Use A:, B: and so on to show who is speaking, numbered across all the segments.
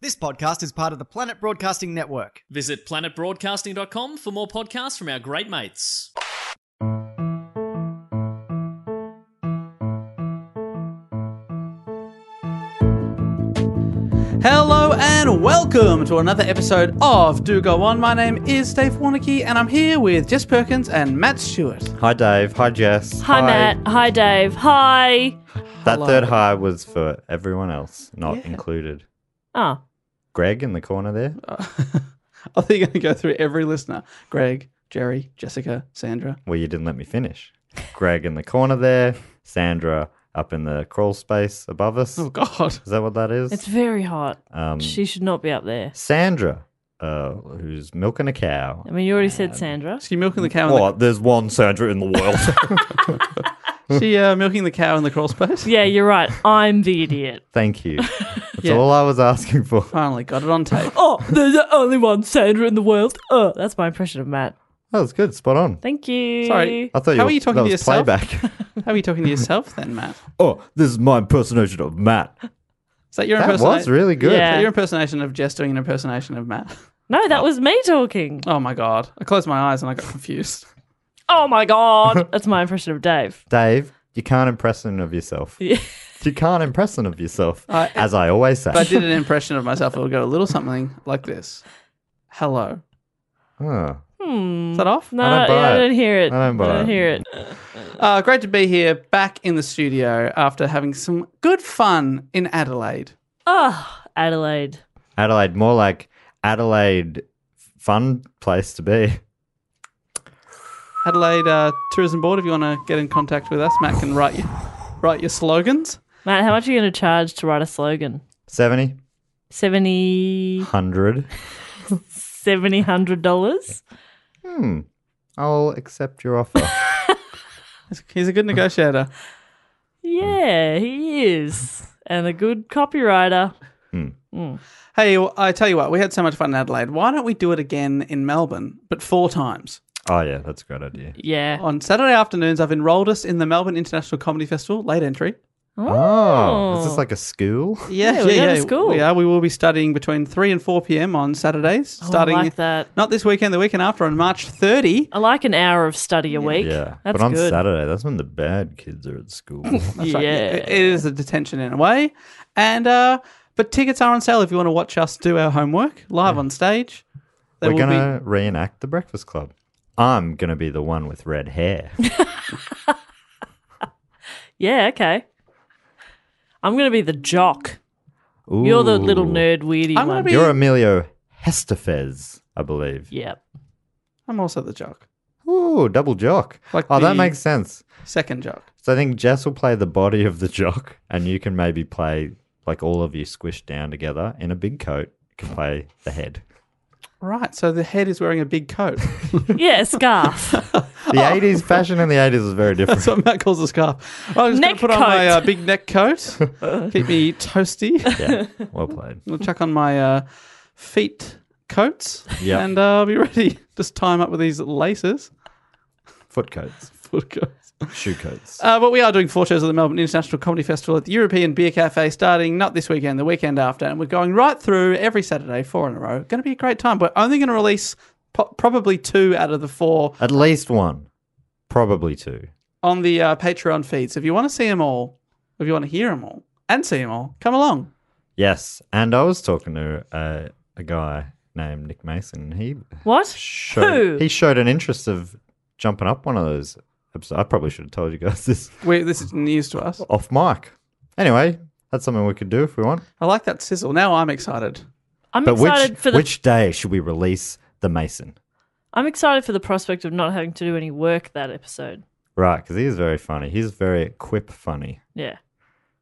A: This podcast is part of the Planet Broadcasting Network.
B: Visit planetbroadcasting.com for more podcasts from our great mates.
C: Hello and welcome to another episode of Do Go On. My name is Dave Warnicky, and I'm here with Jess Perkins and Matt Stewart.
D: Hi, Dave. Hi, Jess.
E: Hi, Matt. Hi, Dave. Hi.
D: That
C: Hello.
D: third high was for everyone else, not
C: Yeah.
D: included.
E: Oh,
D: Greg in the corner there.
C: Uh, I think you're going to go through every listener Greg, Jerry, Jessica, Sandra.
D: Well, you didn't let me finish. Greg in the corner there. Sandra up in the crawl space above us.
C: Oh,
D: Is
C: God.
D: that what that is?
E: it's very hot.
D: um,
E: She should not be up there.
D: Sandra, uh, who's milking a cow.
E: I mean, you already
D: Um,
E: said Sandra.
C: She milking the cow. In
D: What? There's one Sandra in the world.
C: the, she uh, milking the cow in the crawl space.
E: Yeah, you're right. I'm the idiot.
D: Thank you. That's
C: Yeah.
D: all I was asking for.
C: Finally got it on tape.
E: Oh, there's the only one Sandra in the world. Oh, that's my impression of Matt.
D: That was good. Spot on.
E: Thank you.
C: Sorry.
D: I thought
C: How
D: you were,
C: are you talking
D: that
C: to
D: was
C: yourself?
D: playback.
C: How are you talking to yourself then, Matt?
D: oh, this is my impersonation of Matt.
C: Is that your
D: That
C: impersonation?
D: was really good.
C: Is
E: Yeah.
C: that your impersonation of Jess doing an impersonation of Matt?
E: No, that was me talking.
C: Oh my god! I closed my eyes and I got confused.
E: Oh my god, that's my impression of Dave.
D: Dave, you can't impress him of yourself.
E: Yeah.
D: You can't impress him of yourself,
C: Uh,
D: as I always say.
C: If I did an impression of myself, it would go a little something like this. Hello.
D: Huh.
E: Hmm.
C: Is that off?
E: No,
D: I don't
E: I
D: buy
E: don't, yeah, I
D: it.
E: don't hear it.
D: I don't buy it.
E: hear it.
C: Uh, great to be here back in the studio after having some good fun in Adelaide.
E: Oh, Adelaide.
D: Adelaide, more like Adelaide, fun place to be.
C: Adelaide uh, Tourism Board, if you want to get in contact with us, Matt can write you, write your slogans.
E: Matt, how much are you going to charge to write a slogan?
D: 70,
E: 70
D: 100.
E: $70, $100?
D: Hmm. I'll accept your offer.
C: He's a good negotiator.
E: Yeah, he is. And a good copywriter.
C: hey, well, I tell you what, we had so much fun in Adelaide. Why don't we do it again in Melbourne, but four times?
D: oh, yeah, that's a great idea.
E: Yeah.
C: On Saturday afternoons, I've enrolled us in the Melbourne International Comedy Festival, late entry.
D: Oh, is this like a school?
E: Yeah, we go to school.
C: We are. We will be studying between 3 and 4 p.m. on Saturdays.
E: Oh, I
C: starting
E: like that.
C: Not this weekend, the weekend after on March 30.
E: I like an hour of study a week.
D: Yeah,
E: That's
D: but on
E: good.
D: Saturday, that's when the bad kids are at school.
C: That's right.
E: Yeah.
C: It- it is a detention in a way. And uh but tickets are on sale if you want to watch us do our homework live on stage. They
D: We're
C: will
D: gonna reenact the Breakfast Club. I'm gonna be the one with red hair.
E: Yeah, okay. I'm going to be the jock. You're the little
D: Ooh.
E: nerd weirdy
C: I'm gonna
E: one.
C: be-
D: You're Emilio Estefez, I believe.
E: yeah.
C: I'm also the jock.
D: Ooh, double jock.
C: Like
D: oh,
C: the-
D: that makes sense.
C: Second jock.
D: So I think Jess will play the body of the jock, and you can maybe play like all of you squished down together in a big coat. You can play the head.
C: Right. So the head is wearing a big coat.
E: Yeah, a scarf.
D: The
E: Oh.
D: 80s fashion in the 80s was very different.
C: That's what Matt calls a scarf. I'm just going
E: Neck
C: to put on my
E: coat.
C: uh, big neck coat. Keep me toasty.
D: yeah, well played.
C: I'll chuck on my uh, feet coats.
D: Yeah.
C: And uh, I'll be ready. Just tie 'em up with these laces.
D: Foot coats,
C: Foot coats.
D: shoe coats.
C: Uh, but we are doing four shows at the Melbourne International Comedy Festival at the European Beer Cafe, starting not this weekend, the weekend after, and we're going right through every Saturday, four in a row. Going to be a great time. We're only going to release po- probably two out of the four
D: At least one, probably two.
C: on the uh, Patreon feeds. If you want to see them all, if you want to hear them all, and see them all, come along.
D: Yes, and I was talking to a, a guy named Nick Mason. and He
E: what?
D: showed,
E: Who?
D: he showed an interest of jumping up one of those. episodes. I probably should have told you guys this
C: We, this is news to us.
D: off mic. Anyway, that's something we could do if we want.
C: I like that sizzle. Now I'm excited.
E: I'm
D: But
E: excited
D: which
E: for the
D: which day should we release the Mason?
E: I'm excited for the prospect of not having to do any work that episode.
D: Right, because he is very funny. He's very quip funny.
E: Yeah.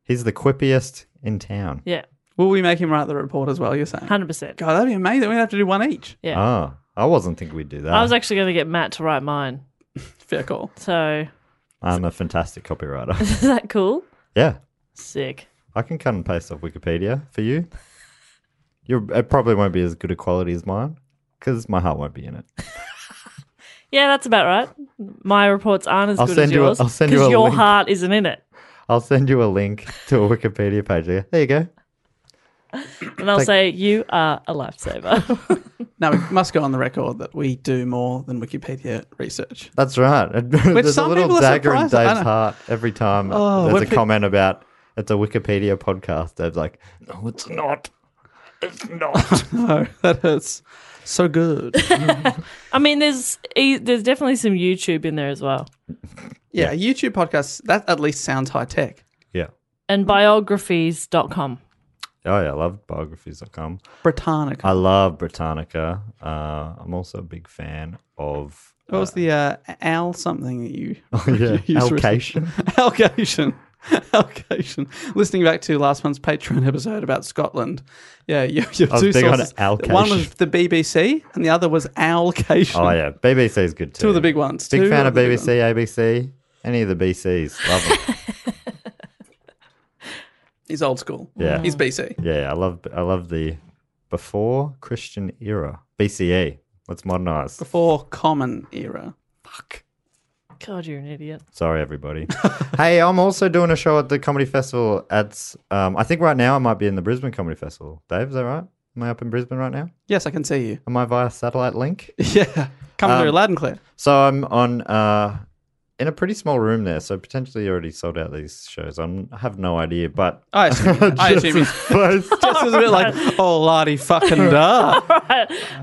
D: He's the quippiest in town.
E: Yeah.
C: Will we make him write the report as well? You're saying?
E: 100%.
C: God, that'd be amazing. We'd have to do one each.
E: Yeah.
D: Ah, I wasn't thinking we'd do that.
E: I was actually going to get Matt to write mine.
C: Fair call.
E: So,
D: I'm a fantastic copywriter.
E: is that cool?
D: yeah,
E: Sick.
D: I can cut and paste off Wikipedia for you. You're, it probably won't be as good a quality as mine because my heart won't be in it.
E: Yeah, that's about right. My reports aren't as
D: I'll
E: good
D: send
E: as
D: you a-
E: yours
D: I'll send you a
E: your
D: link.
E: heart isn't in it.
D: I'll send you a link to a Wikipedia page. There you go.
E: And I'll
D: Take-
E: say you are a lifesaver.
C: Now we must go on the record that we do more than Wikipedia research.
D: That's right. There's a
C: some
D: little
C: people are
D: dagger in
C: surprised at. I
D: Dave's
C: know.
D: heart every time
C: Oh,
D: there's
C: when
D: a
C: pe-
D: comment about it's a Wikipedia podcast. Dave's like, no, it's not. It's not.
C: No, that hurts so good. yeah,
E: I mean, there's e- there's definitely some YouTube in there as well,
C: a YouTube podcast, that at least sounds high tech.
D: yeah.
E: and biographies.com.
D: Oh, yeah. I love biographies.com.
C: Britannica.
D: I love Britannica. Uh, I'm also a big fan of.
C: what was the uh, owl something that you.
D: yeah,
C: you used
D: Alcation.
C: recently? Alcation. Alcation. Listening back to last month's Patreon episode about Scotland. Yeah, you, you
D: I was
C: two
D: big on
C: sources.
D: alcation.
C: One was the BBC and the other was Owlcation.
D: Oh, yeah. BBC is good too.
C: Two of the big ones.
D: Big
C: Two
D: fan of
C: the big
D: BBC,
C: ones.
D: ABC, any of the BCs. Love them.
C: He's old school.
D: Yeah.
C: He's BC.
D: Yeah, I love I love the before Christian era BCE. Let's modernize.
C: Before Common Era. Fuck.
E: God, you're an idiot.
D: Sorry, everybody. hey, I'm also doing a show at the comedy festival. At um, I think right now I might be in the Brisbane Comedy Festival. Dave, is that right? Am I up in Brisbane right now?
C: Yes, I can see you.
D: Am I via satellite link?
C: Yeah. Coming
D: Um,
C: through Ladenclair.
D: So I'm on uh, in a pretty small room there. So potentially already sold out these shows. I'm, I have no idea, but
C: I assume. I
D: Just
C: assume.
D: as
C: he's-
D: close.
C: Just was a bit like, oh, lardy fucking da.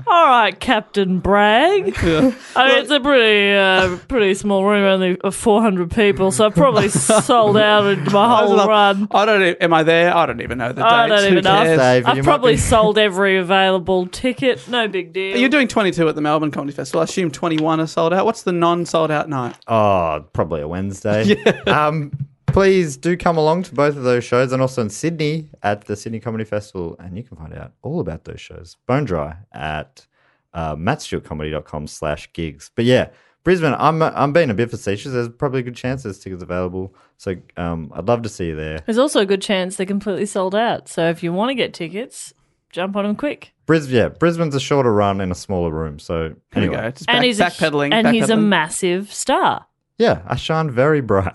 E: All right, Captain Bragg. I mean, it's a pretty uh, pretty small room, only of 400 people, so I probably sold out in my whole run.
C: I don't. e- Am I there? I don't even know the dates.
E: I don't
C: Who
E: even know.
C: cares?
D: Dave, you
E: I've
D: might
E: probably
D: be-
E: sold every available ticket. No big deal.
C: You're doing 22 at the Melbourne Comedy Festival. I assume 21 are sold out. What's the non-sold out night?
D: Oh, probably a Wednesday. Um, please do come along to both of those shows and also in Sydney at the Sydney Comedy Festival. And you can find out all about those shows. Bone Dry at uh, mattstewartcomedy.com slash gigs. But yeah, Brisbane, I'm, I'm being a bit facetious. There's probably a good chance there's tickets available. So um, I'd love to see you there.
E: There's also a good chance they're completely sold out. So if you want to get tickets, jump on them quick.
D: Bris- yeah, Brisbane's a shorter run in a smaller room. So
C: Here
D: anyway,
C: we go. Just
E: and
C: back,
E: he's
C: backpedaling.
E: a, and he's a
C: backpedaling.
E: massive star,
D: yeah, I shine very bright.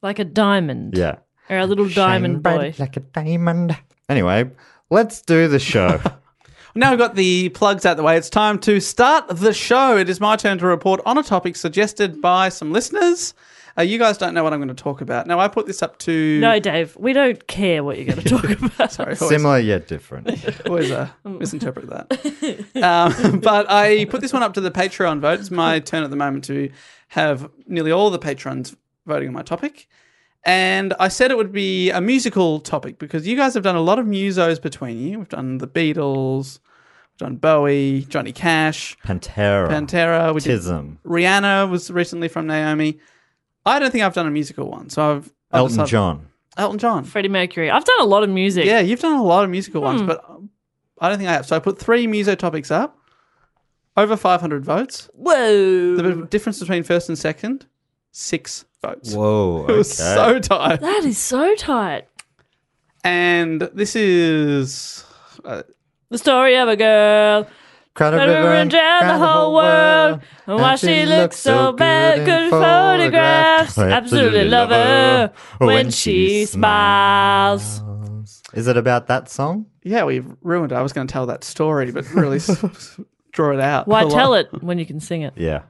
E: like a diamond.
D: Yeah.
E: Or a little diamond
D: Shine bright
E: boy.
D: Like a diamond. Anyway, let's do the show.
C: Now we've got the plugs out the way. It's time to start the show. It is my turn to report on a topic suggested by some listeners. Uh, you guys don't know what I'm going to talk about. Now I put this up to
E: No, Dave, we don't care what you're going to talk about.
C: Sorry, always-
D: Similar yet different.
C: always uh, misinterpret that. Um, but I put this one up to the Patreon vote. It's my turn at the moment to have nearly all the patrons voting on my topic. And I said it would be a musical topic because you guys have done a lot of musos between you. We've done the Beatles, we've done Bowie, Johnny Cash,
D: Pantera.
C: Pantera, we did
D: Tism.
C: Rihanna was recently from Naomi. I don't think I've done a musical one, so I've I've
D: Elton
C: decided-
D: John.
C: Elton John.
E: Freddie Mercury. I've done a lot of music.
C: Yeah, you've done a lot of musical ones, but um, I don't think I have. So I put three muso topics up, over 500 votes.
E: Whoa.
C: The b- difference between first and second, six votes.
D: Whoa.
C: It
D: Okay.
C: was so tight.
E: that is so tight.
C: And this is uh,
E: The story of a girl
D: Cried a
E: that
D: river
E: ran
D: and
E: drown the whole world. And why she looks so bad, good photographs. Absolutely love her when she smiles.
D: Is it about that song?
C: yeah, we've ruined. it. I was going to tell that story, but really s- s- draw it out.
E: Why
C: a lot.
E: tell it when you can sing it?
D: Yeah.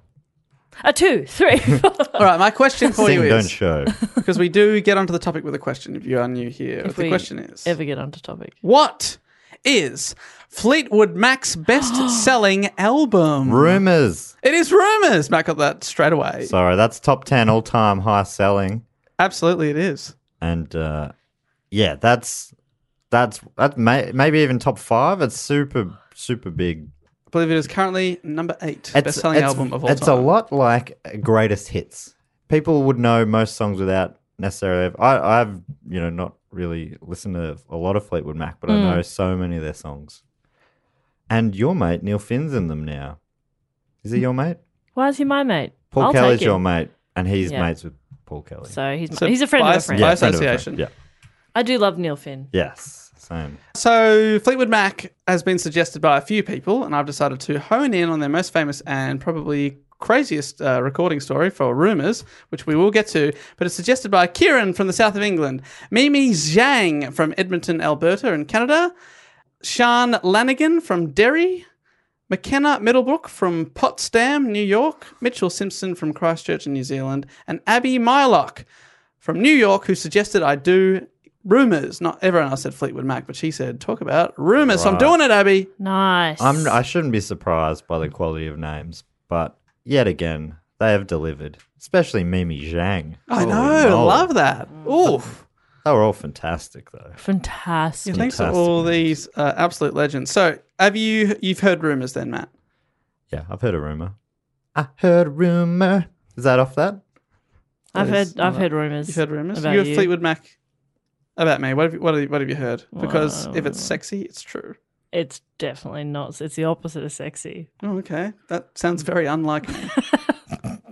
E: A two, three, four.
C: All right, my question
E: Oh,
C: for
D: Sing,
C: you
D: don't
C: is
D: show.
C: because we do get onto the topic with a question. If you are new here,
E: If
C: the
E: we
C: question is
E: Ever get onto topic?
C: What is Fleetwood Mac's best selling album?
D: Rumors.
C: it is Rumours. Mac got that straight away.
D: Sorry, that's top 10 all time high selling.
C: Absolutely, it is.
D: And uh, yeah, that's, that's, that may, maybe even top five. It's super, super big.
C: I believe it is currently number eight
D: It's,
C: best selling
D: it's-
C: album of all
D: It's
C: time.
D: a lot like greatest hits. People would know most songs without necessarily. I, I've, you know, not really listened to a lot of Fleetwood Mac,
E: Hmm.
D: but I know so many of their songs. And your mate, Neil Finn's in them now. Is he your mate?
E: Why is he my mate?
D: Paul
E: I'll
D: Kelly's
E: take
D: your
E: him.
D: mate, and he's
E: Yeah.
D: mates with Paul Kelly.
E: So he's,
C: So
E: he's a friend
C: by,
E: of a friend.
C: By
D: Yeah, friend of a friend.
C: association.
D: Yeah.
E: I do love Neil Finn.
D: Yes. Same.
C: So Fleetwood Mac has been suggested by a few people, and I've decided to hone in on their most famous and probably craziest uh, recording story for Rumours, which we will get to. But it's suggested by Kieran from the south of England, Mimi Zhang from Edmonton, Alberta, in Canada, Sean Lanigan from Derry, McKenna Middlebrook from Potsdam, New York, Mitchell Simpson from Christchurch in New Zealand, and Abby Mylock from New York who suggested I do rumors. Not everyone else said Fleetwood Mac, but she said talk about rumors. So I'm doing it, Abby.
E: Nice.
D: I'm, I shouldn't be surprised by the quality of names, but yet again, they have delivered, especially Mimi Zhang.
C: I know, I love that. Oof.
D: They were all fantastic, though.
E: Fantastic.
C: Thanks to
D: Fantastic
C: all
D: names.
C: these uh, absolute legends. So have you you've heard rumors then, Matt?
D: Yeah, I've heard a rumor. I heard a rumor. Is that off that?
E: I've
C: Yes.
E: heard I've heard rumors.
C: You've heard rumors.
E: About
C: you have
E: you.
C: Fleetwood Mac about me. What have you, what have you, what have you heard? Because if it's sexy, it's true.
E: It's definitely not. It's the opposite of sexy.
C: Oh, okay. That sounds very unlike me. Don't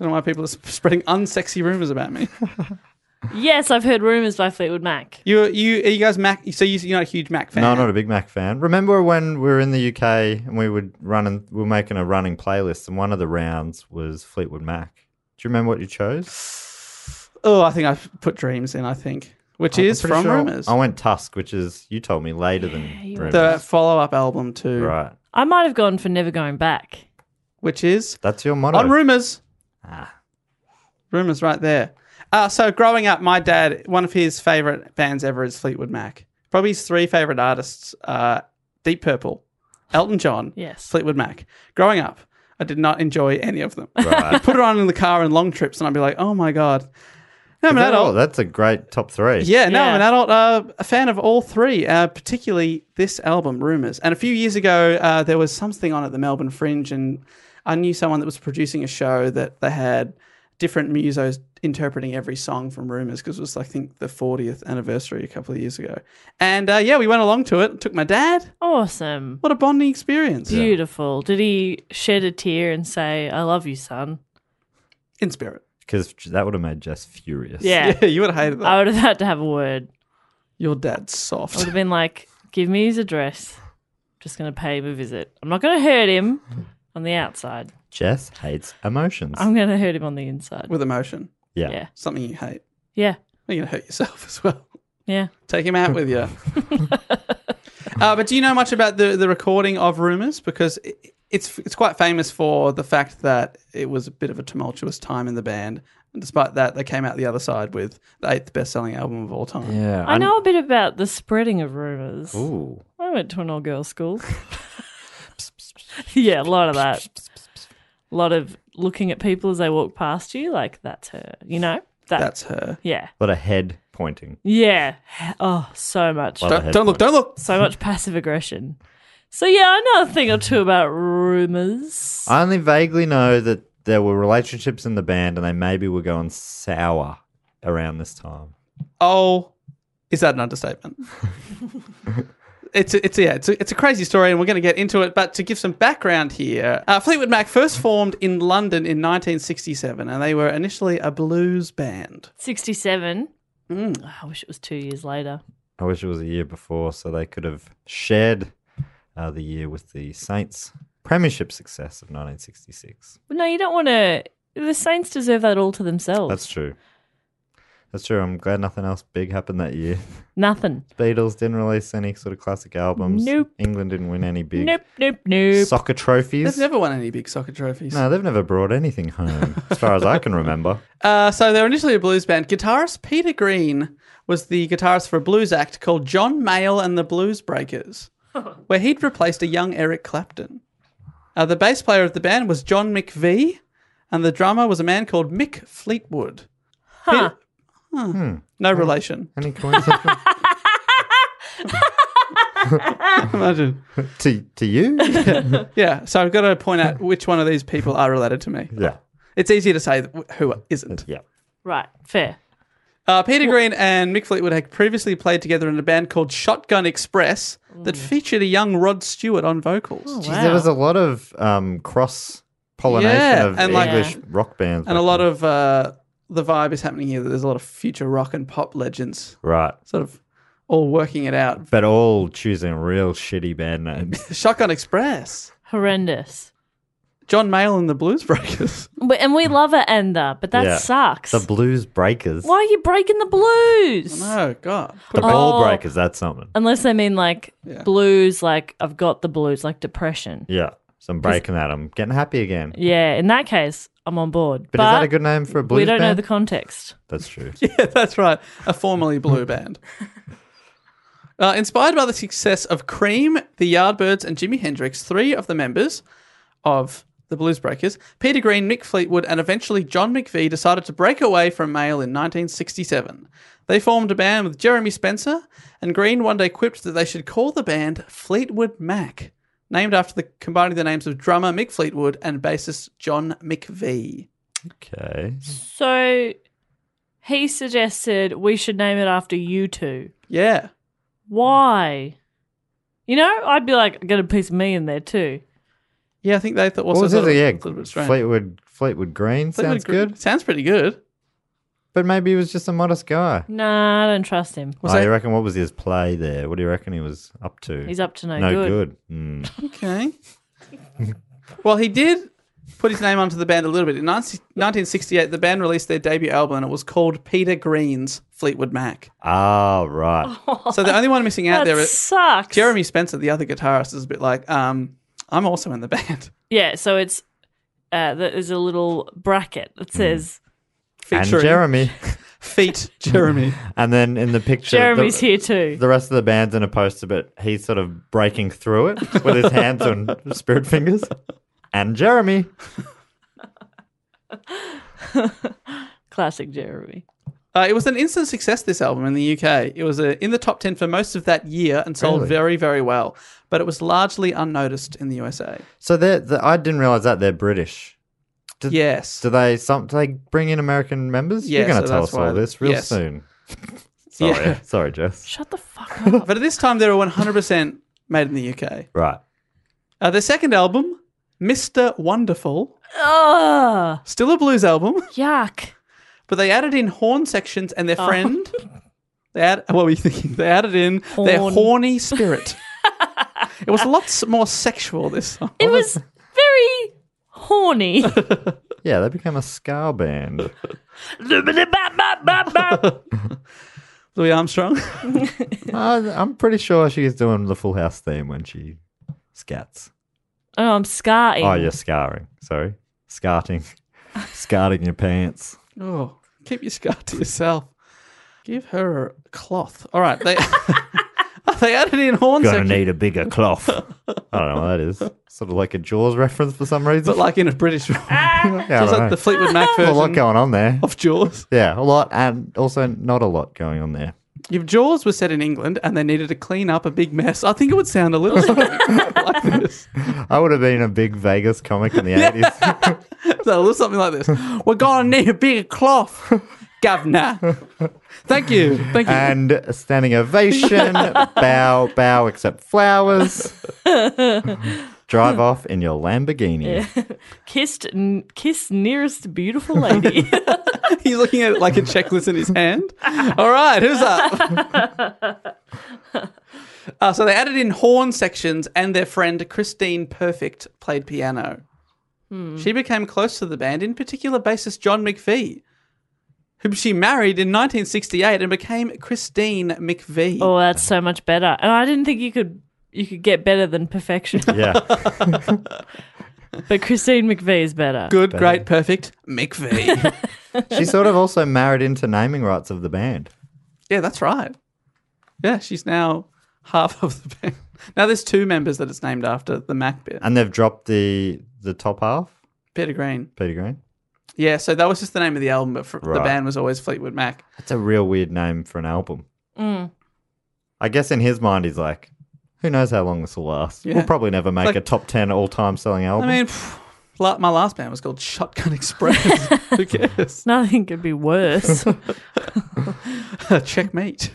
C: know why people are sp- spreading unsexy rumors about me.
E: Yes, I've heard rumors by Fleetwood Mac.
C: You, you, are you guys Mac? So you, you're not a huge Mac fan?
D: No, not a Big Mac fan. Remember when we were in the UK and we would run and we were making a running playlist, and one of the rounds was Fleetwood Mac. Do you remember what you chose?
C: Oh, I think I've put dreams in. I think, which
D: I'm
C: is
D: pretty
C: from
D: sure
C: Rumors,
D: I went Tusk, which is you told me later than
E: you
D: Rumours.
C: the follow-up album to,
D: Right,
E: I might have gone for never going back.
C: which is
D: that's your motto.
C: on Rumors.
D: Ah.
C: Rumors, right there. Uh, so growing up, my dad, one of his favorite bands ever is Fleetwood Mac. Probably his three favorite artists: uh, Deep Purple, Elton John,
E: Yes.
C: Fleetwood Mac. Growing up, I did not enjoy any of them.
D: Right.
C: Put it on in the car on long trips, and I'd be like, "Oh my god." Now I'm
D: Is
C: an
D: that all?
C: adult.
D: That's a great top three.
C: Yeah, no, I'm an
E: Yeah.
C: adult, uh, a fan of all three, uh, particularly this album, Rumours. And a few years ago, uh, there was something on at the Melbourne Fringe, and I knew someone that was producing a show that they had different musos interpreting every song from Rumours because it was, I think, the 40th anniversary a couple of years ago. And uh, yeah, we went along to it, took my dad.
E: Awesome.
C: What a bonding experience.
E: Beautiful. Did he shed a tear and say, I love you, son?
C: In spirit.
D: Because that would have made Jess furious.
E: Yeah.
C: Yeah, you would have hated that.
E: I would have had to have a word.
C: Your dad's
E: I would
C: soft.
E: have been like, give me his address. Just going to pay him a visit. I'm not going to hurt him on the outside.
D: Jess hates emotions.
C: Um,
E: I'm going to hurt him on the inside.
C: With emotion.
D: yeah.
E: Yeah.
C: Something you hate.
E: Yeah.
C: You're going to hurt yourself as well.
E: Yeah.
C: Take him out with you. uh, but do you know much about the, the recording of Rumours? Because it, it's it's quite famous for the fact that it was a bit of a tumultuous time in the band. And despite that, they came out the other side with the eighth best selling album of all time.
D: Yeah.
E: I know a bit about the spreading of rumors.
D: Ooh.
E: I went to an all girls school. yeah, a lot of that. A lot of looking at people as they walk past you, like, that's her, you know? That,
C: That's her.
E: yeah.
D: But a head pointing.
E: Yeah. Oh, so much.
D: Well-
C: Don't, don't look, don't look.
E: So much passive aggression. So, yeah, I know a thing or two about rumors.
D: I only vaguely know that there were relationships in the band and they maybe were going sour around this time.
C: Oh, is that an understatement? It's a, it's a, yeah, it's a, it's a crazy story, and we're going to get into it. But to give some background here, uh, Fleetwood Mac first formed in London in 1967, and they were initially a blues band.
E: 67.
D: Mm.
E: Oh, I wish it was two years later.
D: I wish it was a year before so they could have shared uh, the year with the Saints' premiership success of 1966.
E: But no, you don't want to. The Saints deserve that all to themselves.
D: That's true. That's true. I'm glad nothing else big happened that year.
E: Nothing.
D: Beatles didn't release any sort of classic albums.
E: Nope.
D: England didn't win any big
E: Nope, nope, nope.
D: soccer trophies.
C: They've never won any big soccer trophies.
D: no, they've never brought anything home, as far as I can remember.
C: Uh, so they were initially a blues band. Guitarist Peter Green was the guitarist for a blues act called John Mayall and the Blues Breakers, where he'd replaced a young Eric Clapton. Uh, the bass player of the band was John McVie, and the drummer was a man called Mick Fleetwood. Huh. Huh.
D: Hmm.
C: No relation.
D: Any coincidence
C: Imagine.
D: to to you?
C: Yeah, so I've got to point out which one of these people are related to me.
D: Yeah.
C: It's easier to say who isn't.
D: Yeah.
E: Right, fair.
C: Uh, Peter Green and Mick Fleetwood had previously played together in a band called Shotgun Express that featured a young Rod Stewart on vocals.
D: Geez, There was a lot of um, cross pollination
C: Yeah,
D: of
C: and, like-
D: English rock bands.
C: And a
D: back
C: lot
D: then.
C: of uh, the vibe is happening here that there's a lot of future rock and pop legends
D: Right.
C: sort of all working it out.
D: But all choosing real shitty band names.
C: Shotgun Express,
E: Horrendous.
C: John Mayall and the Blues Breakers.
E: We- And we love it, Enda, but that
D: Mm. Yeah.
E: sucks.
D: the Blues Breakers.
E: Why are you breaking the blues?
C: oh, God.
D: The Ball
E: Oh.
D: Breakers, that's something.
E: Unless they mean like
C: Yeah.
E: blues, like I've got the blues, like depression.
D: Yeah. So I'm breaking that. I'm getting happy again.
E: Yeah, in that case, I'm on board.
D: But, is that a good name for a blues
E: We don't know
D: band?
E: the context.
D: That's true.
C: Yeah, that's right. A formerly blue band. Uh, inspired by the success of Cream, the Yardbirds, and Jimi Hendrix, three of the members of the Blues Breakers, Peter Green, Mick Fleetwood, and eventually John McVie, decided to break away from Mail in 1967. They formed a band with Jeremy Spencer, and Green one day quipped that they should call the band Fleetwood Mac, named after the combining the names of drummer Mick Fleetwood and bassist John McVie.
D: Okay.
E: So he suggested we should name it after you two.
C: Yeah.
E: Why? You know, I'd be like, get a piece of me in there too.
C: Yeah, I think they thought
D: What
C: also
D: was
C: thought
D: it?
C: it
D: Yeah.
C: was a little bit strange.
D: Fleetwood Fleetwood Green
C: Fleetwood
D: sounds
C: Gr-
D: good.
C: Sounds pretty good.
D: But maybe he was just a modest guy.
E: Nah, I don't trust him.
C: Was
D: oh,
C: that-
D: you reckon what was his play there? What do you reckon he was up to?
E: He's up to no,
D: no
E: good.
D: good. Mm.
C: Okay. well, he did put his name onto the band a little bit. In 19- 1968, the band released their debut album and it was called Peter Green's Fleetwood Mac.
D: Ah, right.
C: So the only one missing out
E: That
C: there is
E: sucks.
C: Jeremy Spencer, the other guitarist, is a bit like, um, I'm also in the band.
E: Yeah, so it's uh, there's a little bracket that
D: Mm.
E: says
D: And
C: Featuring
D: Jeremy.
C: Feet Jeremy.
D: And then in the picture,
E: Jeremy's
D: the,
E: here too.
D: the rest of the band's in a poster, but he's sort of breaking through it with his hands on spirit fingers. And Jeremy.
E: Classic Jeremy.
C: Uh, it was an instant success, this album in the UK. It was uh, in the top 10 for most of that year and sold
D: Really?
C: very, very well, but it was largely unnoticed in the USA.
D: So they're, they I didn't realize that they're British. Do,
C: Yes.
D: Do they some do they bring in American members?
C: Yeah,
D: You're going
C: so
D: to tell
C: that's
D: us
C: why-
D: all this real
C: yes.
D: soon. sorry,
C: Yeah.
D: sorry, Jess.
E: Shut the fuck up.
C: But at this time, they were 100% made in the UK.
D: Right.
C: Uh, their second album, Mr. Wonderful,
E: Ugh,
C: still a blues album,
E: yuck.
C: but they added in horn sections and their friend. They add, what were you thinking? They added in their
E: Horn.
C: horny spirit. it was a lot s- more sexual, this song.
E: It was very horny.
D: Yeah, they became a ska band.
E: Oh,
C: Louis Armstrong.
D: I, I'm pretty sure she's doing the Full House theme when she scats.
E: oh, I'm scarring.
D: Oh, you're scarring. Sorry. Scarting. Scarting your pants.
C: oh, keep your scar to yourself. Give her a cloth. All right. They, they added in horn
D: Gonna
C: section,
D: need a bigger cloth. I don't know what that is. Sort of like a Jaws reference for some reason.
C: but like in a British.
D: yeah,
C: it's
D: I don't
C: like
D: know.
C: the Fleetwood Mac
D: There's
C: version
D: a lot going on there.
C: of Jaws.
D: Yeah, a lot, and also not a lot going on there.
C: If Jaws was set in England and they needed to clean up a big mess, I think it would sound a little something like this.
D: I would have been a big Vegas comic in the 80s.
C: So a little something like this. We're gonna need a bigger cloth, governor. Thank you, thank you.
D: and a standing ovation, bow, bow, except flowers. Drive off in your Lamborghini.
E: Kissed, n- kiss nearest beautiful lady.
C: He's looking at it like a checklist in his hand. All right, who's up? uh, so they added in horn sections, and their friend Christine Perfect played piano. She became close to the band, in particular bassist John McVie, whom she married in 1968 and became Christine McVie.
E: oh, that's so much better. And I didn't think you could you could get better than perfection.
D: Yeah.
E: but Christine McVie is better.
C: Good, great, perfect, McVie.
D: She sort of also married into naming rights of the band.
C: yeah, that's right. Yeah, she's now half of the band. Now there's two members that it's named after the Mac bit.
D: And they've dropped the the top half,
C: Peter Green.
D: Peter Green.
C: Yeah, so that was just the name of the album, but for, the
D: Right.
C: band was always Fleetwood Mac.
D: That's a real weird name for an album. I guess in his mind, he's like, who knows how long this will last?
C: Yeah.
D: We'll probably never make
C: Like-
D: a top 10 all time selling album.
C: I mean, pff, la- my last band was called Shotgun Express. Who cares?
E: Nothing could be worse.
C: Checkmate.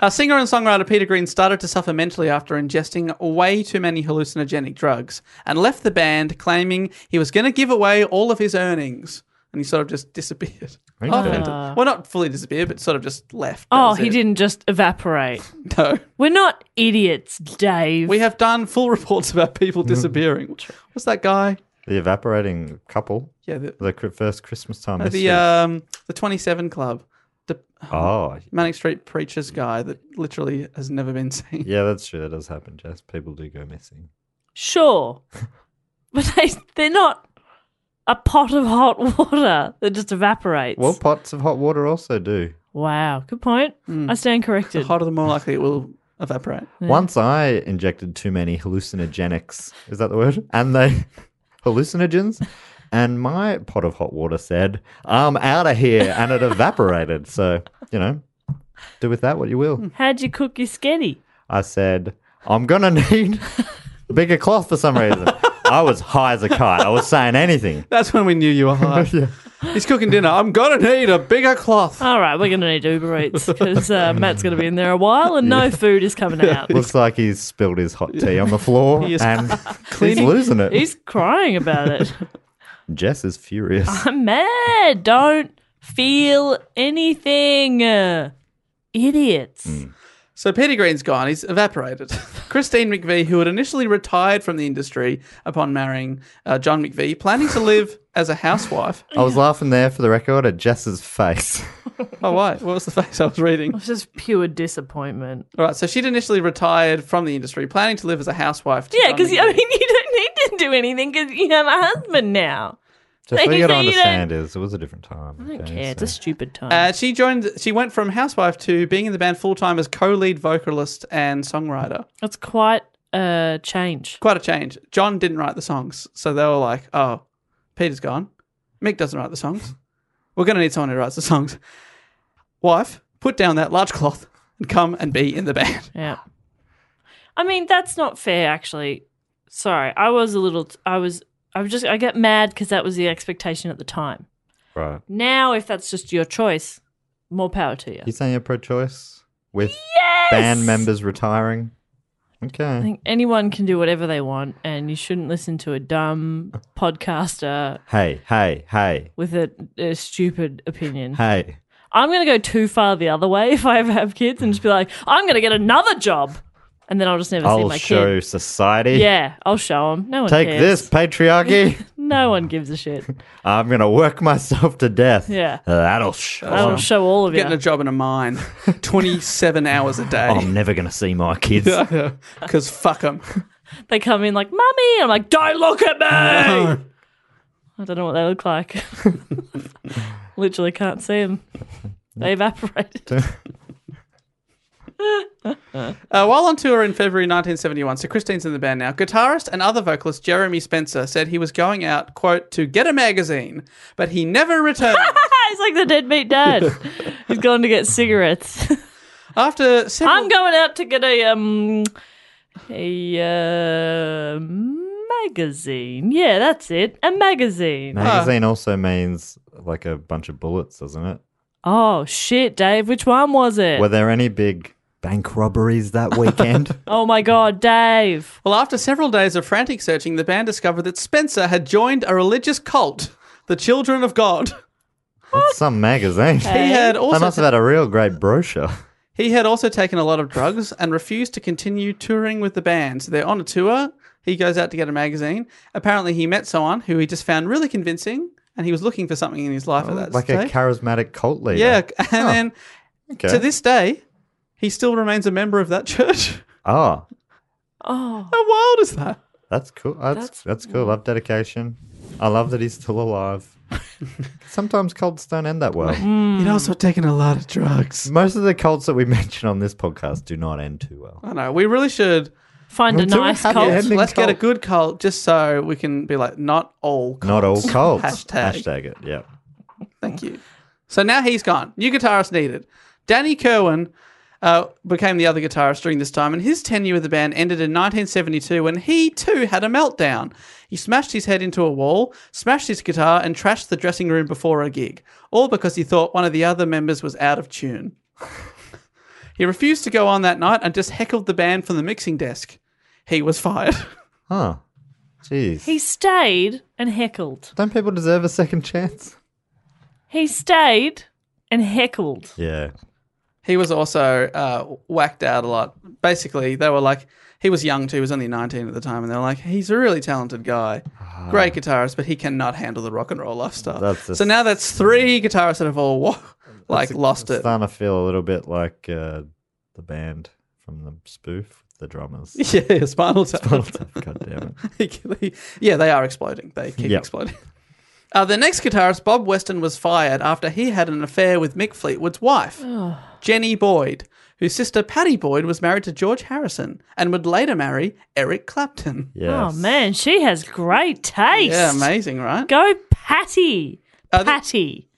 C: uh, singer and songwriter Peter Green started to suffer mentally after ingesting way too many hallucinogenic drugs and left the band claiming he was going to give away all of his earnings. And he sort of just disappeared.
D: Really?
C: Off into- well, not fully disappeared, but sort of just left. That
E: oh,
C: was
E: he
C: it.
E: didn't just evaporate.
C: No.
E: We're not idiots, Dave.
C: We have done full reports about people disappearing. What's that guy?
D: the evaporating couple,
C: Yeah, the,
D: the cri- first Christmas time.
C: Uh, the
D: mystery.
C: um the 27 club the
D: oh,
C: manic street preachers guy that literally has never been seen
D: yeah, that's true. That does happen, Jess. People do go missing.
E: sure, but they they're not a pot of hot water that just evaporates.
D: Well, pots of hot water also do.
E: Wow, good point. I stand
C: the
E: corrected.
C: hotter the more likely it will evaporate
D: Once I injected too many hallucinogenics, is that the word? And they, hallucinogens? And my pot of hot water said, I'm out of here. And it evaporated. So, you know, do with that what you will.
E: How'd you cook your sketty?
D: I said, I'm going to need a bigger cloth for some reason. I was high as a kite. I was saying anything.
C: that's when we knew you were hot he's cooking dinner i'm gonna need a bigger cloth
E: All right, we're going to need Uber Eats because uh, Matt's going to be in there a while and no food is coming out.
D: Looks like he's spilled his hot tea on the floor
C: He is
D: and he's losing it.
E: He's crying about it.
D: Jess is furious.
E: I'm mad. Don't feel anything. Uh, idiots.
C: so peter green's gone he's evaporated christine mcvie who had initially retired from the industry upon marrying uh, john mcvie planning to live as a housewife
D: I was laughing there for the record at Jess's face.
C: oh why what was the face i was reading
E: It's just pure disappointment.
C: all right so she'd initially retired from the industry planning to live as a housewife to
E: Yeah,
C: John
E: because I
C: McVie.
E: mean, you don't need to do anything because you have a husband now.
D: Just
E: Like
D: what
E: you
D: you gotta
E: say, you don't-
D: understand is it was a different time.
E: I don't care. It's a stupid time.
C: Uh, she joined. She went from housewife to being in the band full time as co-lead vocalist and songwriter.
E: That's quite a change.
C: Quite a change. John didn't write the songs, so they were like, "Oh, Peter's gone. Mick doesn't write the songs. We're going to need someone who writes the songs." Wife, put down that large cloth and come and be in the band.
E: Yeah. I mean, that's not fair, actually. Sorry, I was a little. I was. I was just. I get mad because that was the expectation at the time.
D: Right.
E: Now, if that's just your choice, more power to you.
D: You saying you're pro choice? With
E: Yes!
D: band members retiring?
E: I
D: Okay.
E: think anyone can do whatever they want, and you shouldn't listen to a dumb podcaster
D: Hey, hey, hey,
E: with a, a stupid opinion.
D: hey.
E: I'm going to go too far the other way if I ever have kids and just be like, I'm going to get another job. And then I'll just never see
D: I'll
E: my
D: show
E: kid.
D: society.
E: Yeah, I'll show them. No one
D: Take
E: cares.
D: this, patriarchy.
E: No one gives a shit.
D: I'm going to work myself to death. Uh,
E: Yeah.
D: That'll show.
E: I will show all of you.
C: Getting a job in a mine, 27 hours a
D: I'm
C: day.
D: never going to see my kids.
C: Because fuck them.
E: They come in like, "Mummy," I'm like, "Don't look at me." I don't know what they look like. Literally can't see them. They evaporate.
C: Uh, while on tour in February 1971, so Christine's in the band now, guitarist and other vocalist Jeremy Spencer said he was going out, quote, to get a magazine, but he never returned.
E: He's like the dead meat dad. He's gone to get cigarettes.
C: After several...
E: I'm going out to get a um a uh, magazine. Yeah, that's it. A magazine.
D: Magazine also means like a bunch of bullets, doesn't it?
E: Oh shit, Dave. Which one was it?
D: Were there any big bank robberies that weekend?
E: Oh my god, Dave.
C: Well, after several days of frantic searching, the band discovered that Spencer had joined a religious cult, the Children of God.
D: That's some magazine.
C: He had
D: They
C: also
D: must have had a real great brochure.
C: he had also taken a lot of drugs and refused to continue touring with the band. So they're on a tour. He goes out to get a magazine. Apparently, he met someone who he just found really convincing, and he was looking for something in his life at that
D: Oh, like a
C: stage.
D: charismatic cult leader.
C: yeah, and then
D: Okay.
C: to this day, he still remains a member of that church.
D: Oh,
E: Oh,
C: How wild is that?
D: that's cool. That's
E: That's-
D: that's, cool. I love dedication. I love that he's still alive. Sometimes cults don't end that well.
C: He'd also taken a lot of drugs.
D: Most of the cults that we mention on this podcast do not end too well.
C: I know. We really should
E: find a
D: Well, do we
E: nice
D: have
E: cult.
D: it?
C: Let's,
D: Ending
C: let's get a
D: cult.
C: good cult just so we can be like, not all cults.
D: Not all cults.
C: Hashtag.
D: Hashtag it. Yeah.
C: Thank you. So now he's gone. New guitarist needed. Danny Kerwin uh, became the other guitarist during this time, and his tenure with the band ended in 1972 when he too had a meltdown. He smashed his head into a wall, smashed his guitar, and trashed the dressing room before a gig, all because he thought one of the other members was out of tune. he refused to go on that night and just heckled the band from the mixing desk. He was fired.
D: Huh. Jeez.
E: He stayed and heckled.
D: don't people deserve a second chance?
E: He stayed and heckled.
D: Yeah.
C: He was also uh, whacked out a lot. Basically, they were like, he was young too, he was only 19 at the time, and they're like, he's a really talented guy, great guitarist, but he cannot handle the rock and roll lifestyle.
D: That's a-
C: so now that's three guitarists that have all wa- like lost it.
D: Starting to feel a little bit like uh, the band from the spoof, the drummers.
C: Yeah, Spinal Tap.
D: God damn
C: Oh,
D: it.
C: yeah, they are exploding. They keep
D: Yep.
C: exploding. Uh, the next guitarist, Bob Weston, was fired after he had an affair with Mick Fleetwood's wife, Jenny Boyd, whose sister Patty Boyd was married to George Harrison and would later marry Eric Clapton.
D: Yeah.
E: Oh man, she has great taste.
C: Yeah, amazing, right?
E: Go Patty.
C: Uh, the-
E: Patty.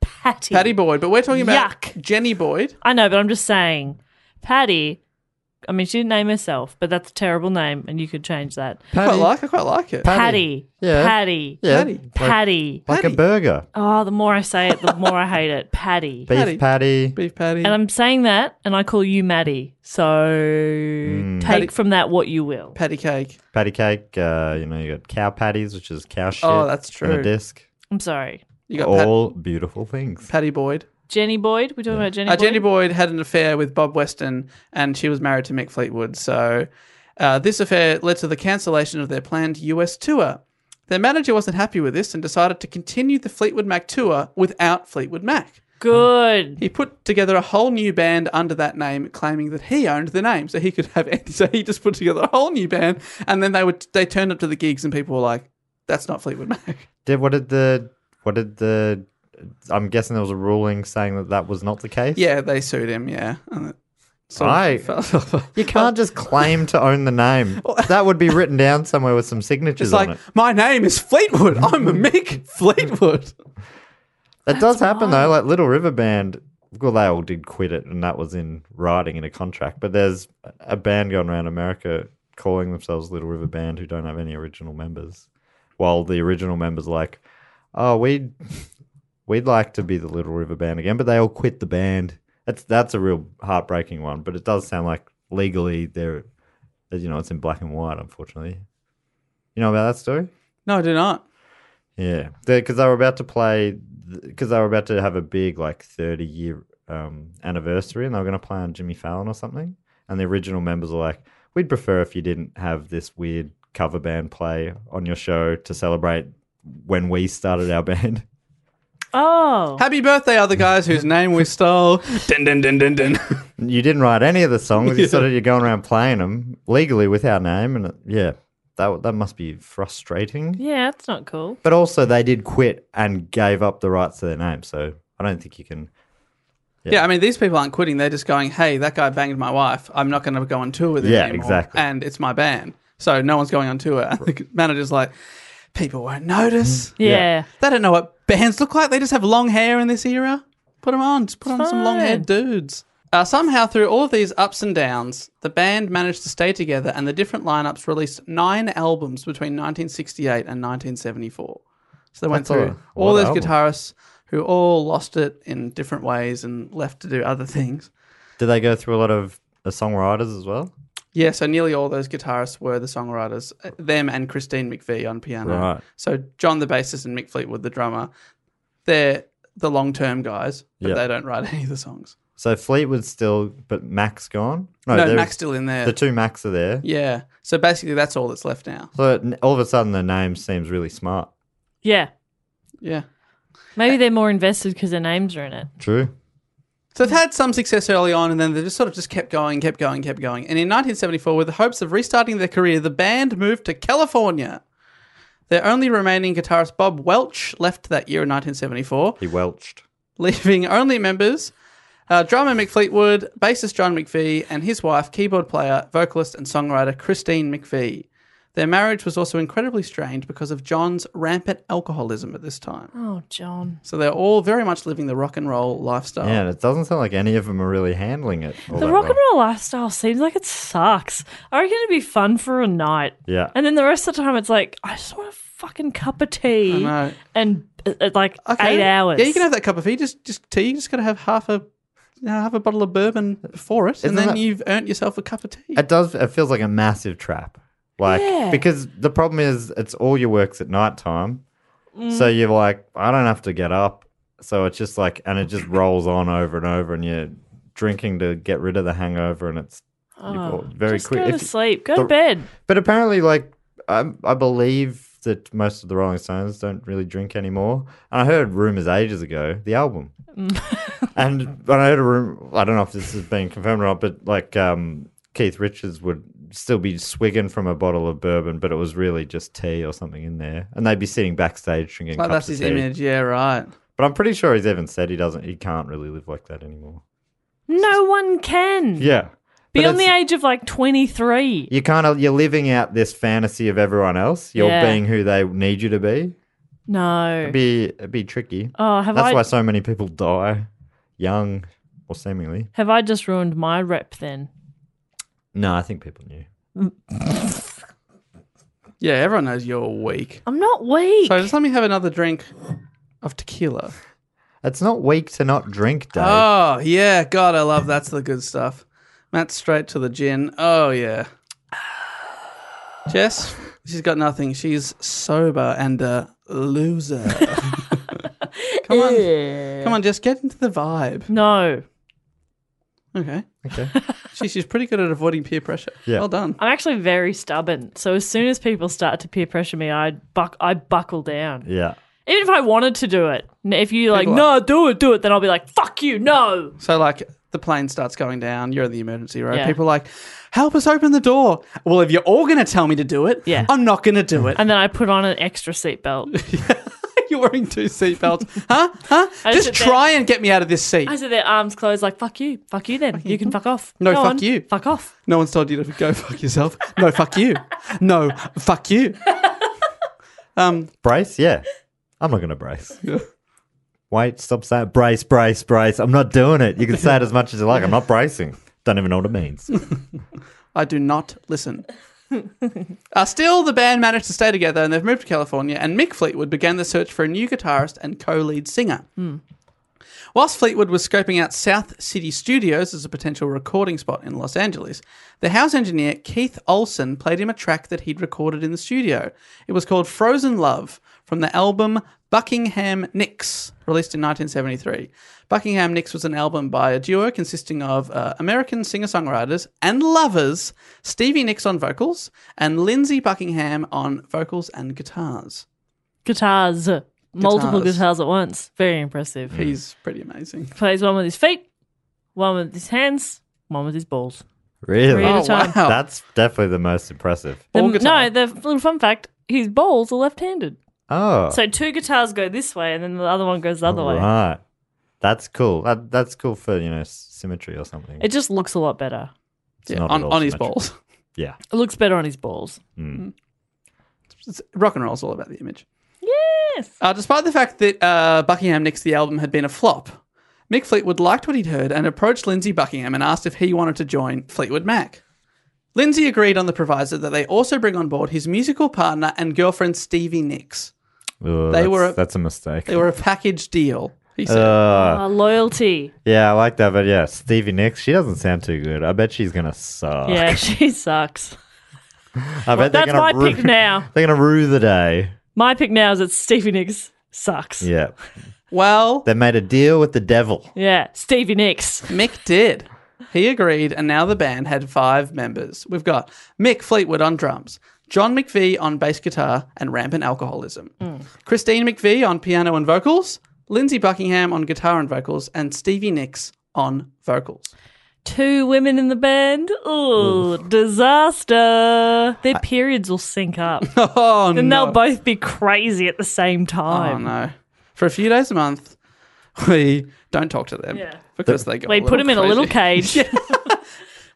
E: Patty.
C: Patty Boyd, but we're talking about
E: Yuck.
C: Jenny Boyd.
E: I know, but I'm just saying, Patty. I mean, she didn't name herself, but that's a terrible name, and you could change that.
C: I quite like. I quite like it.
E: Patty.
D: Yeah.
E: Patty.
D: Yeah.
C: Patty.
D: Like,
E: Patty.
D: like
C: Patty.
D: a burger.
E: Oh, the more I say it, the more I hate it. Patty.
D: Beef
C: Patty.
D: patty.
C: Beef Patty.
E: And I'm saying that, and I call you Maddie. So take
C: Patty-
E: from that what you will.
C: Patty cake.
D: Patty cake. Uh, you know, you got cow patties, which is cow shit.
C: Oh, that's
D: On
C: true.
D: a disc.
E: I'm sorry.
C: You got Pat-
D: All beautiful things.
C: Patty Boyd.
E: Jenny Boyd. We're talking about Jenny
C: Uh,
E: Boyd.
C: Jenny Boyd had an affair with Bob Weston, and she was married to Mick Fleetwood. So, uh, this affair led to the cancellation of their planned US tour. Their manager wasn't happy with this and decided to continue the Fleetwood Mac tour without Fleetwood Mac.
E: Good.
C: He put together a whole new band under that name, claiming that he owned the name, so he could have. So he just put together a whole new band, and then they would they turned up to the gigs, and people were like, "That's not Fleetwood Mac."
D: Did what did the what did the? I'm guessing there was a ruling saying that that was not the case.
C: yeah, they sued him. Yeah, and it sort of
D: I-
C: fell off.
D: You can't just claim to own the name. That would be written down somewhere with some signatures
C: It's like
D: on it.
C: my name is Fleetwood. I'm a Mick Fleetwood.
D: That does happen though. Like Little River Band, well, they all did quit it, and that was in writing in a contract. But there's a band going around America calling themselves Little River Band who don't have any original members, while the original members are like, oh, we we'd like to be the Little River Band again, but they all quit the band. That's that's a real heartbreaking one. But it does sound like legally they're, you know, it's in black and white. Unfortunately, you know about that story.
C: No, I do not.
D: Yeah, because they were about to play, because they were about to have a big like thirty year um, anniversary, and they were going to play on Jimmy Fallon or something. And the original members were like, "We'd prefer if you didn't have this weird cover band play on your show to celebrate when we started our band.
E: Oh,
C: Happy birthday, other guys whose name we stole. Dun, dun, dun, dun, dun.
D: You didn't write any of the songs. You sort of you're going around playing them legally with our name, and it, yeah, that that must be frustrating.
E: yeah, that's not cool.
D: But also, they did quit and gave up the rights to their name, so I don't think you can.
C: Yeah, I mean, these people aren't quitting. They're just going, hey, that guy banged my wife. I'm not going to go on tour with him
D: Yeah,
C: anymore.
D: exactly.
C: And it's my band. So no one's going on tour. And the manager's like, people won't notice.
D: Mm.
E: Yeah.
C: They don't know what bands look like. They just have long hair in this era. Put them on. Just put on some long haired dudes. Uh, somehow, through all of these ups and downs, the band managed to stay together and the different lineups released nine albums between 1968 and 1974. So they went
D: That's a
C: through all
D: lot
C: those
D: of albums.
C: guitarists who all lost it in different ways and left to do other things.
D: Did they go through a lot of uh, songwriters as well?
C: Yeah, so nearly all those guitarists were the songwriters, uh, them and Christine McVie on piano.
D: Right.
C: So John the bassist and Mick Fleetwood the drummer, they're the long-term guys, but
D: Yeah.
C: they don't write any of the songs.
D: So Fleetwood's still, but Max gone.
C: no,
D: there-
C: Mac's still in there.
D: The two Macs are there.
C: yeah. So basically that's all that's left now.
D: So n- all of a sudden, the name seems really smart.
E: Yeah.
C: Yeah.
E: Maybe they're more invested because their names are in it.
D: True.
C: So they've had some success early on, and then they just sort of just kept going, kept going, kept going. And in 1974, with the hopes of restarting their career, the band moved to California. Their only remaining guitarist, Bob Welch, left that year in 1974,
D: He welched.
C: leaving only members uh, drummer Mick Fleetwood, bassist John McVie, and his wife, keyboard player, vocalist, and songwriter Christine McVie. Their marriage was also incredibly strained because of John's rampant alcoholism at this time.
E: Oh, John.
C: So they're all very much living the rock and roll lifestyle.
D: Yeah, and it doesn't sound like any of them are really handling it. all
E: The
D: that
E: rock and
D: well.
E: roll lifestyle seems like it sucks. I reckon it'd be fun for a night.
D: Yeah.
E: And then the rest of the time, it's like, I just want a fucking cup of tea
C: I know.
E: and uh, uh, like eight hours.
C: Yeah, you can have that cup of tea. Just just tea. You just got to have half a you know, half a bottle of bourbon before it,
D: Isn't
C: and then
D: that-
C: you've earned yourself a cup of tea.
D: It does. It feels like a massive trap. Like
E: Yeah.
D: because the problem is it's all your works at night time, so
E: Mm.
D: you're like, I don't have to get up. So it's just like, and it just rolls on over and over, and you're drinking to get rid of the hangover, and it's you've got very
E: Ah, just
D: quick.
E: go to
D: If-
E: sleep. Go
D: the-
E: to bed.
D: But apparently, like I, I believe that most of the Rolling Stones don't really drink anymore. And I heard rumors ages ago the album,
C: Mm.
D: and and I heard a room. I don't know if this has been confirmed or not, but like um, Keith Richards would still be swigging from a bottle of bourbon, but it was really just tea or something in there, and they'd be sitting backstage drinking.
C: Like
D: cups
C: that's
D: of
C: his
D: tea.
C: image. Yeah, right.
D: But I'm pretty sure he's even said he doesn't. He can't really live like that anymore.
E: No one can.
D: Yeah. But
E: Beyond the
D: it's-
E: age of like 23.
D: you kind of you're living out this fantasy of everyone else. You're
E: Yeah.
D: being who they need you to be.
E: No.
D: It'd be it'd be tricky.
E: Oh, have
D: That's
E: I
D: why so many people die young, or seemingly.
E: have I just ruined my rep then?
D: No, I think people knew.
C: Yeah, everyone knows you're weak.
E: I'm not weak.
C: So just let me have another drink of tequila.
D: It's not weak to not drink, Dave.
C: Oh yeah, God, I love that's the good stuff. Matt straight to the gin. Oh yeah. Jess, she's got nothing. She's sober and a loser. come on, come on, Jess, get into the vibe.
E: no.
C: Okay.
D: Okay.
C: She, she's pretty good at avoiding peer pressure.
D: Yeah.
C: Well done.
E: I'm actually very stubborn. So as soon as people start to peer pressure me, I buck I buckle down.
D: Yeah.
E: Even if I wanted to do it. N- If you like,
C: People
E: no, do it, do it, then I'll be like, fuck you, no.
C: So, like, the plane starts going down. You're in the emergency room.
E: Yeah.
C: People are like, help us open the door. Well, if you're all going to tell me to do it,
E: Yeah.
C: I'm not going to do it.
E: And then I put on an extra seatbelt.
C: you're wearing two seatbelts. huh? Huh?
E: I
C: Just
E: sit there-
C: try and get me out of this seat.
E: I sit there, arms closed, like, fuck you, fuck you then. You can fuck off.
C: No,
E: Go
C: fuck
E: on.
C: you.
E: Fuck off.
C: No one's told you to go fuck yourself. No, fuck you. No, fuck you. Um,
D: Brace? Yeah. I'm not gonna brace.
C: Yeah.
D: Wait, stop saying brace, brace, brace. I'm not doing it. You can say it as much as you like. I'm not bracing. Don't even know what it means.
C: I do not listen. uh, still, the band managed to stay together and they've moved to California, and Mick Fleetwood began the search for a new guitarist and co lead singer. Whilst Fleetwood was scoping out South City Studios as a potential recording spot in Los Angeles, the house engineer Keith Olsen played him a track that he'd recorded in the studio. It was called Frozen Love from the album Buckingham Nicks, released in 1973. Buckingham Nicks was an album by a duo consisting of uh, American singer songwriters and lovers Stevie Nicks on vocals and Lindsey Buckingham on vocals and guitars.
E: guitars, multiple
C: Guitars.
E: guitars at once. Very impressive.
D: Hmm.
E: He
C: He's pretty amazing.
E: plays one with his feet, one with his hands, one with his balls.
D: Really?
E: Three at a time.
C: Oh, wow.
D: That's definitely the most impressive.
E: The-
C: Ball guitar.
E: no, the f- little fun fact: his balls are left-handed.
C: Uh.
D: Oh,
E: So two guitars go this way, and then the other one goes the other way.
D: right. That's cool. That, that's cool for you know s- symmetry or something.
E: It just looks a lot better.
D: It's
C: Yeah,
D: not
C: on,
D: at all
C: on his
D: symmetric.
C: balls.
D: Yeah.
E: It looks better on his balls.
C: It's- rock and roll's all about the image.
E: Yes.
C: Uh, despite the fact that uh, Buckingham Nicks the album had been a flop, Mick Fleetwood liked what he'd heard and approached Lindsay Buckingham and asked if he wanted to join Fleetwood Mac. Lindsay agreed on the proviso that they also bring on board his musical partner and girlfriend Stevie Nicks.
D: Ugh,
C: They
D: that's,
C: were a-
D: that's a mistake.
C: They were a package deal. He said,
D: Ugh.
E: Uh, loyalty.
D: yeah, I like that, but yeah, Stevie Nicks, she doesn't sound too good. I bet she's gonna suck.
E: Yeah, she sucks.
D: I bet they're
E: That's my
D: gonna rue,
E: pick now.
D: They're gonna rue the day.
E: My pick now is that Stevie Nicks sucks. Yeah,
D: Yeah,
C: "Well,
D: they made a deal with the devil.
E: Stevie Nicks.
C: Mick did. He agreed, and now the band had five members. We've got Mick Fleetwood on drums, John McVie on bass guitar and rampant alcoholism,
E: Mm.
C: Christine McVie on piano and vocals, Lindsay Buckingham on guitar and vocals, and Stevie Nicks on vocals.
E: Two women in the band. Ooh, disaster. Their periods will sync up.
C: Oh
E: Then
C: no!
E: they'll both be crazy at the same
C: oh
E: time.
C: no! For a few days a month, we don't talk to them
E: Yeah.
C: because they go.
E: We
C: a
E: put them in a little
C: crazy.
E: cage.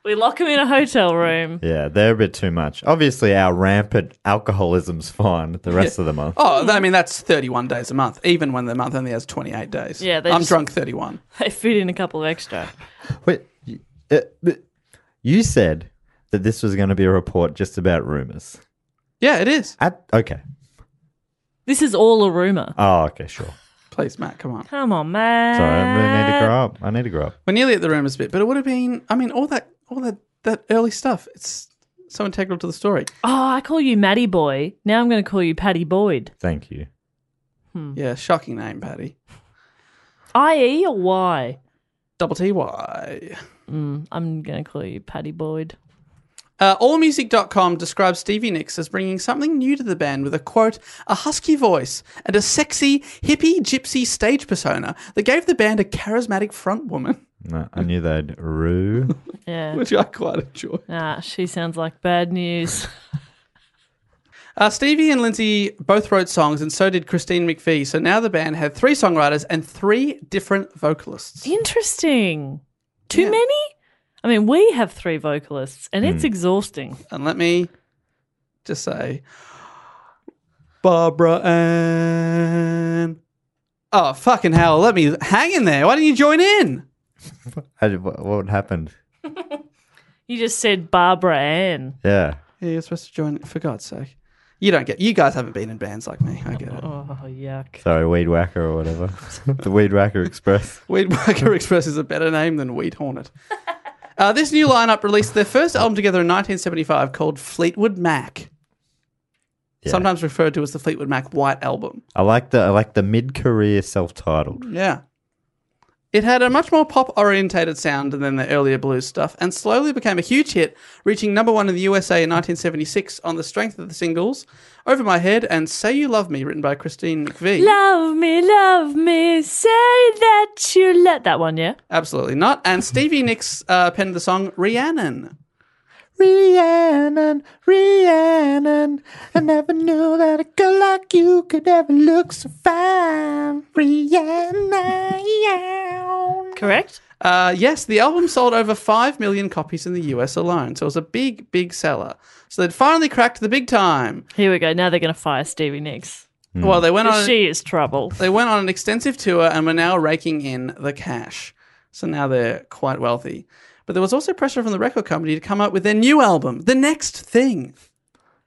E: we lock them in a hotel room.
D: Yeah, they're a bit too much. Obviously, our rampant alcoholism's fine the rest of the month.
C: Oh, th- I mean that's thirty-one days a month, even when the month only has twenty-eight days.
E: Yeah, they
C: I'm
E: just-
C: drunk thirty-one.
E: They fit in a couple of extra.
D: Wait, you, uh, th- you said that this was going to be a report just about rumors.
C: Yeah, it is.
D: At okay,
E: This is all a rumor.
D: oh okay, sure.
C: Please, Matt, come on.
E: Come on, man.
D: Sorry, I really need to grow up. I need to grow up.
C: We're nearly at the rumors bit, but it would have been. I mean, all that, all that, that early stuff. It's so integral to the story.
E: Oh, I call you Matty Boy. Now I'm going to call you Patty Boyd.
D: Thank you.
C: Yeah, shocking name, Patty.
E: I.E. E or Y?
C: Double T Y.
E: I'm going to call you Patty Boyd.
C: Uh, AllMusic.com describes Stevie Nicks as bringing something new to the band with a quote, a husky voice, and a sexy, hippie, gypsy stage persona that gave the band a charismatic front woman,
D: No, I knew they'd rue.
E: Yeah.
C: which I quite enjoy.
E: Nah, Ah, she sounds like bad news.
C: Uh, Stevie and Lindsay both wrote songs, and so did Christine McVie. So now the band had three songwriters and three different vocalists.
E: Interesting. Too many? I mean, we have three vocalists and it's exhausting.
C: And let me just say Barbara Ann. Oh, fucking hell. Let me hang in there. Why didn't you join in?
D: I, what, what happened?
E: You just said Barbara Ann.
D: Yeah.
C: Yeah, you're supposed to join in, for God's sake. You don't get you guys haven't been in bands like me. I get it.
E: Oh, yuck.
D: Sorry, Weed Whacker or whatever. the Weed Whacker Express.
C: Weed Whacker Express is a better name than Weed Hornet. Uh, this new lineup released their first album together in 1975 called Fleetwood Mac,
D: Yeah.
C: sometimes referred to as the Fleetwood Mac White Album.
D: I like the I like the mid career self titled.
C: Yeah. It had a much more pop orientated sound than the earlier blues stuff and slowly became a huge hit, reaching number one in the USA in 1976 on the strength of the singles Over My Head and Say You Love Me, written by Christine McVie.
E: Love me, love me, say that you let that one, yeah?
C: Absolutely not. And Stevie Nicks uh, penned the song Rhiannon.
D: Rhiannon, Rhiannon, I never knew that a girl like you could ever look so fine. Rhiannon.
E: Correct?
C: Uh, yes, the album sold over 5 million copies in the US alone, so it was a big, big seller. So they'd finally cracked the big time.
E: Here we go. Now they're going to fire Stevie Nicks.
C: Well, they went on.
E: She is trouble.
C: They went on an extensive tour and were now raking in the cash. So now they're quite wealthy. But there was also pressure from the record company to come up with their new album, the next thing.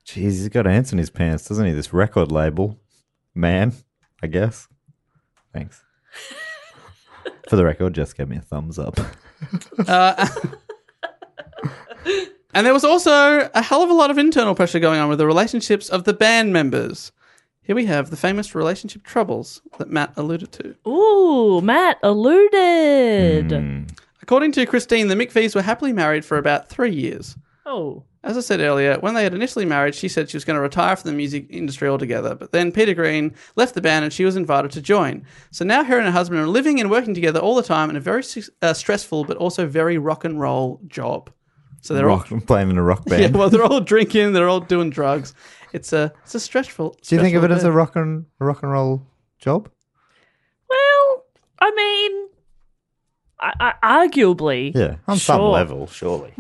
D: Jeez, he's got ants in his pants, doesn't he? This record label, man. I guess. Thanks. For the record, just give me a thumbs up.
C: Uh, And there was also a hell of a lot of internal pressure going on with the relationships of the band members. Here we have the famous relationship troubles that Matt alluded to.
E: Ooh, Matt alluded.
C: According to Christine, the McVees were happily married for about three years.
E: Oh.
C: As I said earlier, when they had initially married, she said she was going to retire from the music industry altogether. But then Peter Green left the band and she was invited to join. So now her and her husband are living and working together all the time in a very su- uh, stressful but also very rock and roll job. So they're
D: Rock, playing in a rock
C: all yeah,
D: band.
C: well, they're all drinking, they're all doing drugs. It's a it's a stressful.
D: Do you think of it
C: stressful
D: as a
C: bit.
D: rock and a rock and roll job?
E: Well, I mean, I, I, arguably.
D: Yeah, on some
E: sure.
D: level, surely.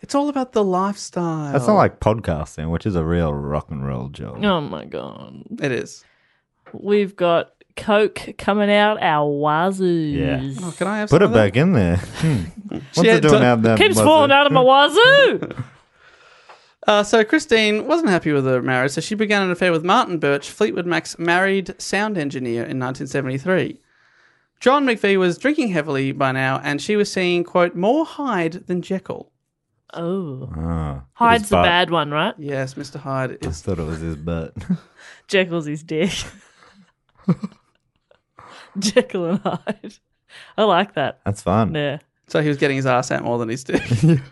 C: It's all about the lifestyle.
D: That's not like podcasting, which is a real rock and roll job.
E: Oh my god.
C: it is.
E: We've got Coke coming out our wazoos.
D: Yeah.
C: Oh, can I have
D: Put it
C: some of that?
D: back in there. Hmm. What's
C: Yeah,
D: it doing
C: don't-
D: out there?
E: Keeps
D: Buzzer?
E: falling out of my wazoo.
C: Uh, so Christine wasn't happy with her marriage, so she began an affair with Martin Birch, Fleetwood Mac's married sound engineer, in 1973. John McVie was drinking heavily by now, and she was seeing quote more Hyde than Jekyll.
E: oh.
D: Ah,
E: Hyde's
D: his
E: the
D: butt.
E: bad one, right?
C: Yes, Mr. Hyde
D: I
C: is
D: thought it was his butt.
E: Jekyll's his dick. Jekyll and Hyde. I like that.
D: That's fun.
E: Yeah.
C: so he was getting his ass out more than his dick.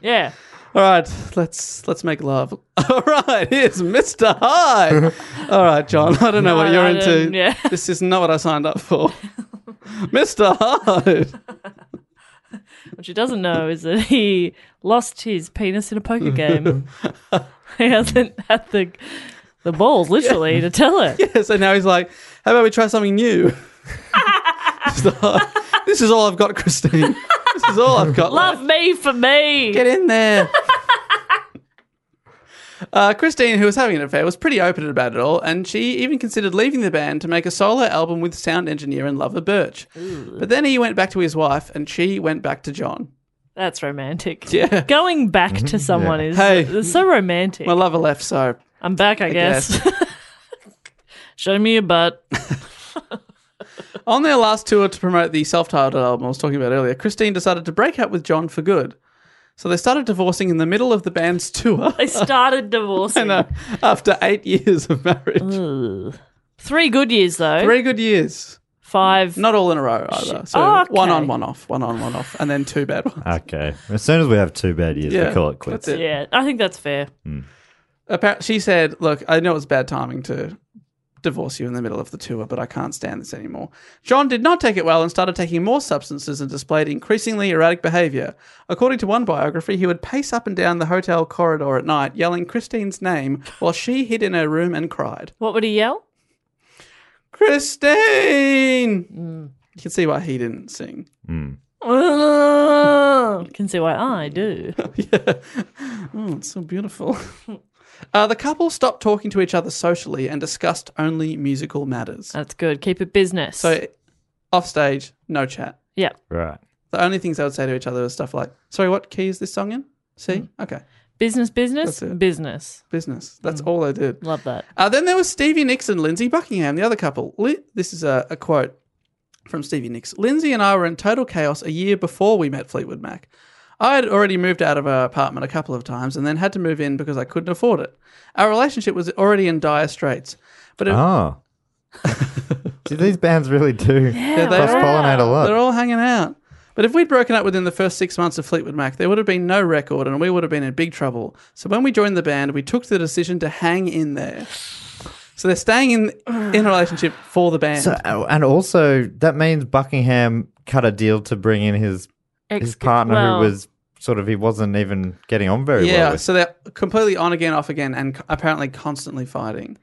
E: Yeah.
C: All right, let's let's make love. All right, here's Mr. Hyde. All right, John, I don't know what
E: No,
C: you're
E: I
C: into.
E: didn't, yeah.
C: This is not what I signed up for. Mr. Hyde.
E: What she doesn't know is that he lost his penis in a poker game. he hasn't had the the balls, literally, to tell her.
C: so now he's like, how about we try something new? So, this is all I've got, Christine. This is all I've got.
E: Love me for me.
C: Get in there. Uh, Christine, who was having an affair, was pretty open about it all, and she even considered leaving the band to make a solo album with sound engineer and lover Birch. But then he went back to his wife, and she went back to John.
E: That's romantic.
C: Yeah. Mm-hmm.
E: Going back to someone is
C: Hey.
E: it's so romantic.
C: My lover left, so
E: I'm back, I, guess. Show me your butt.
C: On their last tour to promote the self titled album I was talking about earlier, Christine decided to break up with John for good. So they started divorcing in the middle of the band's tour
E: They started divorcing.
C: No, after eight years of marriage.
E: Ugh. Three good years though.
C: Three good years.
E: Five.
C: Not all in a row either. So
E: Oh, okay.
C: one on, one off, one on, one off, and then two bad ones.
D: Okay. As soon as we have two bad years,
C: Yeah,
D: we call it quits.
C: that's it.
E: Yeah, I think that's fair.
C: Appar- she said, Look, I know it's bad timing to divorce you in the middle of the tour, but I can't stand this anymore. John did not take it well and started taking more substances and displayed increasingly erratic behavior. According to one biography, he would pace up and down the hotel corridor at night, yelling Christine's name while she hid in her room and cried.
E: What would he yell?
C: Christine! You can see why he didn't sing.
E: Can see why I do.
C: Oh, it's so beautiful. Uh, the couple stopped talking to each other socially and discussed only musical matters.
E: That's good. Keep it business.
C: So, off stage, no chat.
E: yeah.
D: Right.
C: The only things they would say to each other was stuff like, "Sorry, what key is this song in?" See, okay,
E: Business, business,
C: That's it.
E: business.
C: business. That's all they did.
E: Love that.
C: Uh, then there was Stevie Nicks and Lindsay Buckingham, the other couple. Li- this is a, a quote from Stevie Nicks. Lindsay and I were in total chaos a year before we met Fleetwood Mac. I had already moved out of our apartment a couple of times and then had to move in because I couldn't afford it. Our relationship was already in dire straits. But it,
D: Oh. do these bands really do
C: Yeah, they
D: cross
C: are.
D: pollinate a lot?
C: They're all hanging out. But if we'd broken up within the first six months of Fleetwood Mac, there would have been no record and we would have been in big trouble. So when we joined the band, we took the decision to hang in there. So they're staying in in a relationship for the band.
D: So, oh, and also, that means Buckingham cut a deal to bring in his his partner
E: well-
D: who was sort of, he wasn't even getting on very
C: yeah,
D: well with.
C: so they're completely on again, off again, and c- apparently constantly fighting.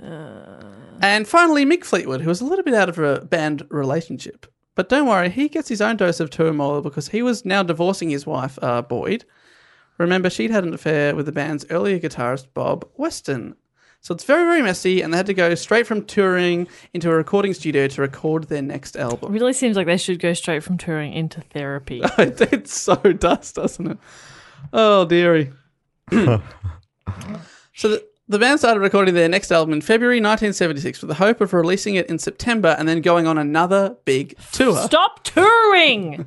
C: And finally, Mick Fleetwood, who was a little bit out of a band relationship. But don't worry, he gets his own dose of turmoil because he was now divorcing his wife, uh, Boyd. Remember, she'd had an affair with the band's earlier guitarist, Bob Weston. So it's very, very messy, and they had to go straight from touring into a recording studio to record their next album.
E: Really seems like they should go straight from touring into therapy.
C: it, it so does, doesn't it? Oh, dearie. so the, the band started recording their next album in February 1976 with the hope of releasing it in September and then going on another big tour.
E: Stop touring.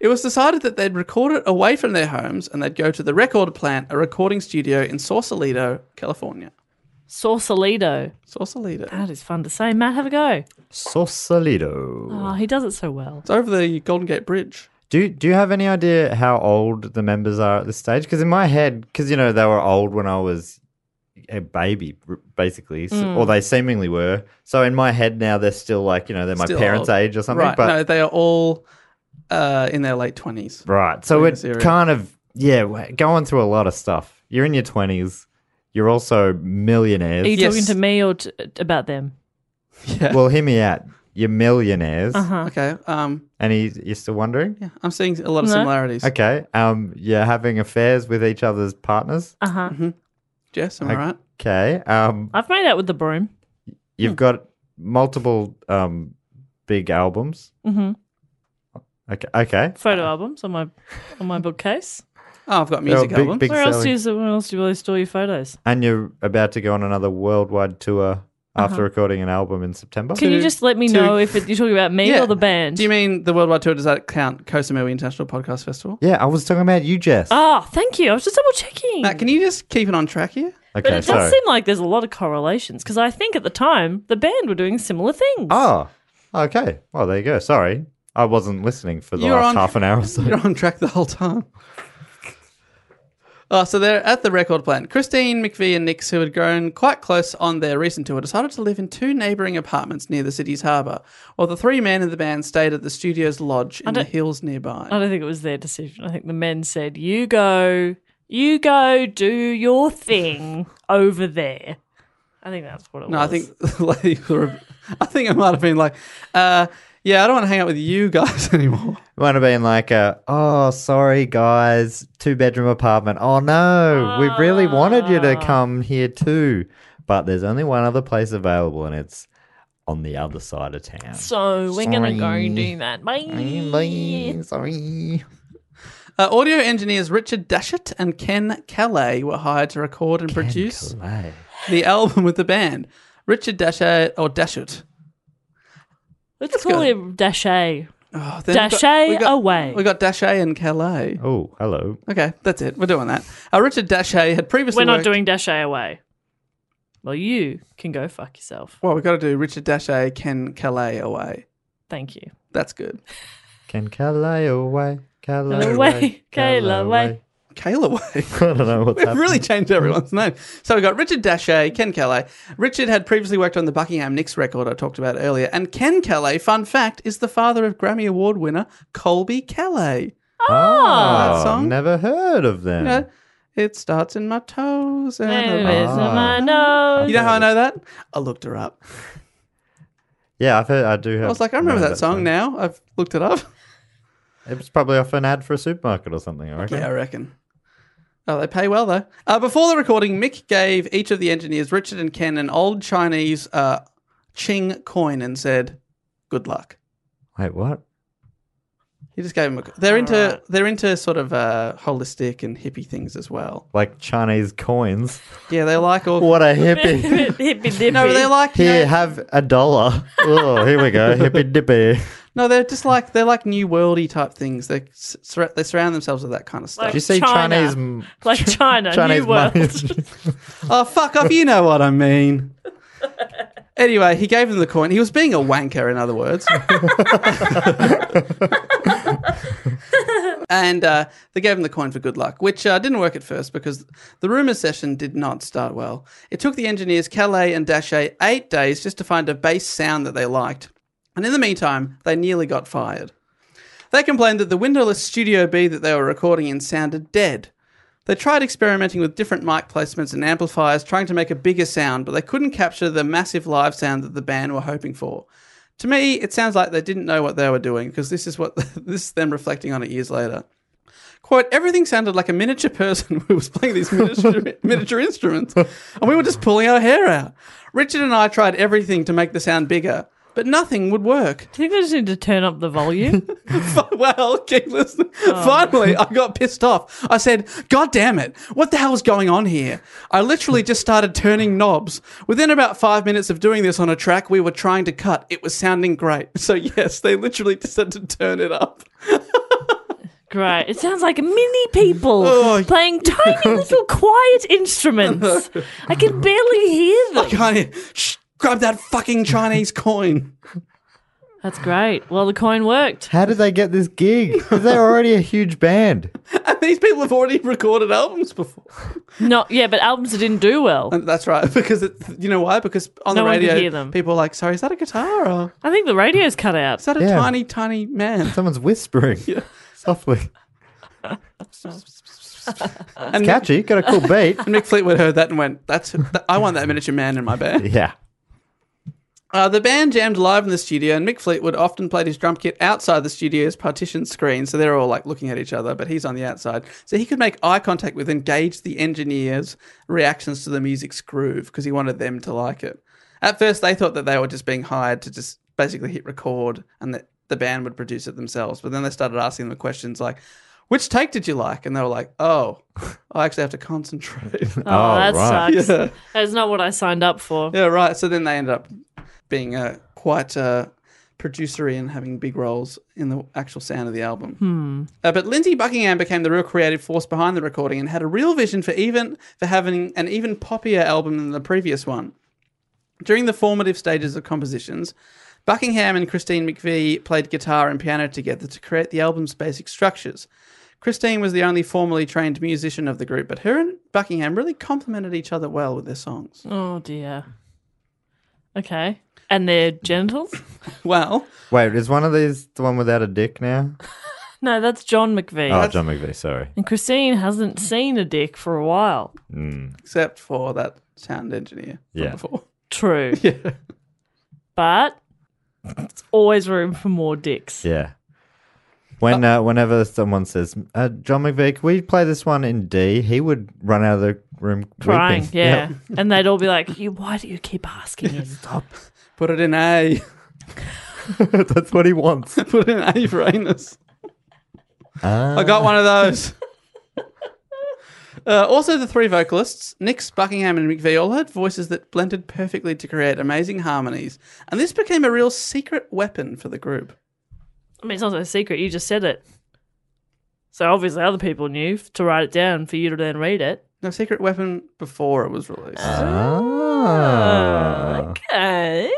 C: It was decided that they'd record it away from their homes and they'd go to the record plant, a recording studio in Sausalito, California.
E: Sausalito.
C: Sausalito.
E: That is fun to say. Matt, have a go.
D: Sausalito.
E: Oh, he does it so well.
C: It's over the Golden Gate Bridge.
D: Do do you have any idea how old the members are at this stage? Because in my head, because you know they were old when I was a baby, r- basically, so,
C: Mm.
D: or they seemingly were. So in my head now, they're still like you know they're my
C: Still
D: parents'
C: old.
D: age or something.
C: right.
D: But
C: no, they are all uh, in their late 20s.
D: right, so
C: Doing
D: it's
C: this area.
D: kind of yeah, we're going through a lot of stuff. You're in your twenties. You're also millionaires.
E: Are you
C: Yes.
E: talking to me or t- about them?
C: Yeah.
D: Well, hear me out. You're millionaires.
C: okay. Um,
D: And he, you're still wondering?
C: yeah, I'm seeing a lot of
E: No.
C: similarities.
D: Okay. Um, you're having affairs with each other's partners.
E: Uh huh.
C: Jess, am I
D: Okay.
C: right?
D: Okay. Um,
E: I've made out with the broom. Hmm.
D: you've got multiple um big albums.
E: Mhm.
D: Okay. Okay.
C: Ah.
E: Photo albums on my on my bookcase.
C: Oh, I've got
D: They're all
C: music albums.
D: big, big
E: Where else do
D: selling.
E: you where else do you store your photos?
D: And you're about to go on another worldwide tour after recording an album in September.
E: Uh-huh. Can you just let me
C: to-
E: know if it, you're talking about me
C: Yeah.
E: or the band?
C: Do you mean the worldwide tour? Does that count Kosamui International Podcast Festival?
D: yeah, I was talking about you, Jess.
E: Ah, thank you. I was just double checking.
C: Matt, can you just keep it on track here?
E: but
D: okay,
E: it does
D: sorry.
E: seem like there's a lot of correlations because I think at the time the band were doing similar things.
D: oh, okay. Well, there you go. Sorry, I wasn't listening for the
C: You're
D: last
C: on-
D: half an hour. Or so.
C: You're on track the whole time. Oh, so they're at the record plant. Christine, McVie, and Nix, who had grown quite close on their recent tour, decided to live in two neighbouring apartments near the city's harbour, while the three men in the band stayed at the studio's lodge in the
E: don't-
C: hills nearby.
E: I don't think it was their decision. I think the men said, "You go, you go, do your thing over there." I think that's what it
C: No,
E: was.
C: I think the lady with the re- I think I might have been like, uh, yeah, I don't want to hang out with you guys anymore.
D: Might have been like a, oh, sorry, guys, two bedroom apartment. Oh, no, we really wanted you
E: Ah.
D: to come here too. But there's only one other place available, and it's on the other side of town.
E: so. We're gonna go
D: Sorry.
E: do that. Bye.
D: Sorry, sorry.
C: Uh, audio engineers Richard Dashett and Ken Calais were hired to record and produce
D: Play.
C: the album with the band. Richard Dashett or Dashett.
E: Let's call
C: go.
E: him Dashay.
C: Oh, then we've got-
E: Dashett
C: we've got-
E: away.
C: We got Dashett and Calais.
D: Oh, hello.
C: Okay, that's it. We're doing that. Uh, Richard Dashett had previously
E: We're not
C: worked-
E: doing Dashay away. Well, you can go fuck yourself.
C: Well, we've got to do Richard Dashett, Ken Calais away.
E: Thank you.
C: That's good.
D: Can Calais away? Calais
E: Away,
D: away.
E: Calais away.
C: Kale away.
D: I don't know what's
C: We've
D: happening.
C: really changed everyone's
D: mm.
C: name. So we've got Richard Dashé, Ken Calais. Richard had previously worked on the Buckingham Nicks record I talked about earlier. And Ken Calais, fun fact, is the father of Grammy Award winner Colby Calais.
D: Ah,
C: that song.
D: Never heard of them.
C: You know, it starts in my toes. And
E: There is
D: Ah.
E: my nose.
C: You know how I know that? I looked her up.
D: Yeah, I've heard, I do have.
C: I was like, I remember
D: know
C: that song now. I've looked it up.
D: It was probably off an ad for a supermarket or something, I reckon.
C: Yeah, I reckon. Oh, they pay well though. Uh, before the recording, Mick gave each of the engineers, Richard and Ken, an old Chinese uh, Qing coin and said, "Good luck."
D: Wait, what?
C: He just gave them. A, co- they're into they're into sort of uh, holistic and hippie things as well.
D: Like Chinese coins?
C: Yeah, they like all.
D: What a hippie.
E: Hippy dippy.
C: No, they like you
D: Here,
C: know-
D: have a dollar. Oh, here we go. Hippie dippy.
C: no, they're just like they're like new worldy type things. They sur- they surround themselves with that kind of stuff.
E: Like
D: Do you see
E: China.
D: Chinese m-
E: like China,
D: Chinese
E: New World.
D: money?
C: Oh, fuck off. You know what I mean. Anyway, he gave him the coin. He was being a wanker, in other words. and uh, they gave him the coin for good luck, which uh, didn't work at first because the rumor session did not start well. It took the engineers Calais and Dashay eight days just to find a bass sound that they liked. And in the meantime, they nearly got fired. They complained that the windowless Studio B that they were recording in sounded dead. They tried experimenting with different mic placements and amplifiers, trying to make a bigger sound, but they couldn't capture the massive live sound that the band were hoping for. To me, it sounds like they didn't know what they were doing because this is what this is them reflecting on it years later. Quote, everything sounded like a miniature person who was playing these miniature, miniature instruments, and we were just pulling our hair out. Richard and I tried everything to make the sound bigger, but nothing would work.
E: Do you think they just need to turn up the volume?
C: well, keep listening.
E: Oh.
C: Finally, I got pissed off. I said, God damn it. What the hell's going on here? I literally just started turning knobs. Within about five minutes of doing this on a track we were trying to cut, it was sounding great. So, yes, they literally just had to turn it up.
E: Great. It sounds like mini people
C: Oh.
E: playing tiny little quiet instruments. I can barely hear them.
C: Can't you- Shh, grab that fucking Chinese coin.
E: That's great. Well, the coin worked.
D: How did they get this gig? 'Cause they're already a huge band.
C: And these people have already recorded albums before.
E: No, yeah, but albums that didn't do well.
C: And that's right, because it, you know why? Because on
E: No
C: the
E: one could
C: radio,
E: hear them.
C: people are like, "Sorry, is that a guitar? Or
E: I think the radio's cut out.
C: is that a
D: Yeah.
C: tiny, tiny man?"
D: Someone's whispering softly.
C: And
D: Catchy, got a cool beat.
C: Mick Fleetwood heard that and went, "That's that, I want that miniature man in my band."
D: Yeah.
C: Uh, the band jammed live in the studio, and Mick Fleetwood often played his drum kit outside the studio's partition screen, so they're all like looking at each other, but he's on the outside, so he could make eye contact with and gauge the engineers' reactions to the music's groove because he wanted them to like it. At first, they thought that they were just being hired to just basically hit record, and that the band would produce it themselves. But then they started asking them questions like, "Which take did you like?" And they were like, "Oh, I actually have to concentrate."
E: Oh, that
D: right.
E: sucks.
C: Yeah.
E: That's not what I signed up for.
C: Yeah, right. So then they ended up being uh, quite uh, producery and having big roles in the actual sound of the album. Uh, but Lindsey Buckingham became the real creative force behind the recording and had a real vision for even for having an even poppier album than the previous one. During the formative stages of compositions, Buckingham and Christine McVie played guitar and piano together to create the album's basic structures. Christine was the only formally trained musician of the group, but her and Buckingham really complemented each other well with their songs.
E: Oh dear. Okay. And their genitals?
C: Well,
D: Wait, is one of these the one without a dick now?
E: No, that's John McVie.
D: Oh, John McVie, sorry.
E: And Christine hasn't seen a dick for a while.
C: except for that sound engineer from
D: Yeah.
C: before.
E: True. But it's always room for more dicks.
D: Yeah. When uh, whenever someone says, uh, "John McVie, can we play this one in D?" He would run out of the room
E: Crying,
D: weeping.
E: yeah. And they'd all be like, "You, why do you keep asking him?"
C: Put it in A.
D: Yep. that's what he wants.
C: Put it in A for anus.
D: Ah.
C: I got one of those. Uh, also, the three vocalists, Nix, Buckingham, and McVie, all had voices that blended perfectly to create amazing harmonies, and this became a real secret weapon for the group.
E: I mean, it's not a secret. You just said it. So obviously, other people knew f- to write it down for you to then read it.
C: No secret weapon before it was released.
D: Ah.
E: Okay.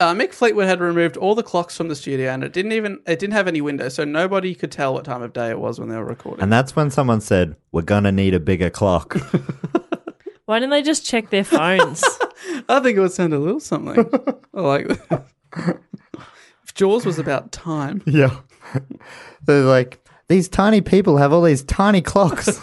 C: Uh, Mick Fleetwood had removed all the clocks from the studio, and it didn't even it didn't have any windows, so nobody could tell what time of day it was when they were recording.
D: And that's when someone said, "We're gonna need a bigger clock."
E: Why didn't they just check their phones?
C: I think it would sound a little something. I like that. if Jaws was about time.
D: yeah. They're like, "These tiny people have all these tiny clocks."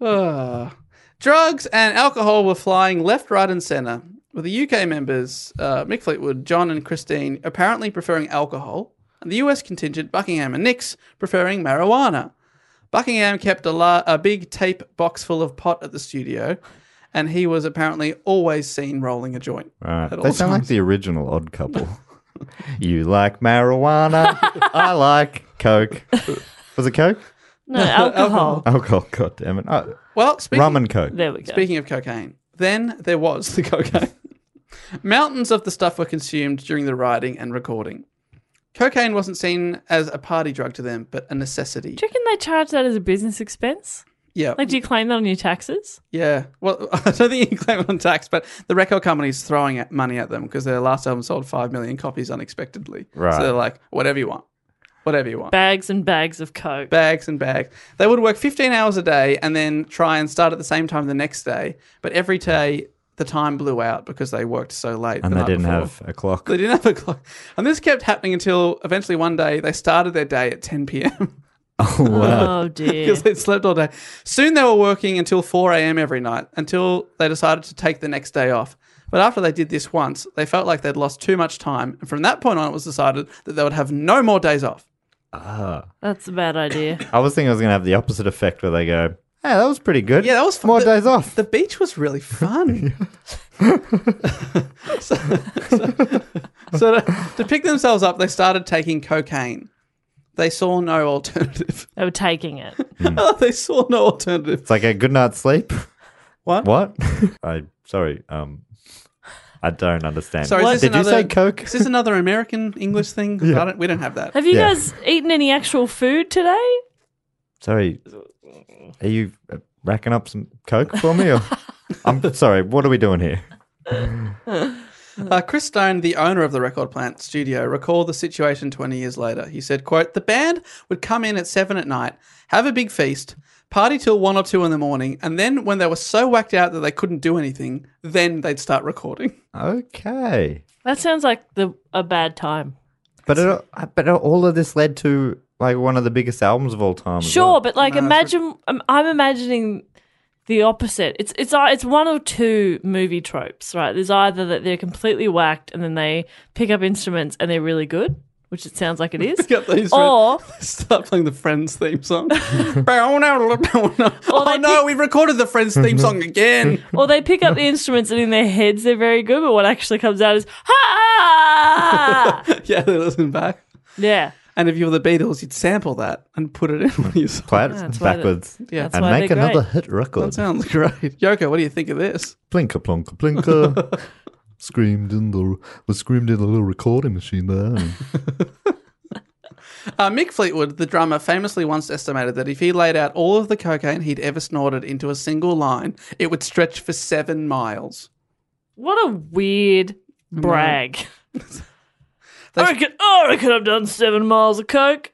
C: Ah. drugs and alcohol were flying left, right, and centre, with the UK members, uh, Mick Fleetwood, John, and Christine, apparently preferring alcohol, and the US contingent, Buckingham and Nix, preferring marijuana. Buckingham kept a, la- a big tape box full of pot at the studio, and he was apparently always seen rolling a joint.
D: Right.
C: at
D: They
C: all
D: sound like
C: times.
D: the original Odd Couple. you like marijuana. I like Coke. Was it Coke?
E: No, alcohol.
D: Alcohol. God damn it. Oh,
C: Well, speaking
D: rum and Coke.
E: There we go.
C: Speaking of cocaine, then there was the cocaine. Mountains of the stuff were consumed during the writing and recording. Cocaine wasn't seen as a party drug to them, but a necessity.
E: Do you reckon they charge that as a business expense?
C: Yeah.
E: Like, do you claim that on your taxes?
C: yeah. Well, I don't think you can claim it on tax, but the record company's throwing at- money at them because their last album sold 5 million copies unexpectedly.
D: Right.
C: So they're like, whatever you want. Whatever you want.
E: Bags and bags of coke.
C: bags and bags. They would work 15 hours a day and then try and start at the same time the next day. But every day, the time blew out because they worked so late.
D: And
C: the
D: they
C: night
D: didn't
C: before.
D: have a clock.
C: They didn't have a clock. And this kept happening until eventually one day they started their day at 10 p.m.
E: oh dear.
C: because they'd slept all day. Soon they were working until 4 a.m. every night until they decided to take the next day off. But after they did this once, they felt like they'd lost too much time. And from that point on, it was decided that they would have no more days off.
E: That's a bad idea.
D: I was thinking I was going to have the opposite effect where they go, hey, that was pretty good.
C: Yeah, that was fun.
D: More
C: The-
D: days off.
C: The beach was really fun. so, so, so to, to pick themselves up, they started taking cocaine. They saw no alternative.
E: They were taking it.
C: they saw no alternative.
D: it's like a good night's sleep.
C: What?
D: What? I, sorry. Um, I don't understand.
C: Sorry, is this
D: Did you
C: another,
D: say Coke?
C: Is this another American English thing? I don't, we don't have that.
E: Have you
D: Yeah.
E: guys eaten any actual food today?
D: Sorry, are you uh, racking up some coke for me? Or I'm sorry. What are we doing here?
C: Uh, Chris Stone, the owner of the Record Plant Studio, recalled the situation 20 years later. He said, quote, The band would come in at 7 at night, have a big feast, party till 1 or 2 in the morning, and then when they were so whacked out that they couldn't do anything, then they'd start recording.
D: Okay.
E: That sounds like the a bad time.
C: Oh
D: But it, uh, but all of this led to like one of the biggest albums of all time. as
E: Sure,
D: well.
E: but like imagine I'm, I'm imagining the opposite. It's it's uh, it's one or two movie tropes, right? There's either that they're completely whacked and then they pick up instruments and they're really good, which it sounds like it is.
C: Pick up the instrument.
E: or
C: Start playing the Friends theme song. oh
E: they
C: no,
E: pick-
C: we've recorded the Friends theme song again.
E: or they pick up the instruments and in their heads they're very good, but what actually comes out is ha.
C: yeah, they listen back.
E: yeah.
C: And if you were the Beatles, you'd sample that and put it in one of your songs.
D: Play it
E: That's why the-
D: backwards
C: Yeah.
E: That's
D: and
E: why
D: make
E: they're
D: another
E: great.
D: hit
C: That
D: record.
C: sounds great. Yoko, what do you think of this?
D: Blinker plonker blinker. screamed in the was screamed in the little recording machine there.
C: Uh, Mick Fleetwood, the drummer, famously once estimated that if he laid out all of the cocaine he'd ever snorted into a single line, it would stretch for seven miles.
E: What a weird brag. I
C: That's-
E: reckon, I reckon I've done seven miles of coke.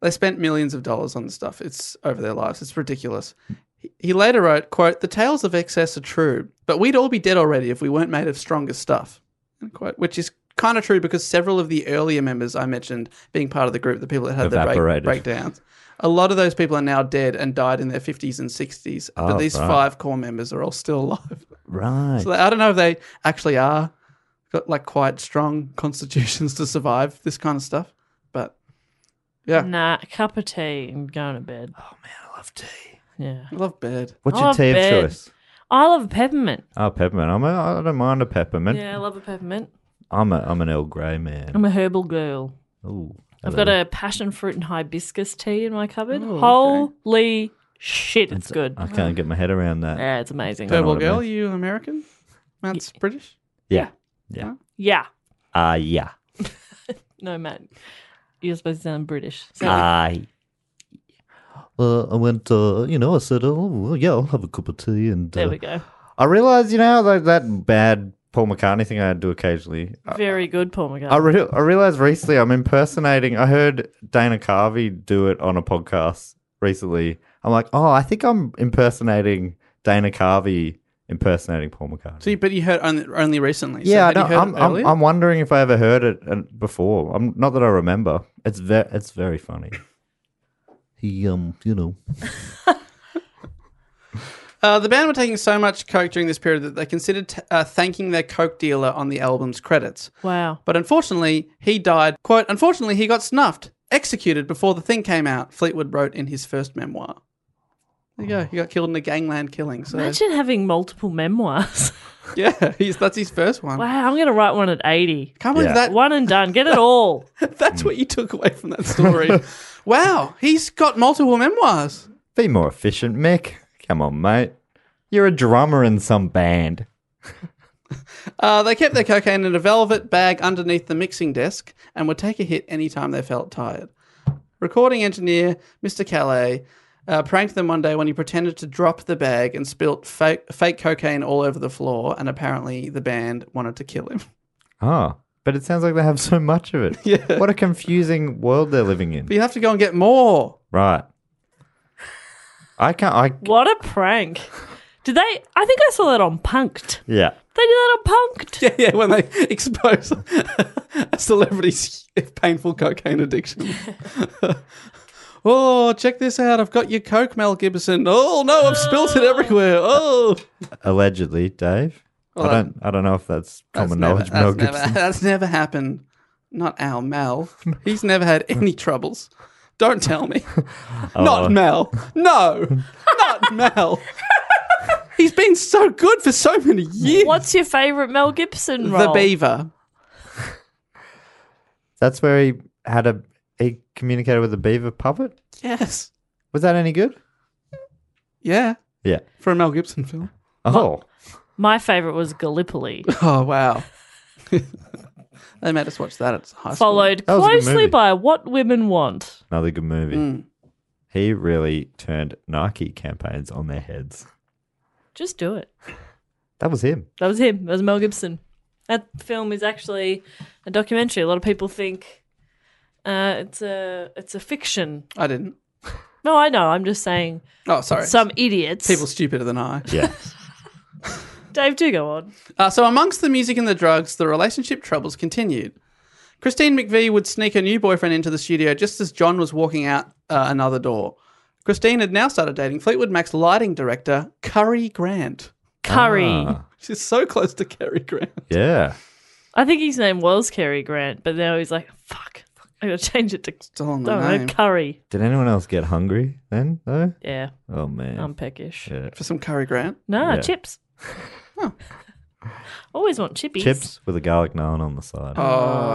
C: They spent millions of dollars on this stuff. It's over their lives. It's ridiculous. He- He later wrote, quote, The tales of excess are true, but we'd all be dead already if we weren't made of stronger stuff. End quote, which is kind of true because several of the earlier members I mentioned being part of the group, the people that had the break,
D: Evaporated.
C: breakdowns, a lot of those people are now dead and died in their 50s and 60s. but
D: Oh,
C: these
D: right.
C: five core members are all still alive.
D: right.
C: So I don't know if they actually are got like quite strong constitutions to survive this kind of stuff. But yeah,
E: Nah, a cup of tea and going to bed. Oh man, I love tea.
C: I love bed.
D: What's
E: Oh,
D: your tea of
E: bed.
D: choice?
E: Yeah. I love peppermint.
D: Oh, peppermint. I'm a, I don't mind a peppermint.
E: Yeah, I love a peppermint.
D: I'm a I'm an Earl Grey man.
E: I'm a herbal girl.
D: Ooh,
E: I've got a passion fruit and hibiscus tea in my cupboard.
D: Oh,
E: Holy shit, it's good.
D: I can't get my head around that.
E: yeah, it's amazing.
C: Purple
D: what it
C: girl, you American? Matt's British.
D: Yeah. Yeah.
E: Yeah.
D: Ah, yeah.
E: No, Matt. You're supposed to sound British. So
D: Ah. Uh, I went, uh, you know, I said, oh, well, yeah, I'll have a cup of tea. And
E: there
D: uh,
E: we go.
D: I realized, you know, like that bad Paul McCartney thing I do occasionally.
E: Very good, Paul
D: I,
E: McCartney.
D: re- I realized recently I'm impersonating. I heard Dana Carvey do it on a podcast recently. I'm like, oh, I think I'm impersonating Dana Carvey impersonating Paul McCartney.
C: So, you, but you heard only, only recently. So
D: yeah, I
C: had you
D: don't-
C: heard
D: I'm,
C: it
D: I'm,
C: earlier?
D: I'm wondering if I ever heard it uh, before. I'm not that I remember. It's ve- it's very funny. He um, you know,
C: Uh, the band were taking so much coke during this period that they considered t- uh, thanking their coke dealer on the album's credits.
E: wow.
C: But unfortunately, he died. Quote, unfortunately, he got snuffed, executed before the thing came out, Fleetwood wrote in his first memoir. There you go. He got killed in a gangland killing. So,
E: Imagine having multiple memoirs.
C: yeah, he's, that's his first one.
E: wow, I'm going to write one at 80.
C: Can't believe
D: Yeah.
C: that.
E: One and done. Get it all.
C: That's what you took away from that story. wow, he's got multiple memoirs.
D: be more efficient, Mick. Come on, mate. You're a drummer in some band.
C: Uh, they kept their cocaine in a velvet bag underneath the mixing desk and would take a hit anytime they felt tired. Recording engineer Mr. Calais uh, pranked them one day when he pretended to drop the bag and spilt fake, fake cocaine all over the floor, and apparently the band wanted to kill him.
D: Oh, but it sounds like they have so much of it.
C: Yeah.
D: What a confusing world they're living in.
C: But you have to go and get more.
D: Right. I can't. I
E: What a prank. Did they? I think I saw that on Punked.
D: yeah.
E: They did that on Punked.
C: Yeah, yeah, when they expose a celebrity's painful cocaine addiction. oh, check this out. I've got your coke, Mel Gibson. Oh, no, I've spilt it everywhere. Oh.
D: Allegedly, Dave.
C: Well,
D: I don't. I don't know if that's
C: That's
D: common
C: never-
D: knowledge.
C: that's
D: Mel
C: never-
D: Gibson.
C: that's never happened. Not our Mel. He's never had any troubles. Don't tell me.
D: Oh.
C: Not Mel. No. Not Mel. He's been so good for so many years.
E: What's your favourite Mel Gibson role?
C: The Beaver.
D: That's where he had a he communicated with a beaver puppet.
C: Yes.
D: Was that any good?
C: Yeah.
D: Yeah.
C: For a Mel Gibson film.
D: Oh,
E: My favourite was Gallipoli,
C: Oh wow. they made us watch that at high school.
E: followed
D: That was a good
E: closely
D: movie.
E: by What Women Want.
D: another good movie.
C: Mm.
D: He really turned Nike campaigns on their heads.
E: Just do it.
D: That was him.
E: That was him. That was Mel Gibson. That film is actually a documentary. A lot of people think uh, it's a it's a fiction.
C: I didn't.
E: No, I know. I'm just saying
C: Oh, sorry.
E: some idiots.
C: people stupider than I.
D: Yeah.
E: Dave, do go on.
C: Uh, so, amongst the music and the drugs, the relationship troubles continued. Christine McVie would sneak her new boyfriend into the studio just as John was walking out uh, another door. Christine had now started dating Fleetwood Mac's lighting director, Curry Grant.
E: Curry.
D: Ah.
C: She's so close to Cary Grant.
D: Yeah.
E: I think his name was Cary Grant, but now he's like, fuck, I gotta change it to
C: Still on
E: I
C: the
E: don't know,
C: name.
E: Curry.
D: Did anyone else get hungry then, though?
E: Yeah,
D: Oh, man.
E: I'm peckish.
D: yeah.
C: For some Curry Grant.
E: No,
D: Yeah.
E: chips. Always want chippies.
D: Chips with a garlic naan on the side.
C: Oh,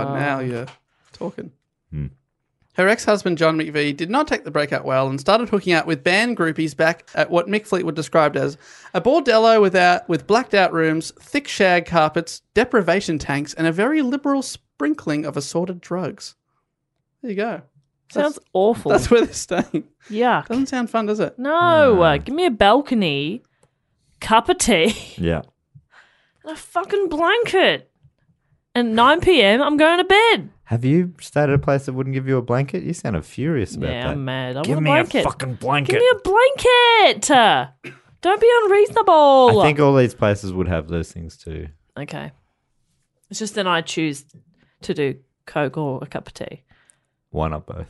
E: Ah.
C: now you're talking.
D: Hmm.
C: Her ex husband, John McVie, did not take the breakup well and started hooking up with band groupies back at what Mick Fleetwood described as a bordello without, with blacked out rooms, thick shag carpets, deprivation tanks, and a very liberal sprinkling of assorted drugs. There you go.
E: Sounds awful.
C: That's where they're staying.
E: Yuck.
C: Doesn't sound fun, does it?
E: No, uh, give me a balcony, cup of tea,
D: Yeah.
E: and a fucking blanket. And 9 p.m., I'm going to bed.
D: Have you stayed at a place that wouldn't give you a blanket? You sounded furious about
E: yeah,
D: that.
E: I'm mad. I
D: Give
E: want a
D: me
E: blanket.
D: a fucking blanket.
E: Give me a blanket. Don't be unreasonable.
D: I think all these places would have those things too.
E: okay. It's just then I choose to do Coke or a cup of tea.
D: Why not both?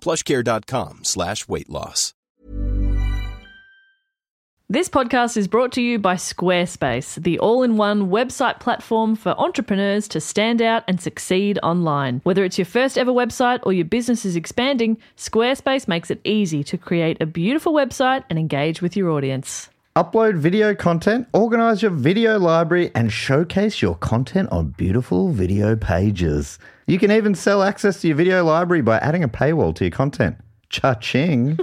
A: Plushcare.com slash weight loss.
E: This podcast is brought to you by Squarespace, the all in one website platform for entrepreneurs to stand out and succeed online. Whether it's your first ever website or your business is expanding, Squarespace makes it easy to create a beautiful website and engage with your audience.
D: Upload video content, organize your video library, and showcase your content on beautiful video pages. You can even sell access to your video library by adding a paywall to your content. Cha-ching.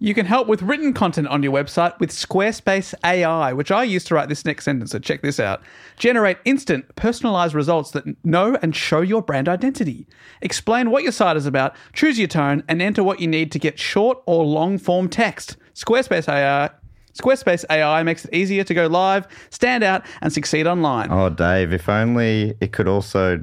F: You can help with written content on your website with Squarespace AI, which I used to write this next sentence, so check this out. Generate instant, personalized results that know and show your brand identity. Explain what your site is about, choose your tone, and enter what you need to get short or long form text. Squarespace AI. Squarespace AI makes it easier to go live, stand out, and succeed online.
D: oh, Dave, if only it could also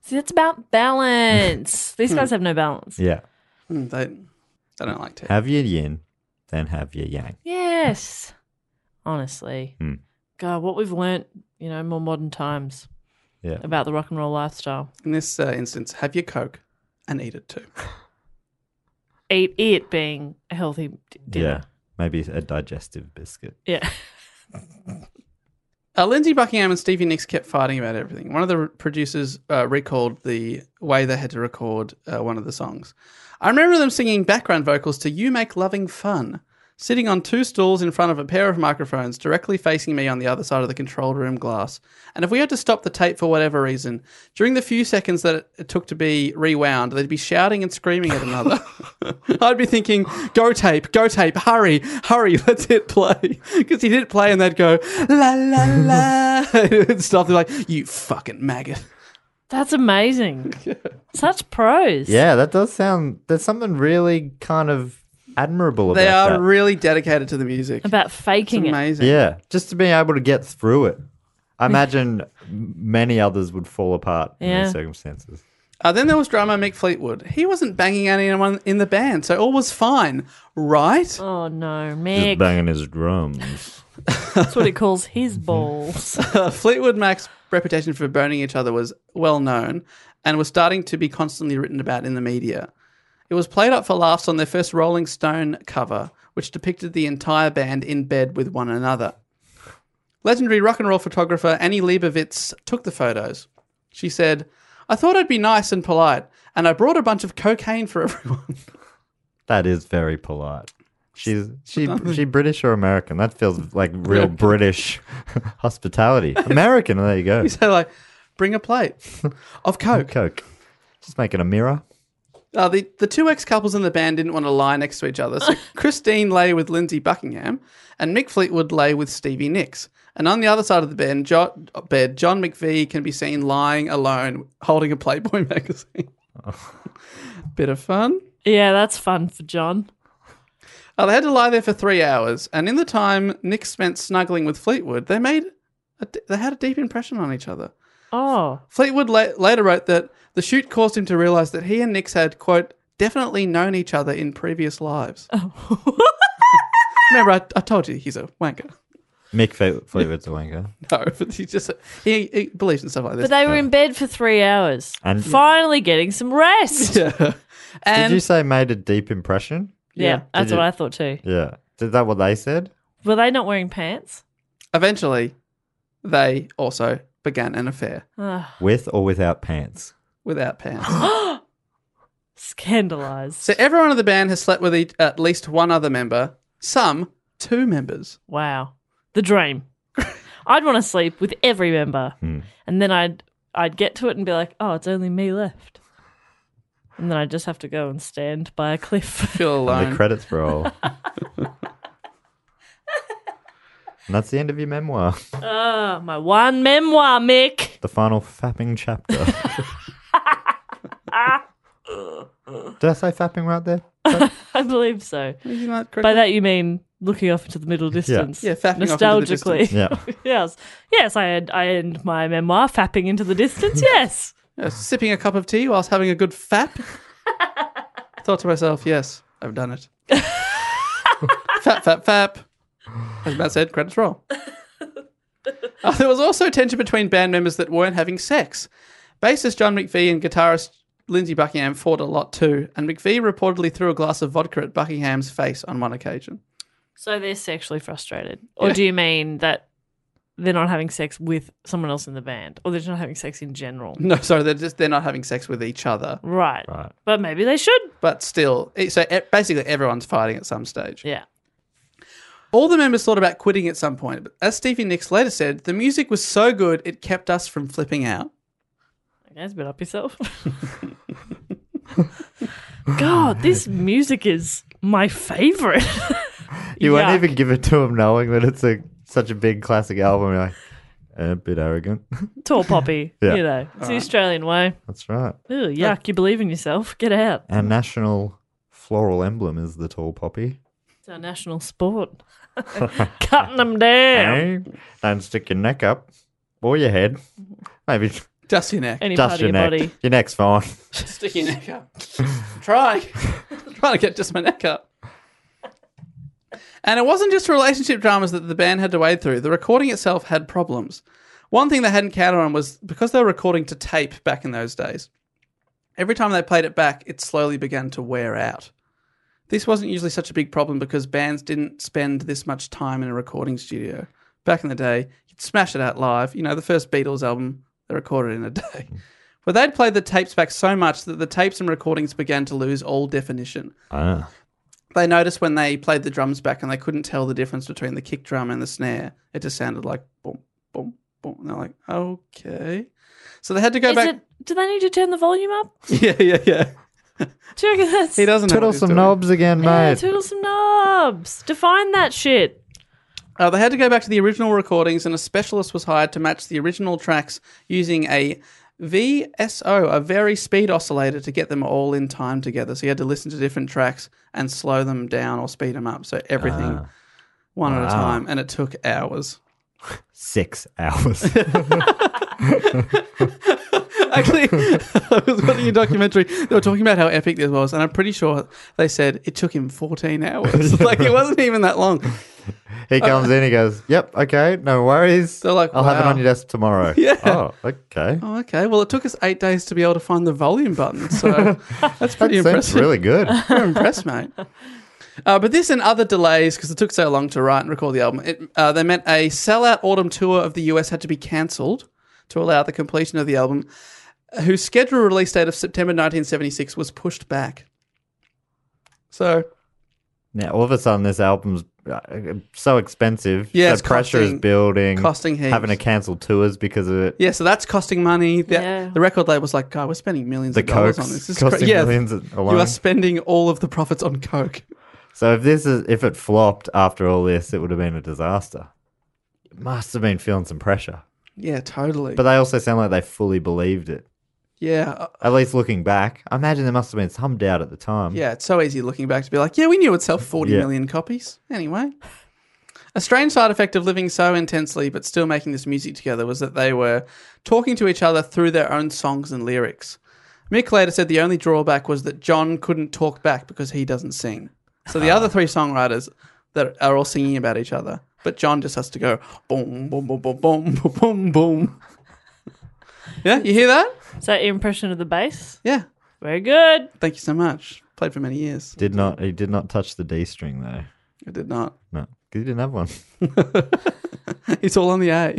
E: See, it's about balance. These guys have no balance.
D: Hmm. yeah.
C: Mm, They, they don't like to.
D: Have your yin, then have your yang.
E: Yes. Honestly.
D: Hmm.
E: God, what we've learnt, you know, more modern times
D: Yeah.
E: about the rock and roll lifestyle.
C: In this uh, instance, have your Coke and eat it too.
E: Eat it being a healthy d-
D: Yeah.
E: dinner.
D: Maybe a digestive biscuit.
E: Yeah.
C: Uh, Lindsay Buckingham and Stevie Nicks kept fighting about everything. One of the producers uh, recalled the way they had to record uh, one of the songs. I remember them singing background vocals to You Make Loving Fun, sitting on two stools in front of a pair of microphones directly facing me on the other side of the control room glass. And if we had to stop the tape for whatever reason, during the few seconds that it- it took to be rewound, they'd be shouting and screaming at another. I'd be thinking, go tape, go tape, hurry, hurry, let's hit play. Because he did play and they'd go, la la la. and stuff. They're like, you fucking maggot.
E: That's amazing. Such pros.
D: Yeah, that does sound. There's something really kind of admirable about
C: They are
D: that.
C: really dedicated to the music.
E: About
C: It's
E: faking it.
C: amazing.
D: yeah, just to be able to get through it. I imagine many others would fall apart in
E: Yeah.
D: these circumstances.
C: Uh, then there was drummer Mick Fleetwood. He wasn't banging on anyone in the band, so all was fine, right?
E: Oh no,
D: Just
E: Mick.
D: banging his drums.
E: That's what he calls his
D: Mm-hmm.
E: balls.
C: Fleetwood Mac's reputation for burning each other was well known and was starting to be constantly written about in the media. It was played up for laughs on their first Rolling Stone cover, which depicted the entire band in bed with one another. Legendary rock and roll photographer Annie Leibovitz took the photos. She said, I thought I'd be nice and polite, and I brought a bunch of cocaine for everyone.
D: That is very polite. She's she she British or American? That feels like real British hospitality. American, there you go.
C: you say, like, bring a plate of coke.
D: Coke. Just making a mirror.
C: Uh, the, the two ex couples in the band didn't want to lie next to each other, so Christine lay with Lindsay Buckingham and Mick Fleetwood lay with Stevie Nicks. And on the other side of the bed, jo- bed John McVie can be seen lying alone holding a Playboy magazine. Bit of fun.
E: yeah, that's fun for John.
C: Uh, they had to lie there for three hours, and in the time Nick spent snuggling with Fleetwood, they made a d they had a deep impression on each other.
E: Oh,
C: Fleetwood la- later wrote that the shoot caused him to realize that he and Nix had, quote, definitely known each other in previous lives.
E: Oh.
C: Remember, I, I told you he's a wanker.
D: Mick Fe- Fleetwood's a wanker.
C: No, but he just he, he believes in stuff like this.
E: but they were in bed for three hours,
D: And-
E: finally getting some rest. Yeah,
C: and
D: Did you say made a deep impression?
E: that's
D: Did you-
E: what I thought too.
D: Yeah. Is that what they said?
E: Were they not wearing pants?
C: eventually, they also began an affair
D: With or without pants?
C: without pants.
E: Scandalized.
C: so everyone in the band has slept with each, at least one other member, some two members.
E: Wow. The dream. I'd want to sleep with every member.
D: Hmm.
E: And then I'd I'd get to it and be like, "Oh, it's only me left." And then I just have to go and stand by a cliff.
D: And
C: Feel alone.
D: the credits roll. and that's the end of your memoir.
E: oh, my one memoir, Mick.
D: The final fapping chapter. Did I say fapping right there?
E: I believe so.
C: Isn't that correct?
E: By that you mean looking off into the middle distance.
C: Yeah, fapping off into the
E: nostalgically.
C: distance.
D: Yeah.
E: yes. Yes, I end, I end my memoir fapping into the distance. Yes.
C: Yeah, sipping a cup of tea whilst having a good fap. Thought to myself, yes, I've done it. fap, fap, fap. As Matt said, credits roll. Uh, there was also tension between band members that weren't having sex. Bassist John McVie and guitarist Lindsey Buckingham fought a lot too, and McVie reportedly threw a glass of vodka at Buckingham's face on one occasion.
E: So they're sexually frustrated. Or do you mean that they're not having sex with someone else in the band or they're just not having sex in general?
C: No, sorry, they're just they're not having sex with each other,
E: Right. Right. But maybe they should.
C: but still, it- so e- basically everyone's fighting at some stage.
E: Yeah.
C: All the members thought about quitting at some point, but as Stevie Nicks later said, the music was so good it kept us from flipping out.
E: Guys, bit up yourself. God, this music is my favorite.
D: You
E: Yuck.
D: won't even give it to him knowing that it's a such a big classic album. You're like, "Eh, a bit arrogant.
E: Tall poppy,
D: Yeah.
E: you know, it's the Australian way.
D: That's right.
E: Ooh, yuck, you believe in yourself. Get out.
D: Our national floral emblem is the tall poppy.
E: It's our national sport. Cutting them down.
D: Eh? Don't stick your neck up or your head. Maybe
C: Just your neck.
E: Any part
D: just
E: of
D: your
E: your
D: neck.
E: body.
D: Your neck's fine.
C: Stick your neck up. I'm trying. I'm trying to get just my neck up. And it wasn't just relationship dramas that the band had to wade through. The recording itself had problems. One thing they hadn't counted on was because they were recording to tape back in those days, every time they played it back, it slowly began to wear out. This wasn't usually such a big problem because bands didn't spend this much time in a recording studio. Back in the day, you'd smash it out live. You know, the first Beatles album, they recorded in a day. But they'd played the tapes back so much that the tapes and recordings began to lose all definition.
D: Ah.
C: They noticed when they played the drums back and they couldn't tell the difference between the kick drum and the snare. It just sounded like boom, boom, boom. And they're like, okay. So they had to go
E: Is
C: back.
E: it? Do they need to turn the volume up?
C: Yeah, yeah, yeah.
E: Do you reckon that's?
C: He doesn't know what
D: Twiddle
C: he's
D: some
C: doing.
D: knobs again,
E: Yeah,
D: mate.
E: twiddle some knobs. Define that shit.
C: Uh, they had to go back to the original recordings, and a specialist was hired to match the original tracks using a VSO, a very speed oscillator, to get them all in time together. So you had to listen to different tracks and slow them down or speed them up. So everything one at a time, and it took hours.
D: Six hours.
C: Actually, I was watching a documentary. They were talking about how epic this was, and I'm pretty sure they said it took him 14 hours. like it wasn't even that long.
D: He comes in, he goes, Yep, okay, no worries.
C: They're like,
D: I'll have it
C: "Wow."
D: on your desk tomorrow.
C: Yeah.
D: Oh, okay.
C: Oh, okay. Well, it took us eight days to be able to find the volume button, so that's pretty
D: That sounds
C: impressive.
D: really good.
C: You're impressed, mate. Uh, but this and other delays, because it took so long to write and record the album, it, uh, they meant a sellout autumn tour of the US had to be cancelled to allow the completion of the album, whose scheduled release date of September 1976 was pushed back. So,
D: Now, all of a sudden, this album's uh, so expensive.
C: Yeah,
D: the
C: it's
D: pressure
C: costing-
D: is building.
C: costing heaps.
D: Having to cancel tours because of it.
C: yeah, so that's costing money. The,
E: Yeah.
C: the record label's like, God, we're spending millions
D: The
C: of dollars
D: Coke's
C: on this. this
D: costing
C: cra- yeah,
D: millions
C: You
D: alone.
C: are spending all of the profits on Coke.
D: So if this is if it flopped after all this, it would have been a disaster. It must have been feeling some pressure.
C: Yeah, totally.
D: But they also sound like they fully believed it.
C: yeah, uh,
D: At least looking back, I imagine there must have been some doubt at the time.
C: Yeah, it's so easy looking back to be like, yeah, we knew it'd sell forty
D: Yeah.
C: million copies. Anyway. A strange side effect of living so intensely but still making this music together was that they were talking to each other through their own songs and lyrics. Mick later said the only drawback was that John couldn't talk back because he doesn't sing. So the other three songwriters that are all singing about each other, but John just has to go boom, boom, boom, boom, boom, boom, boom, boom. yeah, you hear that?
E: Is that your impression of the bass?
C: Yeah.
E: Very good.
C: Thank you so much. Played for many years.
D: Did not he did not touch the D string though.
C: I did not.
D: No. 'cause he didn't have one.
C: It's all on the A.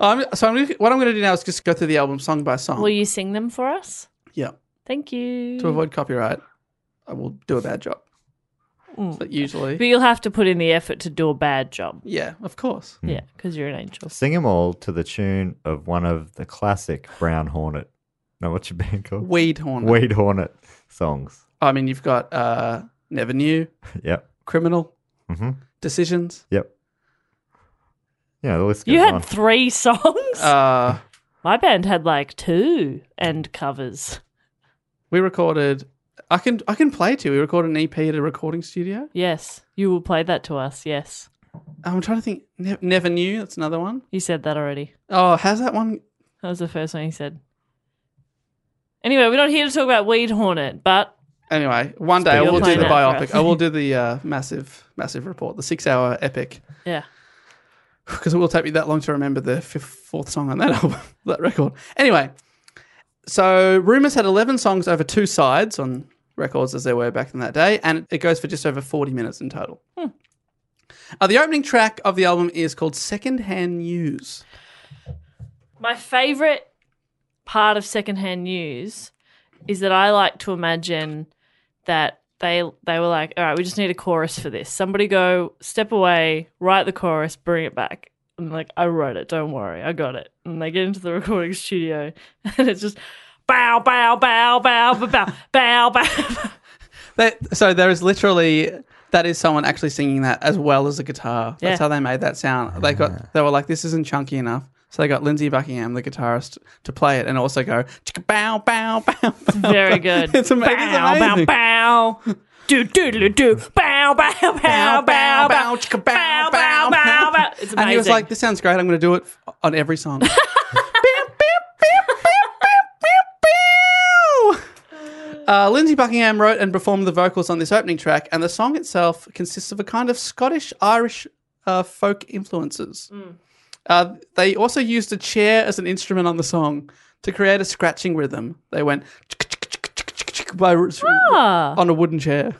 C: Um, so I'm gonna, what I'm going to do now is just go through the album song by song.
E: Will you sing them for us?
C: yeah.
E: Thank you.
C: To avoid copyright, I will do a bad job. But usually,
E: But you'll have to put in the effort to do a bad job.
C: yeah, of course.
D: Hmm.
E: Yeah, because you're an angel.
D: Sing them all to the tune of one of the classic Brown Hornet. No, what's your band called?
C: Weed horn.
D: Weed Hornet songs.
C: I mean, you've got uh, Never Knew,
D: Yep.
C: Criminal,
D: Mhm.
C: Decisions.
D: Yep. Yeah, the list goes
E: You
D: on.
E: had three songs.
C: Uh,
E: My band had like two and covers.
C: we recorded. I can I can play to. you. We recorded an EP at a recording studio.
E: Yes, you will play that to us. Yes,
C: I'm trying to think. Ne- Never knew. That's another one.
E: you said that already.
C: Oh, how's that one?
E: That was the first one you said. Anyway, we're not here to talk about Weed Hornet, but
C: Anyway, one day I
E: You're
C: will do
E: playing
C: the
E: that for
C: biopic.
E: us.
C: I will do the uh, massive, massive report, the six-hour epic,
E: yeah,
C: because it will take me that long to remember the fifth, fourth song on that album, that record. Anyway, so Rumors had eleven songs over two sides on records as there were back in that day, and it goes for just over forty minutes in total. Uh, the opening track of the album is called Secondhand News.
E: my favorite part of secondhand news is that I like to imagine that they they were like, all right, we just need a chorus for this. Somebody go step away, write the chorus, bring it back. And like, I wrote it, don't worry, I got it. And they get into the recording studio and it's just bow, bow, bow, bow, bow, bow, bow, bow.
C: They, so there is literally that is someone actually singing that as well as a guitar. That's
E: Yeah.
C: how they made that sound. They got they were like this isn't chunky enough. So they got Lindsey Buckingham, the guitarist, to play it and also go chicka bow bow bow. bow.
E: Very good.
C: It's ama- it is
E: Bow, bow,
C: amazing.
E: bow. Do doodly do. Bow, bow, bow, bow, bow, bow,
C: chicka bow bow
E: bow, bow. It's amazing.
C: And he was like, "This sounds great. I'm going to do it f- on every song." Beep, beep, beep, beep, beep, beep, beep. Uh, Lindsay Buckingham wrote and performed the vocals on this opening track, and the song itself consists of a kind of Scottish Irish uh, folk influences.
E: Mm.
C: Uh, they also used a chair as an instrument on the song to create a scratching rhythm. They went by on a wooden chair.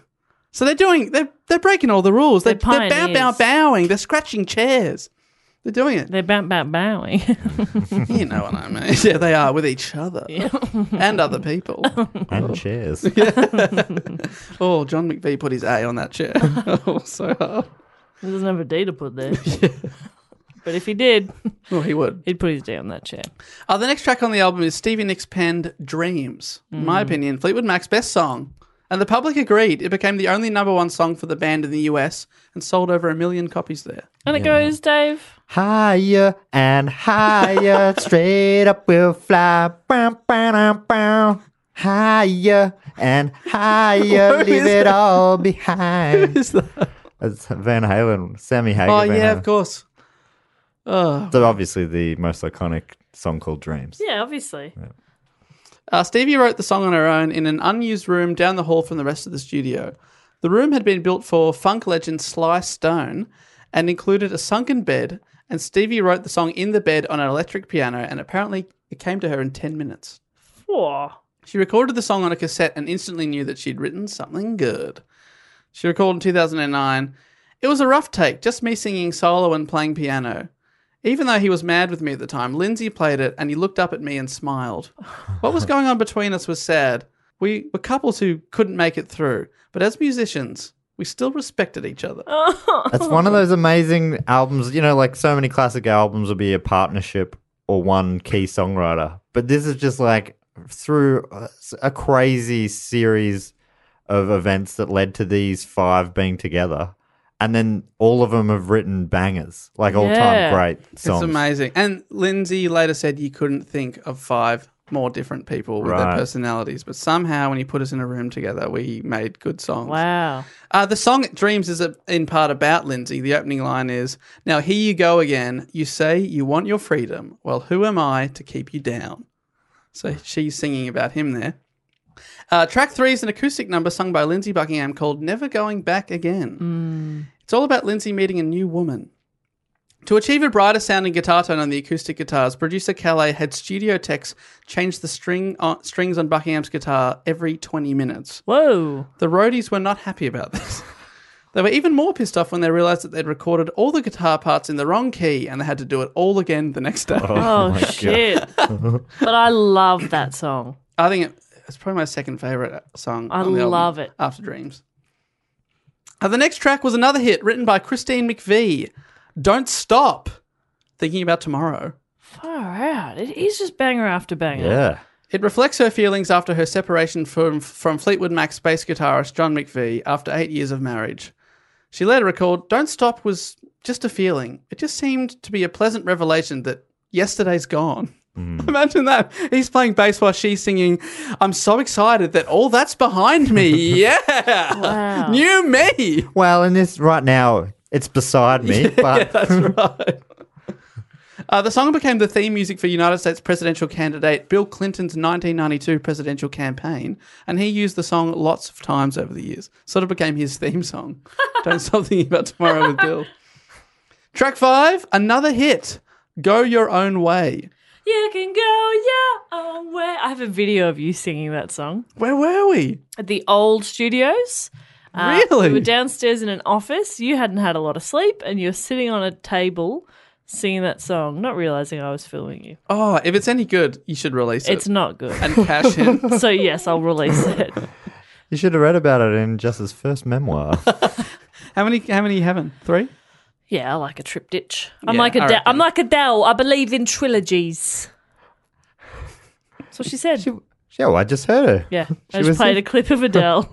C: So they're doing they're they're breaking all the rules. They're,
E: They're
C: they're bow bow
E: pioneers.
C: bowing. They're scratching chairs. They're doing it.
E: They're bow, bow, bowing.
C: you know what I mean? Yeah, they are with each other and other people.
D: And chairs.
C: Oh, John McVie put his A on that chair. oh, so hard.
E: He doesn't have a D to put there. but if he did,
C: Oh, he would.
E: he'd put his D on that chair.
C: Uh, the next track on the album is Stevie Nicks penned Dreams. In
E: Mm.
C: my opinion, Fleetwood Mac's best song. And the public agreed. It became the only number one song for the band in the US and sold over a million copies there.
E: And it goes, Dave.
D: Higher and higher, straight up we'll fly. Bow, bow, bow, bow. Higher and higher,
C: Who
D: leave
C: is
D: it
C: that?
D: all behind.
C: Is that-
D: It's Van Halen, Sammy Hagar.
C: Oh,
D: Van
C: yeah, of
D: Halen.
C: course. Oh.
D: So obviously the most iconic song called Dreams.
E: Yeah, obviously.
C: Uh, Stevie wrote the song on her own in an unused room down the hall from the rest of the studio. The room had been built for funk legend Sly Stone and included a sunken bed, and Stevie wrote the song in the bed on an electric piano, and apparently it came to her in 10 minutes.
E: Four.
C: She recorded the song on a cassette and instantly knew that she'd written something good. She recalled in 2009, It was a rough take, just me singing solo and playing piano. Even though he was mad with me at the time, Lindsay played it and he looked up at me and smiled. What was going on between us was sad. We were couples who couldn't make it through, but as musicians, we still respected each other.
E: Oh,
D: That's one of those amazing albums. You know, like so many classic albums will be a partnership or one key songwriter. But this is just like through a- a crazy series of events that led to these five being together. And then all of them have written bangers, like all time
C: Yeah.
D: great songs.
C: It's amazing. And Lindsay later said you couldn't think of five more different people with
D: Right.
C: their personalities, but somehow when you put us in a room together, we made good songs.
E: Wow.
C: Uh, the song Dreams is a, in part about Lindsay. The opening line is Now here you go again. You say you want your freedom. Well, who am I to keep you down? So she's singing about him there. Uh, track three is an acoustic number sung by Lindsay Buckingham called Never Going Back Again. It's all about Lindsay meeting a new woman. To achieve a brighter sounding guitar tone on the acoustic guitars, producer Calais had studio techs change the string on, strings on Buckingham's guitar every 20 minutes.
E: Whoa.
C: The roadies were not happy about this. they were even more pissed off when they realized that they'd recorded all the guitar parts in the wrong key and they had to do it all again the next day.
E: Oh, shit. but I love that song.
C: I think it, it's probably my second favorite uh, song.
E: I
C: on the album,
E: love it.
C: After Dreams. Uh, the next track was another hit written by Christine McVie. Don't stop thinking about tomorrow.
E: Far out. It is just banger after banger.
D: yeah.
C: It reflects her feelings after her separation from, from Fleetwood Mac's bass guitarist John McVie after eight years of marriage. She later recalled, Don't Stop was just a feeling. It just seemed to be a pleasant revelation that yesterday's gone. Imagine that. He's playing bass while she's singing, I'm so excited that all that's behind me. Yeah.
E: Wow.
C: New me.
D: Well, in this right now, it's beside me, but
C: That's right. Uh, the song became the theme music for United States presidential candidate Bill Clinton's 1992 presidential campaign, and he used the song lots of times over the years. Sort of became his theme song. Don't stop thinking about tomorrow with Bill. Track five, another hit. Go your own way.
E: You can go your own way. I have a video of you singing that song
C: Where were we?
E: at the old studios.
C: Really?
E: Uh, We were downstairs in an office. You hadn't had a lot of sleep, and you're sitting on a table singing that song, not realizing I was filming you.
C: Oh, if it's any good, you should release it
E: It's not good.
C: and cash in.
E: so yes, I'll release it.
D: you should have read about it in Jess's first memoir.
C: How many? How many you having? Three.
E: Yeah, I like a triptych. I'm
C: Yeah,
E: like
C: I
E: Adele.
C: reckon.
E: I'm like Adele. I believe in trilogies. That's what she said.
D: yeah, well, I just heard her.
E: yeah,
D: she
E: I just
D: was-
E: played a clip of Adele.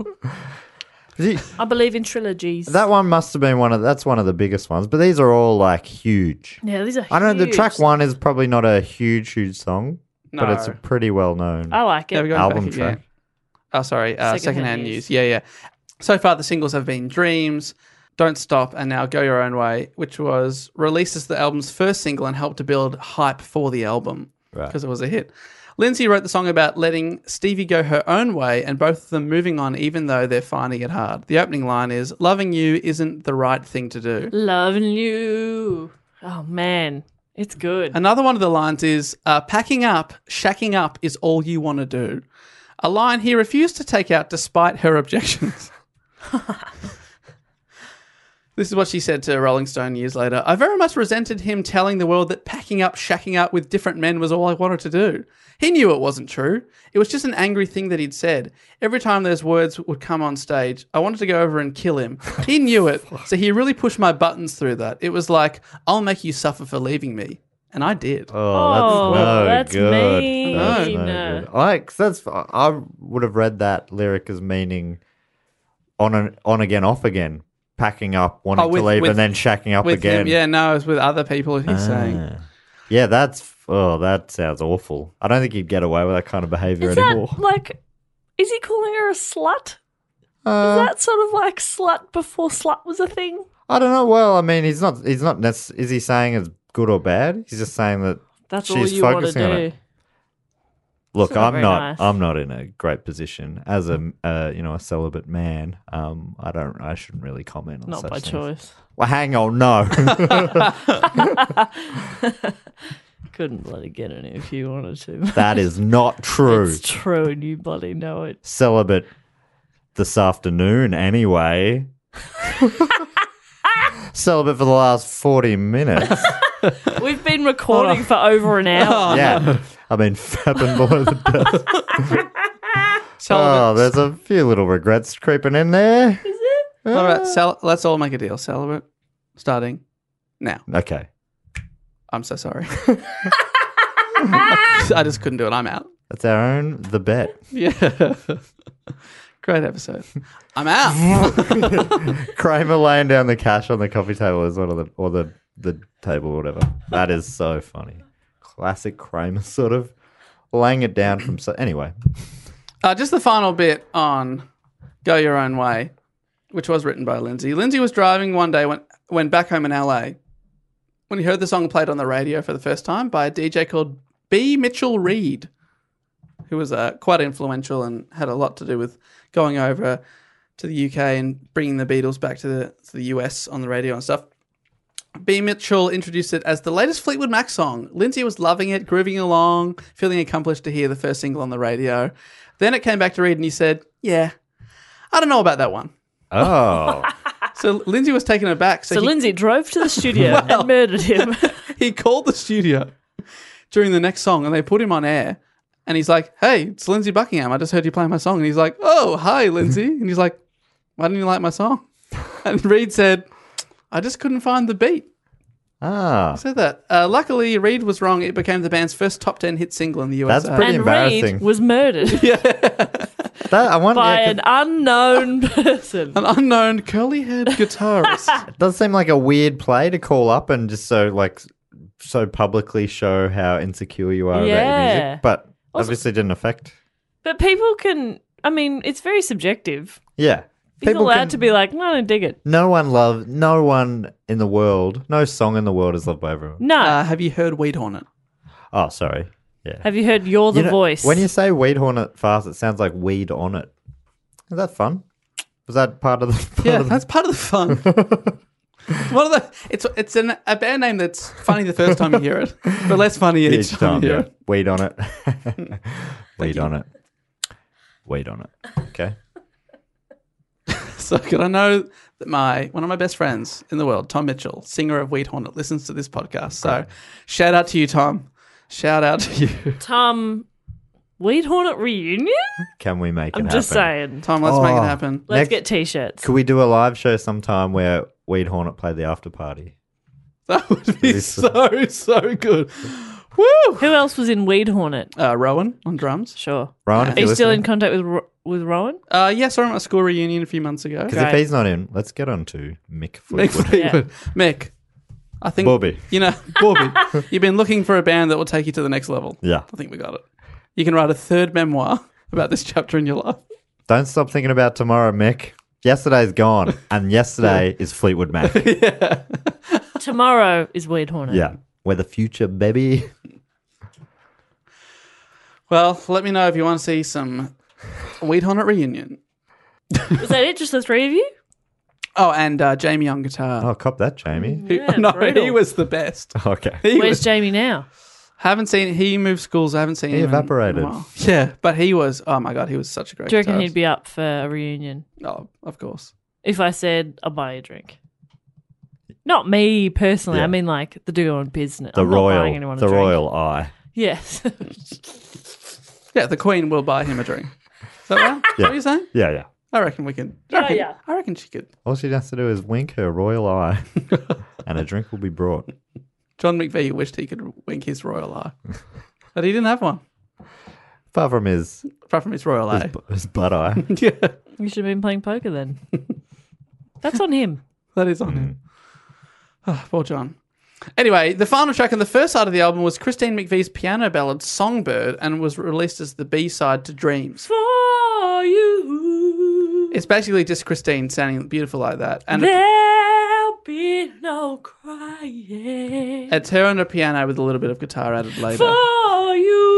D: She-
E: I believe in trilogies.
D: That one must have been one of that's one of the biggest ones, but these are all like huge.
E: yeah, these are.
D: I don't know. The
E: huge.
D: track one is probably not a huge, huge song, but it's
C: No.
D: pretty well known.
E: I like
C: Yeah,
E: it.
C: we're going
D: Album
C: back again.
D: track.
C: Oh, sorry, uh,
E: Secondhand
C: secondhand
E: news.
C: news. Yeah, yeah. So far, the singles have been "Dreams," "Don't Stop," and now "Go Your Own Way," which was released as the album's first single and helped to build hype for the album because it was a hit. Lindsay wrote the song about letting Stevie go her own way and both of them moving on, even though they're finding it hard. The opening line is "Loving you isn't the right thing to do."
E: Loving you. Oh man, it's good.
C: Another one of the lines is uh, packing up, shacking up is all you want to do. A line he refused to take out despite her objections. this is what she said to Rolling Stone years later. I very much resented him telling the world that packing up, shacking up with different men was all I wanted to do. He knew it wasn't true. It was just an angry thing that he'd said. Every time those words would come on stage, I wanted to go over and kill him. He knew it, so he really pushed my buttons through that. It was like, I'll make you suffer for leaving me. And I did.
D: Oh, that's no
E: that's
D: good.
E: mean.
D: That's no
E: No.
D: good. I, 'cause that's, I would have read that lyric as meaning on an, on again, off again, packing up, wanting
C: Oh, with-
D: to leave,
C: with-
D: and then shacking up
C: with
D: again. Ah. Oh,
C: him. Yeah, no, it's with other people. He's saying
D: Yeah, that's oh, that sounds awful. I don't think he'd get away with that kind of behavior
E: Is
D: anymore.
E: that like? Is he calling her a slut?
D: Uh,
E: Is that sort of like slut before slut was a thing?
D: I don't know. Well, I mean, he's not. He's not. Nec- is he saying it's good or bad. He's just saying that
E: That's
D: she's
E: all you want to
D: focusing on
E: do.
D: it. Look,
E: It's not
D: I'm
E: very
D: not.
E: nice.
D: I'm not in a great position as a uh, you know a celibate man. Um, I don't. I shouldn't really comment on
E: Not
D: such
E: by
D: things.
E: choice.
D: Well, hang on. No.
E: Couldn't bloody get in it if you wanted to.
D: That is not true.
E: It's true, and you bloody know it.
D: celibate this afternoon anyway. celibate for the last 40 minutes.
E: We've been recording for over an hour.
D: yeah. I've been fapping below the belt. oh,
C: Celibate.
D: there's a few little regrets creeping in there.
C: all right, cel- let's all make a deal. Celibate, starting now.
D: Okay.
C: I'm so sorry. I just couldn't do it. I'm out.
D: That's our own The Bet.
C: Yeah. Great episode. I'm out.
D: Kramer laying down the cash on the coffee table is one of the, or the, the table, whatever. That is so funny. Classic Kramer sort of laying it down from, so, anyway.
C: Uh, just the final bit on Go Your Own Way, which was written by Lindsay. Lindsay was driving one day when, when back home in LA when he heard the song played on the radio for the first time by a DJ called B. Mitchell Reed, who was uh, quite influential and had a lot to do with going over to the UK and bringing the Beatles back to the, to the US on the radio and stuff. B. Mitchell introduced it as the latest Fleetwood Mac song. Lindsay was loving it, grooving along, feeling accomplished to hear the first single on the radio. Then it came back to Reed and he said, Yeah, I don't know about that one.
D: Oh.
C: So Lindsay was taken aback. So,
E: So
C: he,
E: Lindsay drove to the studio and murdered him.
C: he called the studio during the next song and they put him on air. And he's like, Hey, it's Lindsay Buckingham. I just heard you play my song. And he's like, Oh, hi, Lindsay. and he's like, Why didn't you like my song? And Reed said, I just couldn't find the beat.
D: Ah.
C: said that. Uh, luckily, Reed was wrong. It became the band's first top 10 hit single in the Uh, US.
D: That's pretty
E: and Reed
D: embarrassing.
E: was murdered
D: That, I wonder,
E: by
D: yeah, 'cause-
E: an unknown person.
C: An unknown curly haired guitarist.
D: It does seem like a weird play to call up and just so like so publicly show how insecure you are about your
E: Yeah.
D: music, but
E: Also-
D: obviously didn't affect.
E: But people can, I mean, it's very subjective.
D: Yeah,
E: He's allowed
D: can-
E: to be like, no, I don't dig it.
D: No one love. No one in the world. No song in the world is loved by everyone.
E: No.
C: uh, have you heard Weed Hornet?
D: Oh, sorry. Yeah.
E: Have you heard You're the
D: You know,
E: Voice?
D: When you say weed hornet fast, it sounds like weed on it. Is that fun? Was that part of the? Part
C: Yeah,
D: of the-
C: that's part of the fun. One of the it's it's an, a band name that's funny the first time you hear it, but less funny each,
D: each
C: time.
D: time.
C: you hear
D: Yeah.
C: it.
D: Weed on it. Weed on it. Weed on it. Okay.
C: So good. I know that my one of my best friends in the world, Tom Mitchell, singer of Wheat Hornet, listens to this podcast. So shout out to you, Tom. Shout out to you,
E: Tom Weed Hornet reunion?
D: Can we make it
E: I'm
D: happen?
E: just saying.
C: Tom. Let's make it
D: Oh.
C: happen.
E: Let's
D: Next-
E: get t shirts.
D: Could we do a live show sometime where Weed Hornet played the after party?
C: That would be
D: This-
C: so so good. Woo!
E: Who else was in Weed Hornet?
C: Uh, Rowan on drums.
E: Sure.
D: Rowan, if
E: Are you
D: you're
E: still in
D: listening-
E: contact with Ro- with Rowan?
C: Uh, yeah, saw him at a school reunion a few months ago.
D: Because if
E: Great.
D: he's not in, let's get on to Mick
C: Mick
D: Fleetwood.
C: Fleetwood. Mick, I think
D: Bobby.
C: You know, Bobby. you've been looking for a band that will take you to the next level.
D: Yeah.
C: I think we got it. You can write a third memoir about this chapter in your life.
D: Don't stop thinking about tomorrow, Mick. Yesterday's gone, and yesterday is Fleetwood Mac.
E: Tomorrow is Weed Hornet.
D: yeah. We're the future, baby.
C: Well, let me know if you want to see some Weed Hornet reunion.
E: Was that it? Just the three of you?
C: Oh, and uh, Jamie on guitar.
D: Oh, cop that, Jamie.
C: Who-
E: yeah,
C: no, he
E: brutal.
C: was the best.
D: Okay.
C: He
E: Where's
C: was-
E: Jamie now?
C: haven't seen. He moved schools. I haven't seen.
D: He
C: him in- in a
D: evaporated.
C: while. yeah, but he was. Oh my god, he was such a great.
E: Do you reckon he'd
C: guitarist.
E: be up for a reunion?
C: Oh, of course.
E: If I said, I'll buy you a drink. Not me personally.
D: Yeah.
E: I mean, like the dude on business.
D: The
E: I'm Not buying
D: royal,
E: anyone a
D: the
E: drink.
D: royal eye.
E: Yes.
C: Yeah, the Queen will buy him a drink. Is that right? Is that What are you saying?
D: Yeah, yeah.
C: I reckon we can. I
E: Yeah,
C: reckon,
E: yeah.
C: I reckon she could.
D: All she has to do is wink her royal eye, and a drink will be brought.
C: John McVie wished he could wink his royal eye, but he didn't have one,
D: Apart from his
C: apart from his royal eye.
D: his butt eye.
C: yeah,
E: you should have been playing poker then. That's on him.
C: that is on him. Ah, poor John. Anyway, the final track on the first side of the album was Christine McVie's piano ballad "Songbird" and was released as the B side to "Dreams."
E: For you.
C: It's basically just Christine sounding beautiful like that, and
E: There'll be no cry. crying
C: It's her on a piano with a little bit of guitar added later.
E: for you.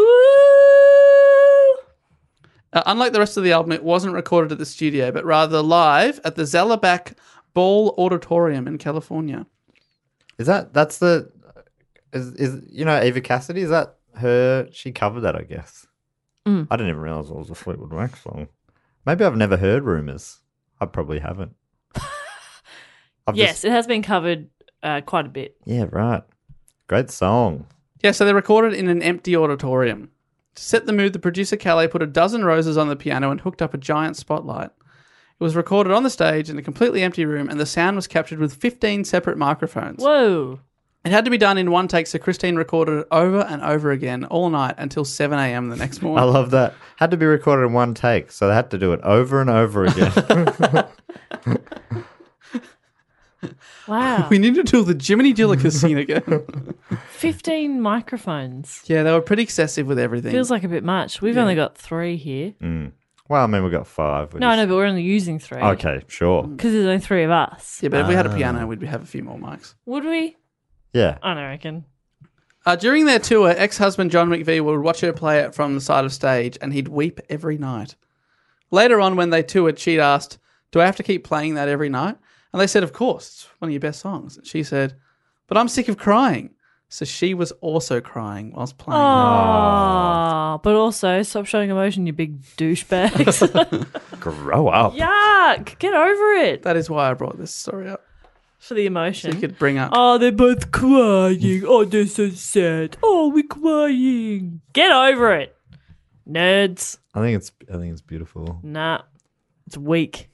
C: Uh, unlike the rest of the album, it wasn't recorded at the studio, but rather live at the Zellerbach Ball Auditorium in California.
D: Is that that's the is is you know Eva Cassidy? Is that her? She covered that, I guess.
E: Mm.
D: I didn't even realize it was a Fleetwood Mac song. Maybe I've never heard rumors. I probably haven't. I've
E: yes,
D: just-
E: it has been covered uh, quite a bit.
D: yeah, right. Great song.
C: Yeah, so they recorded in an empty auditorium. To set the mood, the producer Calais put a dozen roses on the piano and hooked up a giant spotlight. It was recorded on the stage in a completely empty room, and the sound was captured with 15 separate microphones.
E: Whoa.
C: It had to be done in one take, so Christine recorded it over and over again all night until 7 a.m. the next morning.
D: I love that. Had to be recorded in one take, so they had to do it over and over again.
E: Wow.
C: We need to do the Jiminy Dilica scene again.
E: 15 microphones.
C: yeah, they were pretty excessive with everything.
E: Feels like a bit much. We've only got three here.
D: Mm. Well, I mean, we've got five.
E: No, no, but we're only using three.
D: Okay, sure.
E: Because there's only three of us.
C: yeah, but if we had a
D: Ah.
C: piano, we'd have a few more mics.
E: Would we?
D: Yeah.
E: I don't reckon.
C: Uh, during their tour, ex husband John McVie would watch her play it from the side of stage and he'd weep every night. Later on, when they toured, she'd asked, Do I have to keep playing that every night? And they said, Of course, it's one of your best songs. And she said, But I'm sick of crying. So she was also crying whilst playing.
D: Ah,
E: Oh, but also stop showing emotion, you big douchebags.
D: Grow up.
E: Yuck! Get over it
C: That is why I brought this story up.
E: for the
C: So
E: emotion.
C: you could bring up.
E: Oh, they're both crying. Oh, they're so sad. Oh, we're crying. Get over it, nerds.
D: I think it's I think it's beautiful.
E: Nah, it's weak.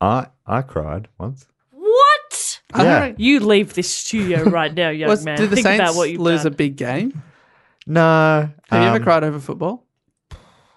D: I I cried once.
E: What?
C: I don't
D: Yeah.
C: reckon-
E: You leave this studio right now, young
C: Was-
E: man.
C: did the
E: Think
C: Saints
E: about what you've
C: lose
E: done.
C: a big game?
D: No.
C: Have you ever
D: um,
C: cried over football?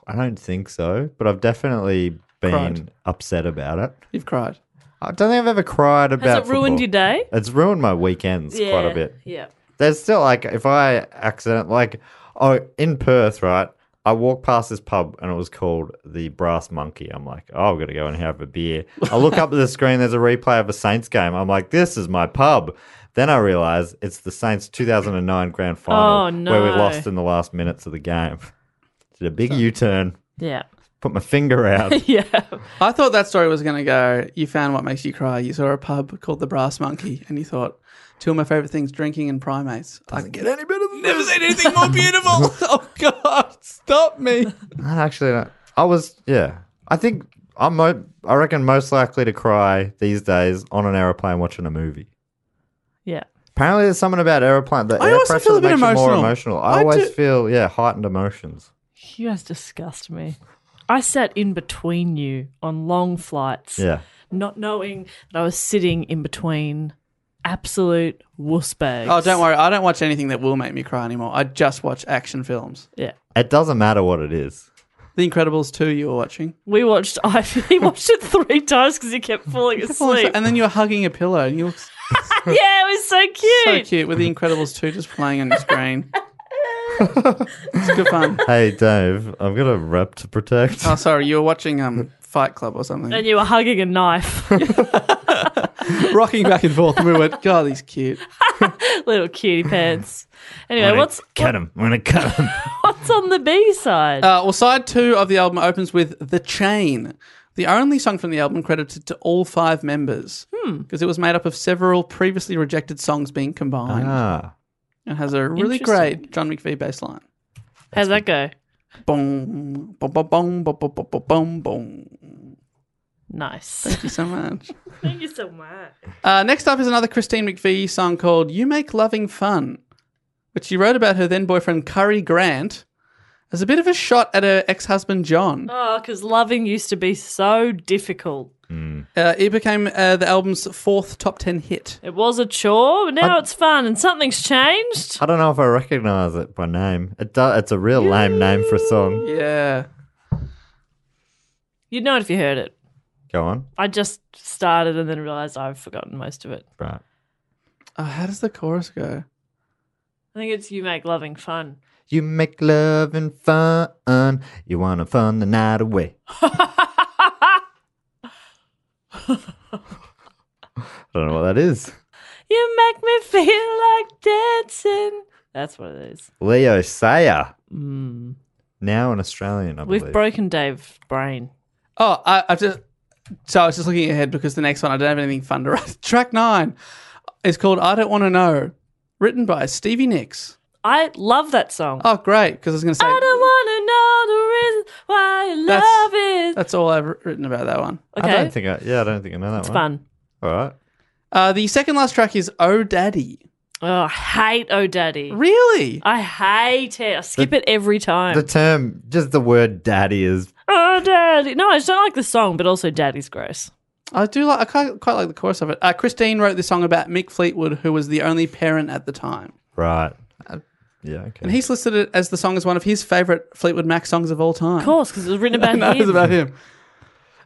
D: I don't think so, but I've definitely been
C: Cried.
D: upset about it.
C: You've cried.
D: I don't think I've ever cried about.
E: Has it ruined
D: football.
E: your day?
D: It's ruined my weekends quite a bit.
E: Yeah.
D: There's still like if I accident like oh in Perth right. I walked past this pub and it was called the Brass Monkey. I'm like, oh, I'm gonna go and have a beer. I look up at the screen. There's a replay of a Saints game. I'm like, this is my pub. Then I realize it's the Saints 2009 Grand Final
E: Oh, no.
D: where we lost in the last minutes of the game. Did a big U-turn.
E: Yeah.
D: Put my finger out.
E: Yeah.
C: I thought that story was going to go. You found what makes you cry. You saw a pub called the Brass Monkey, and you thought, two of my favorite things: drinking and primates. I get any better than never seen anything more beautiful. oh God, stop me!
D: I actually don't. I was, yeah. I think I'm, mo- I reckon, most likely to cry these days on an aeroplane watching a movie.
E: Yeah.
D: Apparently, there's something about aeroplane. The
C: I
D: air
C: also
D: pressure
C: feel a
D: that
C: bit
D: makes you more
C: emotional.
D: emotional. I,
C: I
D: always
C: do-
D: feel, yeah, heightened emotions.
E: You guys disgust me. I sat in between you on long flights,
D: Yeah.
E: not knowing that I was sitting in between absolute wuss bags.
C: Oh, don't worry. I don't watch anything that will make me cry anymore. I just watch action films.
E: Yeah.
D: It doesn't matter what it is.
C: The Incredibles two you were watching,
E: We watched, I he watched it three times because he kept falling asleep.
C: Oh, and then you were hugging a pillow, and you look
E: yeah, it was so cute.
C: so cute with The Incredibles two just playing on your screen. it's good fun.
D: Hey, Dave, I've got a rep to protect.
C: Oh, sorry, you were watching um Fight Club or something.
E: And you were hugging a knife.
C: rocking back and forth. And we went, God, he's cute.
E: Little cutie pants. Anyway,
D: I'm gonna
E: what's
D: cut him? I'm gonna cut him.
E: what's on the B side?
C: Uh, well, side two of the album opens with The Chain, the only song from the album credited to all five members.
E: Hmm.
C: Because it was made up of several previously rejected songs being combined.
D: ah,
C: It has a really
E: Interesting.
C: great John McVie bass line.
E: How's that go?
C: Boom, boom, boom, boom, boom, boom, boom, boom, boom.
E: Nice.
C: Thank you so much.
E: Thank you so much.
C: Uh, next up is another Christine McVie song called You Make Loving Fun, which she wrote about her then boyfriend Curry Grant as a bit of a shot at her ex husband John.
E: Oh, because loving used to be so difficult.
C: Uh, it became uh, the album's fourth top 10 hit.
E: It was a chore, but now it's fun and something's changed.
D: I don't know if I recognize it by name. It do- It's a real lame name for a song.
C: Yeah.
E: You'd know it if you heard it.
D: Go on.
E: I just started and then realised I've forgotten most of it.
D: Right.
C: Oh, how does the chorus go?
E: I think it's You Make Loving Fun.
D: You make love and fun. You wanna fun the night away. I don't know what that is.
E: You make me feel like dancing. That's what it is.
D: Leo Sayer,
E: Mm.
D: now an Australian, I believe.
E: We've broken Dave Brain.
C: Oh, I, I've just so I was just looking ahead because the next one I don't have anything fun to write. Track nine is called "I Don't Want to Know," written by Stevie Nicks.
E: I love that song.
C: Oh, great! Because I was going to say
E: I don't want to know the reason why you
C: That's-
E: love it.
C: that's all I've wr- written about that one.
E: Okay.
D: I don't think I, yeah, I don't think I know that
E: it's
D: one.
E: fun.
D: All right.
C: Uh, the second last track is "Oh Daddy."
E: Oh, I hate Oh Daddy.
C: Really?
E: I hate it. I skip
D: The-
E: it every time.
D: The term, just the word daddy is,
E: oh, Daddy. No, I just don't like the song, but also Daddy's gross.
C: I do like. I quite, quite like the chorus of it. Uh, Christine wrote this song about Mick Fleetwood, who was the only parent at the time,
D: right. Uh, Yeah, okay.
C: and he's listed it as the song as one of his favorite Fleetwood Mac songs of all time.
E: Of course, because it was written about
C: no, it
E: him.
C: was about him.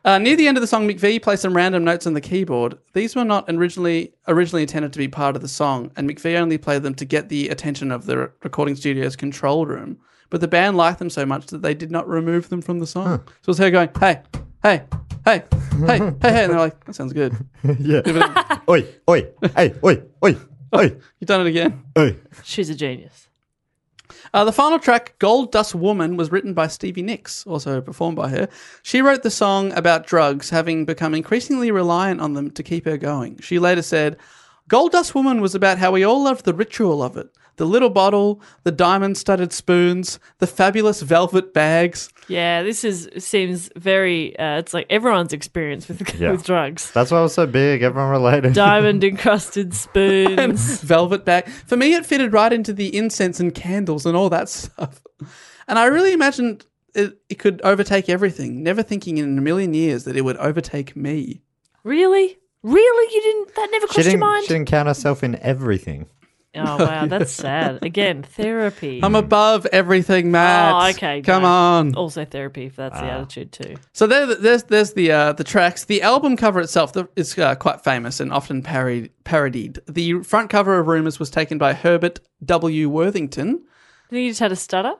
C: Uh, near the end of the song, McVie plays some random notes on the keyboard. These were not originally originally intended to be part of the song, and McVie only played them to get the attention of the re- recording studio's control room. But the band liked them so much that they did not remove them from the song. So it was her going, "Hey, hey, hey, hey, hey, hey," and they're like, "That sounds good.
D: yeah. oi, oi, hey, oi, oi, oi,
C: You've done it again."
D: oi.
E: She's a genius.
C: Uh, the final track, Gold Dust Woman, was written by Stevie Nicks, also performed by her. She wrote the song about drugs, having become increasingly reliant on them to keep her going. She later said, Gold Dust Woman was about how we all loved the ritual of it the little bottle, the diamond studded spoons, the fabulous velvet bags.
E: Yeah, this is seems very. Uh, it's like everyone's experience with
D: Yeah.
E: with drugs.
D: That's why it was so big. Everyone related.
E: Diamond encrusted spoons.
C: velvet bag. For me, it fitted right into the incense and candles and all that stuff. And I really imagined it, it could overtake everything, never thinking in a million years that it would overtake me.
E: really, really, you didn't. That never
D: she,
E: crossed your
D: didn't,
E: mind.
D: she didn't count herself in everything.
E: Oh wow, that's sad. Again, therapy.
C: I'm above everything, Matt.
E: oh, okay. Oh.
C: Come
E: no.
C: on.
E: Also therapy, if that's the attitude too.
C: So there, there's there's the uh, the tracks. The album cover itself the, is uh, quite famous and often parodied, parodied. The front cover of Rumors was taken by Herbert W. Worthington.
E: Then you just had a stutter.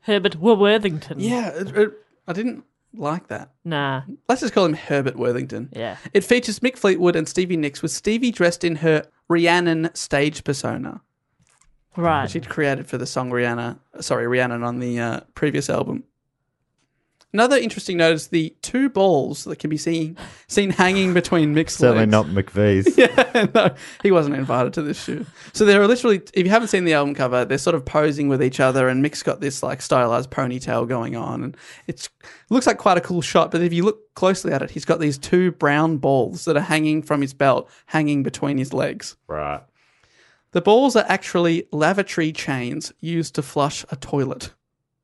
E: Herbert Wo- Worthington.
C: Yeah, it, it, I didn't like that.
E: Nah.
C: Let's just call him Herbert Worthington.
E: Yeah.
C: It features Mick Fleetwood and Stevie Nicks, with Stevie dressed in her Rhiannon stage persona.
E: Right.
C: she'd created for the song Rihanna. Sorry, Rihanna on the uh, previous album. Another interesting note is the two balls that can be seen seen hanging between mixed
D: Certainly
C: legs.
D: not McVee's.
C: Yeah, no, he wasn't invited to this shoot. So they're literally, if you haven't seen the album cover, they're sort of posing with each other, and Mick's got this like stylized ponytail going on, and it's looks like quite a cool shot. But if you look closely at it, he's got these two brown balls that are hanging from his belt, hanging between his legs.
D: Right.
C: The balls are actually lavatory chains used to flush a toilet.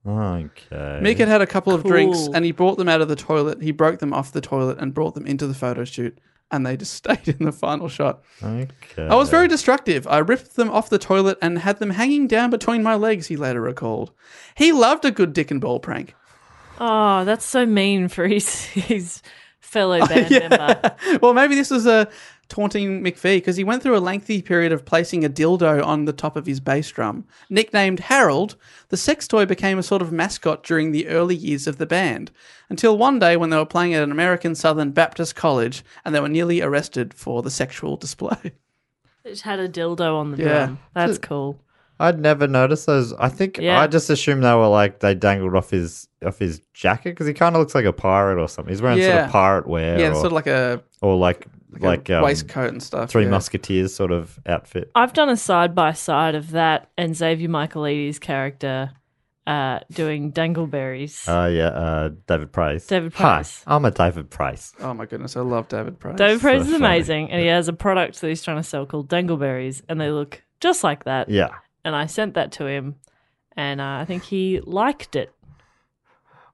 D: Okay.
C: Mick had had a couple of
E: Cool.
C: drinks and he brought them out of the toilet. He broke them off the toilet and brought them into the photo shoot, and they just stayed in the final shot.
D: Okay.
C: I was very destructive. I ripped them off the toilet and had them hanging down between my legs, he later recalled. He loved a good dick and ball prank.
E: Oh, that's so mean for his his fellow band member.
C: well, maybe this was a taunting McPhee because he went through a lengthy period of placing a dildo on the top of his bass drum. Nicknamed Harold, the sex toy became a sort of mascot during the early years of the band, until one day when they were playing at an American Southern Baptist college and they were nearly arrested for the sexual display.
E: It had a dildo on the
C: Yeah.
E: drum. That's cool.
D: I'd never noticed those. I think
E: Yeah.
D: I just assumed they were like they dangled off his off his jacket because he kind of looks like a pirate or something. He's wearing sort
C: Yeah.
D: of pirate wear.
C: yeah,
D: or,
C: it's sort of like a,
D: or like
C: like
D: like,
C: a
D: um,
C: waistcoat and stuff.
D: Three
C: yeah.
D: Musketeers sort of outfit.
E: I've done a side by side of that and Xavier Michaelides' character uh, doing dangleberries.
D: Uh, yeah, uh, David Price.
E: David Price.
D: Hi, I'm a David Price.
C: Oh my goodness, I love David Price.
E: David Price
D: so
E: is
D: funny.
E: amazing, and he has a product that he's trying to sell called Dangleberries, and they look just like that.
D: Yeah.
E: And I sent that to him, and uh, I think he liked it.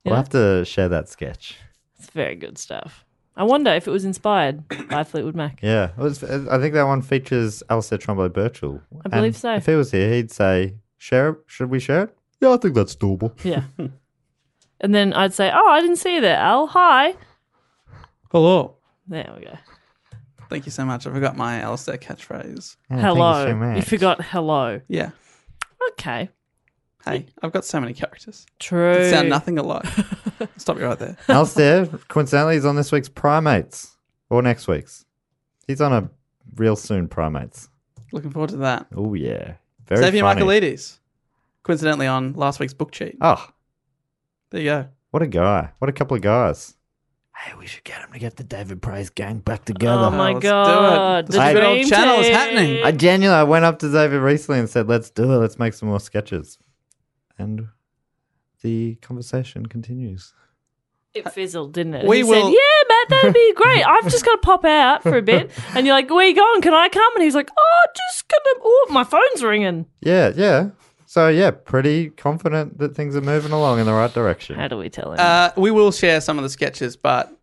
D: We'll
E: Yeah.
D: have to share that sketch.
E: It's very good stuff. I wonder if it was inspired by Fleetwood Mac.
D: Yeah. It was, I think that one features Alistair Trumbo Birchall.
E: I believe
D: And
E: so.
D: If he was here, he'd say, share it. Should we share it? Yeah, I think that's doable.
E: Yeah. and then I'd say, "Oh, I didn't see you there, Al. Hi."
C: Hello.
E: There
D: Oh,
E: we go.
C: Thank you so much. I forgot my Alistair catchphrase.
D: Yeah, thank you
E: hello.
D: so much.
E: forgot hello.
C: Yeah.
E: Okay.
C: Hey, I've got so many characters.
E: True.
C: Sound nothing alike. Stop you right there.
D: Alistair, coincidentally, is on this week's Primates or next week's. He's on a real soon Primates.
C: Looking forward to that.
D: Oh yeah, very
C: Xavier
D: funny.
C: Michaelides, coincidentally on last week's book cheat.
D: Oh,
C: There you go.
D: what a guy! What a couple of guys!
G: Hey, we should get him to get the David Price gang back together.
E: Oh my god, the
D: I-
E: dream
D: Good old
C: channel is
E: team.
C: happening.
D: I genuinely I went up to Xavier recently and said, "Let's do it. Let's make some more sketches," and the conversation continues.
E: It fizzled, didn't it?
C: We
E: he
C: will-
E: said, "Yeah, Matt, that'd be great. I'm just gonna pop out for a bit." And you're like, "Where you going? Can I come?" And he's like, "Oh, just gonna. Oh, my phone's ringing.
D: Yeah, yeah. So yeah, pretty confident that things are moving along in the right direction.
E: How do we tell him?
C: Uh, we will share some of the sketches, but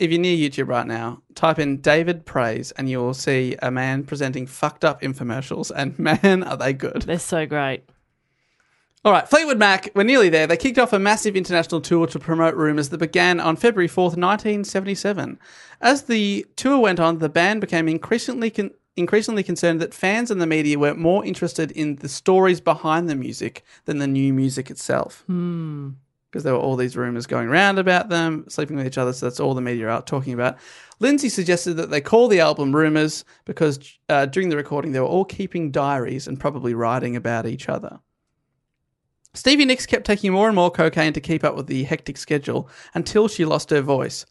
C: if you're near YouTube right now, type in David Praise and you will see a man presenting fucked up infomercials. And man, are they good.
E: They're so great.
C: All right, Fleetwood Mac, we're nearly there. They kicked off a massive international tour to promote rumours that began on February 4th, 1977. As the tour went on, the band became increasingly con- increasingly concerned that fans and the media were more interested in the stories behind the music than the new music itself. Because there were all these rumours going around about them, sleeping with each other, so that's all the media are talking about. Lindsay suggested that they call the album Rumours because uh, during the recording they were all keeping diaries and probably writing about each other. Stevie Nicks kept taking more and more cocaine to keep up with the hectic schedule until she lost her voice.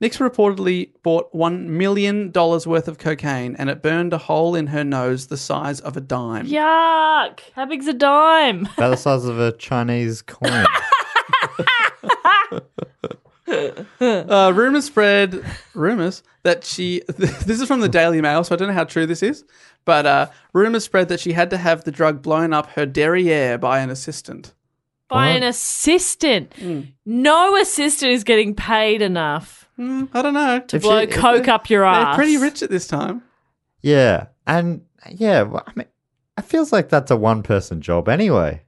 C: Nicks reportedly bought $1 million worth of cocaine and it burned a hole in her nose the size of a dime.
E: Yuck! How big's a dime?
D: About the size of a Chinese coin.
C: Uh, rumors spread, rumors that she, this is from the Daily Mail, so I don't know how true this is, but uh, rumors spread that she had to have the drug blown up her derriere by an assistant.
E: By
D: What?
E: an assistant. No assistant is getting paid enough
C: Hmm, I don't know.
E: to blow
D: she-
E: coke up your
C: They're
E: ass.
C: pretty rich at this time.
D: yeah, and yeah, well, I mean, it feels like that's a one-person job anyway.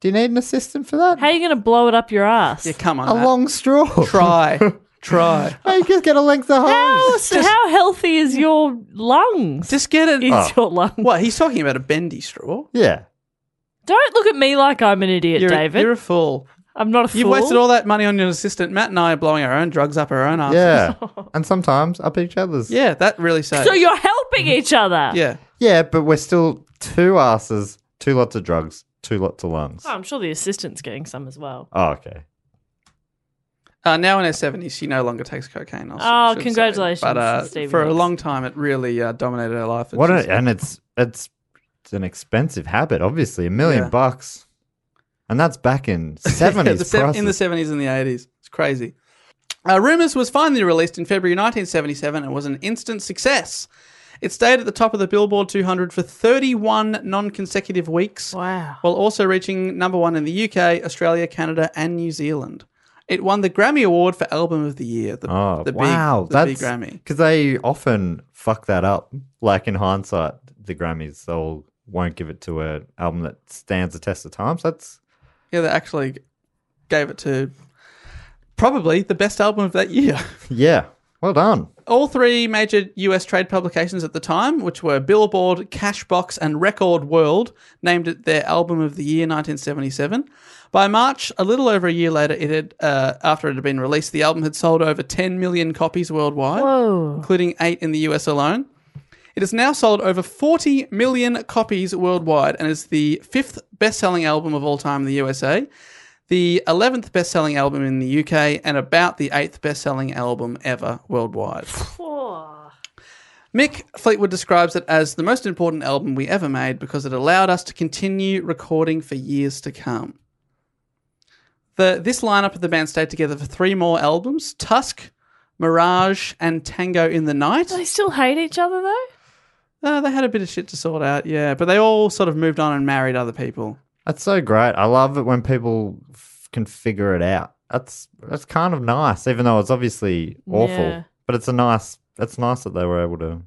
D: Do you need an assistant for that?
E: How are you gonna blow it up your ass?
C: Yeah, come on.
D: a
C: Matt.
D: long straw.
C: Try. Try.
D: Hey, you just get a length of
E: How,
D: hose.
E: how healthy is your lungs?
C: Just Oh. get it.
E: is your lungs?
C: What? He's talking about a bendy straw.
D: Yeah.
E: Don't look at me like I'm an idiot,
C: You're,
E: David.
C: you're a fool.
E: I'm not a fool.
C: You've wasted all that money on your assistant. Matt and I are blowing our own drugs up our own arse.
D: Yeah. and sometimes up each other's.
C: Yeah, that really saves.
E: So you're helping each other.
C: yeah.
D: Yeah, but we're still two asses, two lots of drugs, two lots of lungs.
E: Oh, I'm sure the assistant's getting some as well.
D: Oh, okay.
C: Uh, now in her seventies, she no longer takes cocaine. I
E: Oh,
C: should say.
E: congratulations,
C: But uh,
E: Stevie
C: for a
E: Nicks.
C: long time, it really uh, dominated her life.
D: What?
C: she's-
D: A, and it's it's it's an expensive habit. Obviously, a million
C: Yeah.
D: bucks, and that's back in
C: Yeah,
D: seventies
C: the sev- in the seventies and the eighties. It's crazy. Uh, Rumors was finally released in February 1977 and was an instant success. It stayed at the top of the Billboard 200 for 31 non-consecutive weeks.
E: Wow.
C: while also reaching number one in the UK, Australia, Canada, and New Zealand. It won the Grammy Award for Album of the Year. The,
D: oh
C: the
D: wow,
C: big, the
D: that's
C: big Grammy.
D: because they often fuck that up. Like in hindsight, the Grammys they'll won't give it to an album that stands the test of time. So that's
C: Yeah, they actually gave it to probably the best album of that year.
D: yeah, well done.
C: All three major US trade publications at the time, which were Billboard, Cashbox, and Record World, named it their album of the year 1977. By March, a little over a year later, it had, uh, after it had been released, the album had sold over 10 million copies worldwide, including eight in the US alone. It has now sold over 40 million copies worldwide and is the fifth best selling album of all time in the USA, the 11th best selling album in the UK, and about the 8th best selling album ever worldwide. Mick Fleetwood describes it as the most important album we ever made because it allowed us to continue recording for years to come. The, this lineup of the band stayed together for three more albums Tusk, Mirage, and Tango in the Night.
E: Do they still hate each other though?
C: Uh, they had a bit of shit to sort out, yeah. But they all sort of moved on and married other people.
D: That's so great. I love it when people f- can figure it out. That's that's kind of nice, even though it's obviously awful.
E: Yeah.
D: But it's a nice. It's nice that they were able to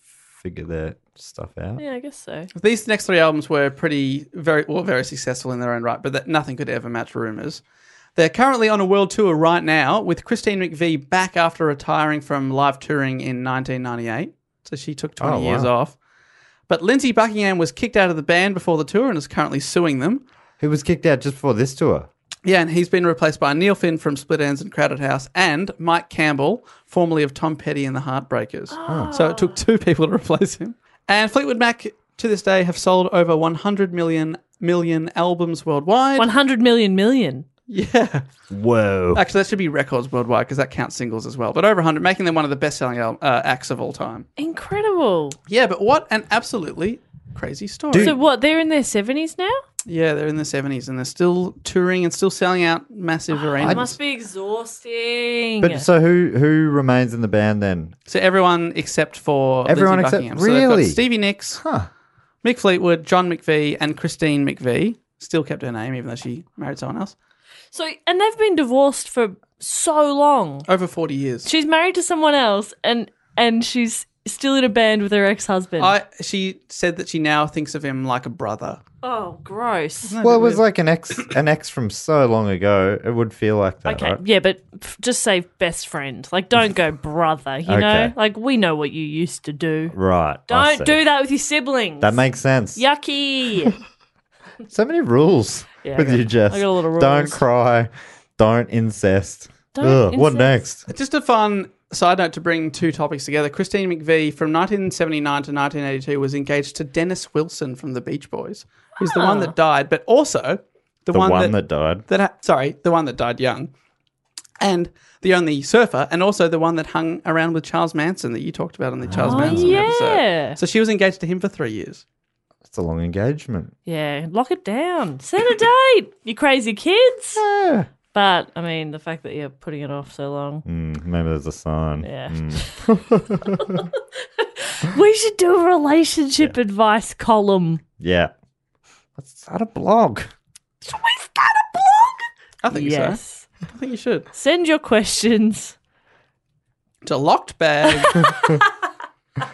D: figure their stuff out.
E: Yeah, I guess so.
C: These next three albums were pretty, very, well, very successful in their own right, but that nothing could ever match Rumours. They're currently on a world tour right now with Christine McVie back after retiring from live touring in 1998. So she took 20
D: Oh, wow.
C: years off. But Lindsay Buckingham was kicked out of the band before the tour and is currently suing them.
D: Who was kicked out just before this tour?
C: Yeah, and he's been replaced by Neil Finn from Split Ends and Crowded House and Mike Campbell, formerly of Tom Petty and the Heartbreakers. So it took two people to replace him. And Fleetwood Mac to this day have sold over 100 million million albums worldwide.
E: 100 million million.
C: Yeah.
D: Whoa.
C: Actually, that should be records worldwide because that counts singles as well. But over 100, making them one of the best selling uh, acts of all time.
E: Incredible.
C: Yeah, but what an absolutely crazy story.
E: So what? They're in their 70s now?
C: yeah, they're in their 70s and they're still touring and still selling out massive arenas.
E: It must be exhausting.
D: But so who who remains in the band then?
C: So everyone except for
D: Everyone
C: everyone
D: except-
C: Buckingham. So they've got
D: really?
C: Stevie Nicks, Mick Fleetwood, John McVie, and Christine McVie. Still kept her name even though she married someone else.
E: so and they've been divorced for so long.
C: Over forty years.
E: She's married to someone else and and she's still in a band with her ex-husband.
C: I she said that she now thinks of him like a brother.
E: oh, gross.
D: Well, it was like an ex an ex from so long ago. It would feel like that,
E: Okay,
D: right?
E: yeah, but f- just say best friend. Like, don't go brother, you know?
D: Okay.
E: Like, we know what you used to do.
D: Right. I see.
E: Don't do that with your siblings.
D: That makes sense.
E: Yucky.
D: So many rules
E: Yeah, I
D: with
E: got-
D: you, Jess.
E: I got a lot of
D: Don't
E: rules.
D: cry. Don't incest.
E: Don't
D: Ugh, What
E: incest.
D: next?
C: Just a fun side note to bring two topics together. Christine McVie from 1979 to 1982 was engaged to Dennis Wilson from the Beach Boys, who's the one
E: Ah.
C: that died, but also the,
D: The
C: one,
D: one,
C: that,
D: that, died.
C: that ha- sorry, the one that died young. And the only surfer, and also the one that hung around with Charles Manson that you talked about on the Charles
E: Oh,
C: Manson
E: yeah.
C: episode. So she was engaged to him for three years.
D: It's a long engagement.
E: yeah, lock it down. Set a date, you crazy kids. But, I mean, the fact that you're putting it off so long.
D: Ah. Mm, maybe there's a sign.
E: Yeah.
D: Mm.
E: We should do a relationship advice column.
D: Yeah. Let's start a blog.
E: Should we start a blog?
C: I think so.
E: Yes.
C: I think you should.
E: Send your questions.
C: to locked bag. oh,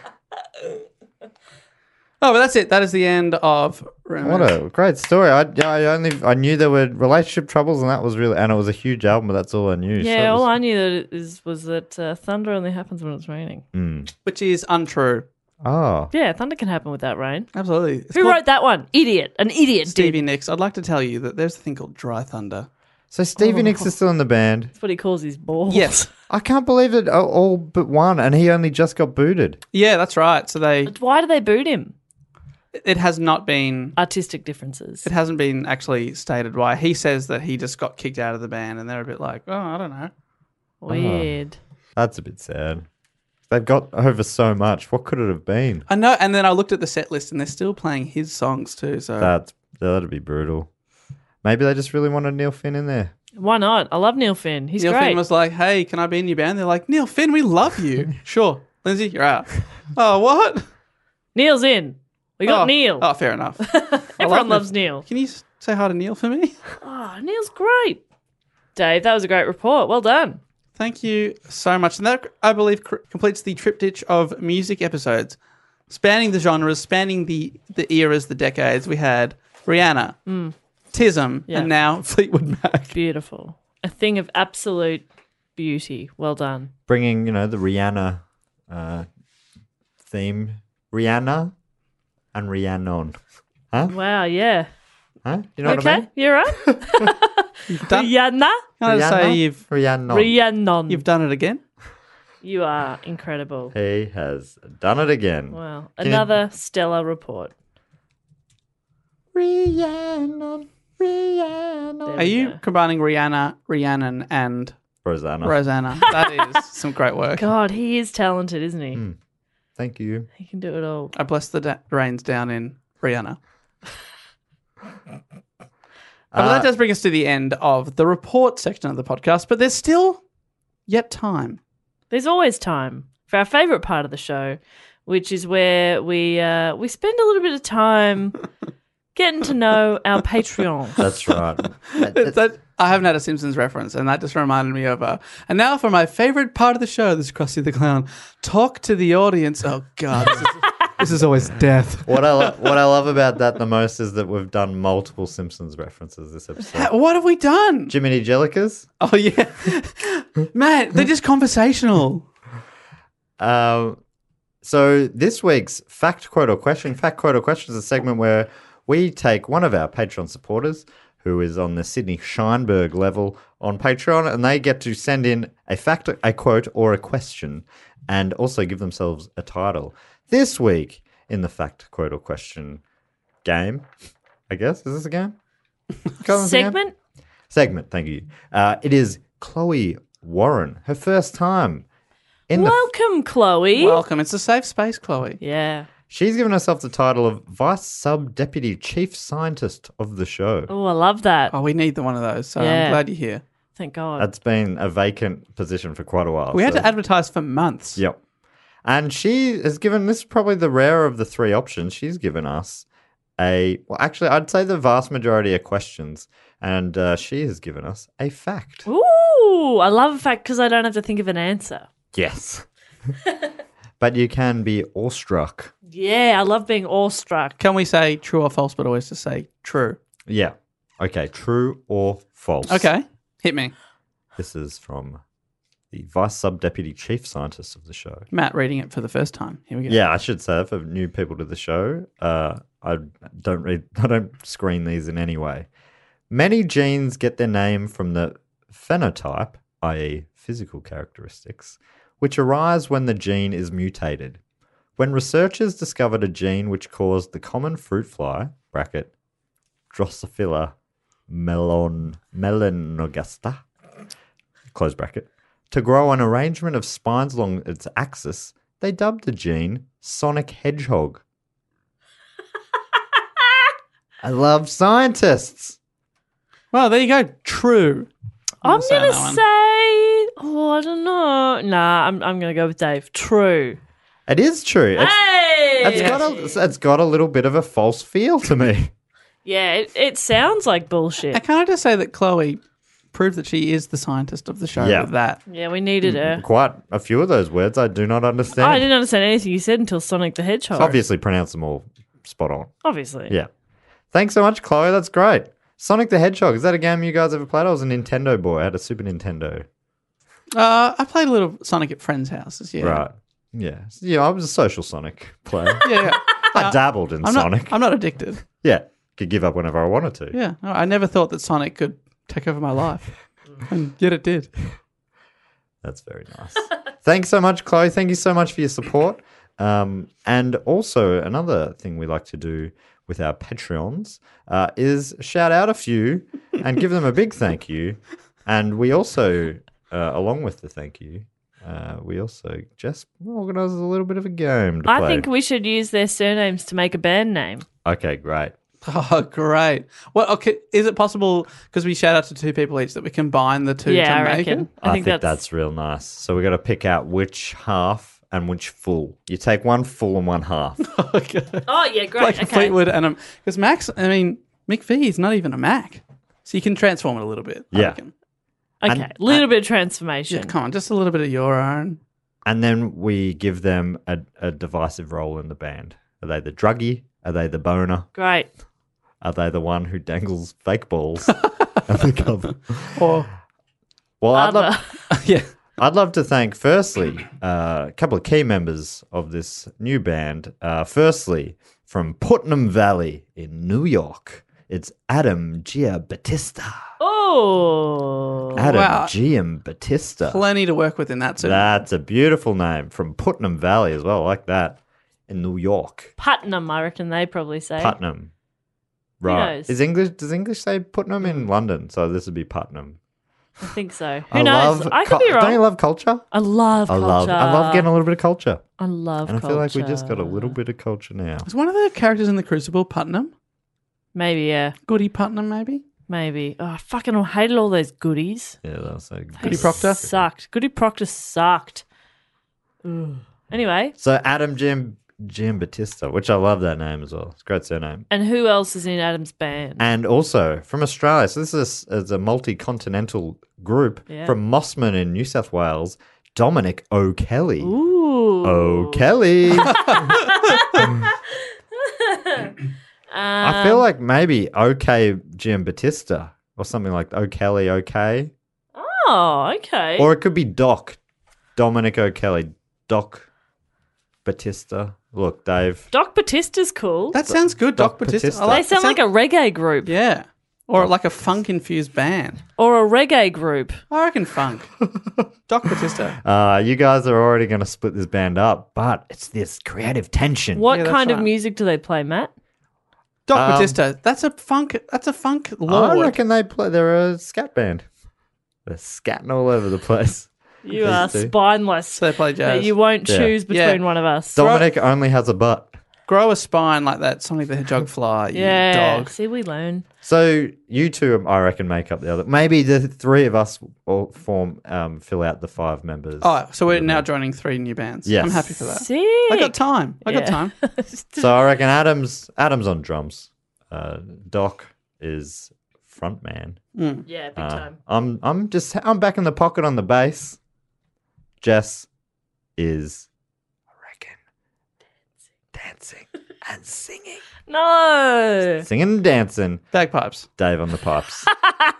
C: but that's it. That is the end of Room.
D: What a great story! I, I only I knew there were relationship troubles, and that was really and it was a huge album, but that's all I knew. So
E: Yeah,
D: it
E: all
D: was-
E: I knew that it is, was that uh, thunder only happens when it's raining.
D: Mm.
C: Which is untrue.
D: Oh,
E: Yeah, thunder can happen without rain.
C: Absolutely. It's
E: Who
C: called
E: wrote that one? Idiot. An idiot did.
C: Stevie Nicks? I'd like to tell you that there's a thing called dry thunder.
D: so Stevie Nicks is still in the band.
E: That's what he calls his balls.
C: Yes.
D: I can't believe it. All- All but one, and he only just got booted.
C: Yeah, that's right. So they
E: Why do they boot him?
C: it has not been
E: Artistic differences.
C: it hasn't been actually stated why. He says that he just got kicked out of the band and they're a bit like, "Oh, I don't know." Ah.
E: Weird.
D: That's a bit sad. They've got over so much. What could it have been?
C: I know, and then I looked at the set list and they're still playing his songs too, so
D: That that'd be brutal. Maybe they just really wanted Neil Finn in there.
E: Why not? I love Neil Finn. He's
C: Neil
E: great.
C: Finn was like, "Hey, can I be in your band?" They're like, "Neil Finn, we love you." sure, Lindsay, you're out. oh, what?
E: Neil's in. We got
C: Oh,
E: Neil.
C: Oh, fair enough.
E: Everyone loves Neil.
C: Can you s- say hi to Neil for me?
E: Oh, Neil's great. Dave, that was a great report. Well done.
C: Thank you so much. And that, I believe, cr- completes the triptych of music episodes, spanning the genres, spanning the the eras, the decades. We had Rihanna, Tism,
E: Mm. Yeah.
C: and now Fleetwood Mac.
E: Beautiful. A thing of absolute beauty. Well done.
D: Bringing you know the Rihanna uh, theme, Rihanna and Rhiannon.
E: Wow, yeah.
D: Huh? You know what I
E: okay,
D: mean?
E: you're right.
C: Done.
E: Rihanna. Mm.
C: Can I just say you've
D: Rihanna.
E: Rhiannon.
C: you've done it again?
E: You are incredible.
D: he has done it again.
E: Wow.
D: Can-
E: Another stellar report.
D: Rihanna, Rihanna.
E: There
C: Are
E: we
C: you
E: go.
C: combining Rihanna, Rhiannon, and
D: Rosanna.
C: Rosanna? That is some great work.
E: God, he is talented, isn't he?
D: Thank you.
E: He can do it all.
C: I bless the da- rains down in Rihanna. Uh, but that does bring us to the end of the report section of the podcast, but there's still yet time.
E: There's always time for our favourite part of the show, which is where we uh, we spend a little bit of time getting to know our Patreon.
D: That's right. That-
C: It's
D: that's-
C: that- I haven't had a Simpsons reference, and that just reminded me of. Uh, and now for my favorite part of the show, this is Krusty the Clown. Talk to the audience. Oh, God. This is, this is always death.
D: what I lo- what I love about that the most is that we've done multiple Simpsons references this episode.
C: What have we done?
D: Jiminy Jellicas.
C: Oh, yeah. Man, they're just conversational.
D: Um, so this week's fact quote or question, fact quote or question is a segment where we take one of our Patreon supporters who is on the Sydney Scheinberg level on Patreon, and they get to send in a fact, a quote, or a question, and also give themselves a title. This week in the fact, quote, or question game. I guess is this a game? Call this a game?
E: Segment?
D: Segment. Thank you. Uh, it is Chloe Warren, her first time in the
E: Welcome, Chloe.
C: Welcome. It's a safe space, Chloe.
E: Yeah.
D: She's given herself the title of Vice Sub Deputy Chief Scientist of the show.
E: Oh, I love that.
C: Oh, we need the one of those. So
E: Yeah.
C: I'm glad you're here.
E: Thank God.
D: That's been a vacant position for quite a while.
C: We had
D: so-
C: to advertise for months.
D: Yep. And she has given this is probably the rare of the three options. She's given us a well, actually, I'd say the vast majority of questions, and uh, she has given us a fact.
E: Ooh, I love a fact because I don't have to think of an answer.
D: Yes. but you can be awestruck.
E: Yeah, I love being awestruck.
C: Can we say true or false, but always to say true?
D: Yeah. Okay. True or false?
C: Okay. Hit me.
D: This is from the vice sub deputy chief scientist of the show.
C: Matt reading it for the first time. Here we go.
D: Yeah, I should say for new people to the show, uh, I don't read, I don't screen these in any way. Many genes get their name from the phenotype, i.e., physical characteristics, which arise when the gene is mutated. When researchers discovered a gene which caused the common fruit fly (bracket Drosophila melon melanogaster) close bracket, to grow an arrangement of spines along its axis, they dubbed the gene Sonic Hedgehog. I love scientists.
C: Well, there you go. True.
E: I'm
C: say
E: gonna
C: that one.
E: say, oh, I don't know. Nah, I'm I'm gonna go with Dave. True.
D: It is true. It's,
E: Hey,
D: it's got a, it's got a little bit of a false feel to me.
E: yeah, it, it sounds like bullshit.
C: And can I just say that Chloe proved that she is the scientist of the show
D: Yeah.
C: with that?
E: Yeah, we needed her.
D: Quite a few of those words I do not understand.
E: I didn't understand anything you said until Sonic the Hedgehog.
D: Obviously, pronounce them all spot on.
E: Obviously.
D: Yeah. Thanks so much, Chloe. That's great. Sonic the Hedgehog. Is that a game you guys ever played? I was a Nintendo boy. I had a Super Nintendo.
C: Uh, I played a little Sonic at friends' houses. Yeah.
D: Right. Yeah. Yeah, I was a social Sonic player.
C: Yeah. yeah.
D: I dabbled in
C: I'm not,
D: Sonic.
C: I'm not addicted.
D: Yeah. Could give up whenever I wanted to.
C: Yeah. No, I never thought that Sonic could take over my life. and yet it did.
D: That's very nice. Thanks so much, Chloe. Thank you so much for your support. Um, and also, another thing we like to do with our Patreons uh, is shout out a few and give them a big thank you. And we also, uh, along with the thank you, uh, we also just organise a little bit of a game to
E: I
D: play.
E: think we should use their surnames to make a band name.
D: okay, great.
C: Oh, great. Well, okay. Is it possible, because we shout out to two people each, that we combine the two
E: yeah,
C: to
E: I
C: make
E: reckon.
C: it?
D: I, think, that's... real nice. So we got to pick out which half and which full. You take one full and one half.
C: okay.
E: Oh yeah, great.
C: Like
E: okay.
C: Fleetwood and um, because Max, I mean, McPhee is not even a Mac, so you can transform it a little bit. I
D: Yeah.
C: reckon.
E: Okay,
D: And-
E: little bit of
C: yeah.
E: transformation.
C: Come on, just a little bit of your own.
D: and then we give them a, a divisive role in the band. Are they the druggie? Are they the boner?
E: Great.
D: Are they the one who dangles fake balls at the cover?
C: Or
D: Well, I'd
E: Other.
D: love,
C: yeah,
D: I'd love to thank, firstly, uh, a couple of key members of this new band. Uh, firstly, from Putnam Valley in New York, it's Adam Giambattista.
E: Oh.
D: Adam
C: Wow.
D: Giambattista.
C: plenty to work with in that. Too.
D: That's a beautiful name from Putnam Valley as well, I like that, in New York.
E: Putnam, I reckon they probably say.
D: Putnam.
E: Who
D: Right.
E: knows?
D: Is English does English say Putnam in London? So this would be Putnam.
E: I think so. Who knows? I could
D: cul-
E: be wrong.
D: Don't you love culture?
E: I love
D: I
E: culture.
D: love I love getting a little bit of culture.
E: I love
D: and I feel like we just got a
E: culture.
D: little bit of culture now.
C: Is one of the characters in the Crucible Putnam?
E: Maybe, yeah.
C: Goody Putnam, maybe.
E: Maybe. Oh, I fucking hated all those goodies.
D: Yeah, that was so good.
E: They Sucked. Goody Proctor sucked. Ugh. Anyway,
D: So Adam Jim Jim Batista, which I love that name as well. It's a great surname.
E: and who else is in Adam's band?
D: And also from Australia. So this is, is a multi continental group
E: Yeah.
D: from Mossman in New South Wales, Dominic O'Kelly.
E: Ooh.
C: Oh.
D: Oh, O'Kelly. I feel like maybe OK Jim Batista or something like O'Kelly OK.
E: Oh, okay.
D: Or it could be Doc. Dominic O'Kelly. Doc Batista. Look, Dave.
E: Doc Batista's cool.
C: That sounds good, Doc,
D: Doc
C: Batista.
D: Bautista.
C: I
E: they
C: like-
E: sound like a reggae group.
C: yeah. Or like a funk infused band.
E: Or a reggae group.
C: I reckon funk. Doc Batista.
D: Uh, you guys are already going to split this band up, but it's this creative tension.
E: What kind of music do they play, Matt?
C: Doc
D: Um,
C: Batista. That's a funk. That's a funk lord.
D: I reckon they play. They're a scat band. They're scatting all over the place. These
E: You are
D: two.
E: spineless.
C: They play
E: That
C: jazz.
E: you won't
D: Yeah.
E: choose between
C: Yeah.
E: one of us.
D: Dominic only has a butt.
C: Grow a spine like that. Sonic the Hedgehog fly. You
E: yeah.
C: Dog.
E: See, we learn.
D: So you two, I reckon, make up the other. Maybe the three of us all form, um, fill out the five members.
C: Oh, so we're now joining three new bands.
D: Yes.
C: I'm happy for that.
E: Sick.
C: I got time. I got
E: Yeah.
C: time.
D: So I reckon Adam's Adam's on drums. Uh, Doc is front man.
C: Mm.
E: Yeah, big
D: Uh,
E: time.
D: I'm I'm just I'm back in the pocket on the bass. Jess is dancing and singing,
E: No.
D: singing and dancing.
C: Bagpipes.
D: Dave on the pipes.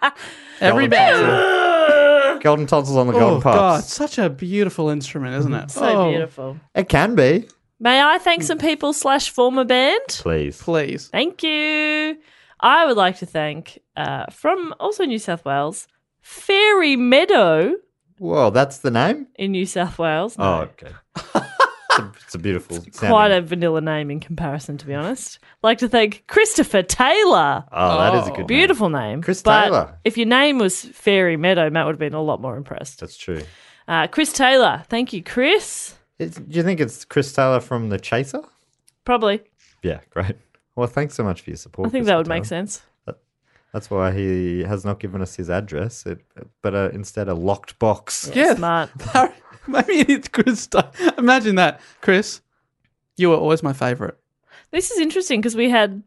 C: Every
D: Golden
C: band.
D: tonsil. Golden tonsils on the
C: Oh
D: golden pipes.
C: God, such a beautiful instrument, isn't it?
E: So
C: Oh, Hmm.
E: beautiful.
D: It can be.
E: May I thank some people slash former band?
D: Please.
C: Please.
E: Thank you. I would like to thank uh, from also New South Wales, Fairy Meadow
D: Whoa, that's the name?
E: in New South Wales. No,
D: Oh, okay. it's, a, it's a beautiful sounding-
E: Quite a vanilla name in comparison, to be honest. like to thank Christopher Taylor.
D: Oh, that is a good name.
E: Beautiful name.
D: Chris
E: but
D: Taylor.
E: If your name was Fairy Meadow, Matt would have been a lot more impressed.
D: That's true.
E: Uh, Chris Taylor. Thank you, Chris.
D: It's, do you think it's Chris Taylor from The Chaser?
E: Probably.
D: Yeah, great. Well, thanks so much for your support.
E: I think
D: Chris
E: that would
D: Taylor.
E: make sense.
D: That's why he has not given us his address, it, but uh, instead a locked box.
C: Yeah.
E: Smart.
C: Maybe it's good stuff. Imagine that, Chris. You were always my favorite.
E: This is interesting because we had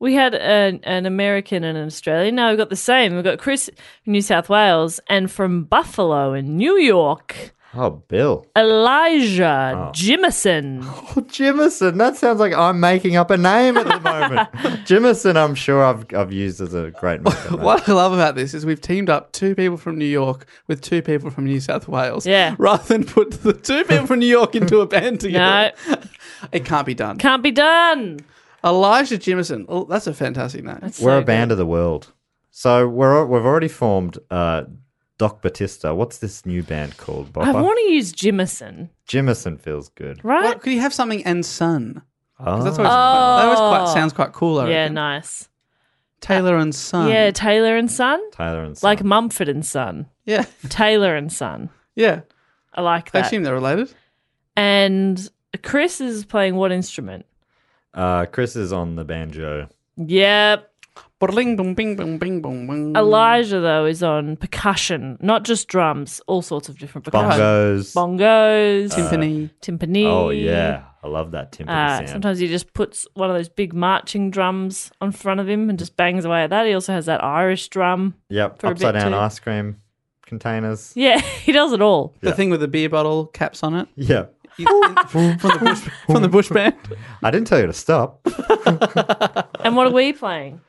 E: we had an, an American and an Australian. Now we've got the same. We've got Chris from New South Wales and from Buffalo in New York,
D: Oh, Bill.
E: Elijah Jimison.
D: Oh, Jimison. That sounds like I'm making up a name at the moment. Jimison, I'm sure I've, I've used as a great market name.
C: What I love about this is we've teamed up two people from New York with two people from New South Wales.
E: Yeah.
C: Rather than put the two people from New York into a band together. It can't be done.
E: Can't be done.
C: Elijah Jimison. Oh, that's a fantastic name.
D: We're a band of the world. So we're al- we've already formed uh, Doc Batista. What's this new band called?
E: I
D: Bopper?
E: want to use Jimison,
D: Jimison feels good.
E: right?
C: Well, could you have something and son? 'Cause That's always,
E: Oh.
C: that always quite, sounds quite cool, I
E: yeah,
C: reckon.
E: nice.
C: Taylor and son.
E: Yeah, Taylor and Son,
D: Taylor and
E: like Mumford and Son.
C: Yeah.
E: Taylor and Son.
C: Yeah.
E: I like
C: I
E: that.
C: assume they're related.
E: And Chris is playing what instrument?
D: uh, Chris is on the banjo.
E: Yep.
C: Bling, bing, bing, bing, bing, bing,
D: Mm.
C: bing.
E: Elijah though is on percussion, not just drums, all sorts of different percussion.
D: Bongos. Uh,
E: Bongos,
C: Timpani.
E: timpani.
D: Oh yeah, I love that timpani
E: Uh,
D: sound.
E: sometimes he just puts one of those big marching drums on front of him and just bangs away at that. He also has that Irish drum.
D: yep,
E: for a
D: upside
E: bit
D: down
E: too.
D: ice cream containers.
E: Yeah, he does it all.
C: the
D: Yeah.
C: thing with the beer bottle caps on it.
D: Yeah,
C: You- from, the bush, from the bush band.
D: I didn't tell you to stop.
E: And what are we playing?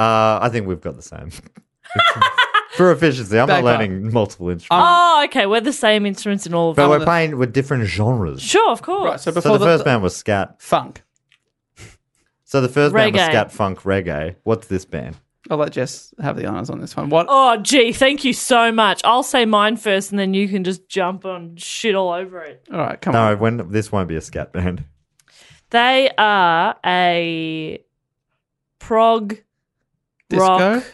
D: Uh, I think we've got the same. For efficiency, I'm
C: Bagpipe.
D: not learning multiple instruments,
E: Oh, okay, we're the same instruments in all of
D: Um, but
E: them.
D: we're playing with different genres.
E: Sure, of course.
C: Right, so before
D: So the
C: the,
D: first band was scat.
C: funk.
D: So the first band was
E: Reggae.
D: scat funk reggae. What's this band?
C: I'll let Jess have the honors on this one. What?
E: Oh, gee, thank you so much. I'll say mine first, and then you can just jump on shit all over it.
C: All right, come
D: No,
C: on.
D: when this won't be a scat band.
E: They are a prog
C: Disco.
E: rock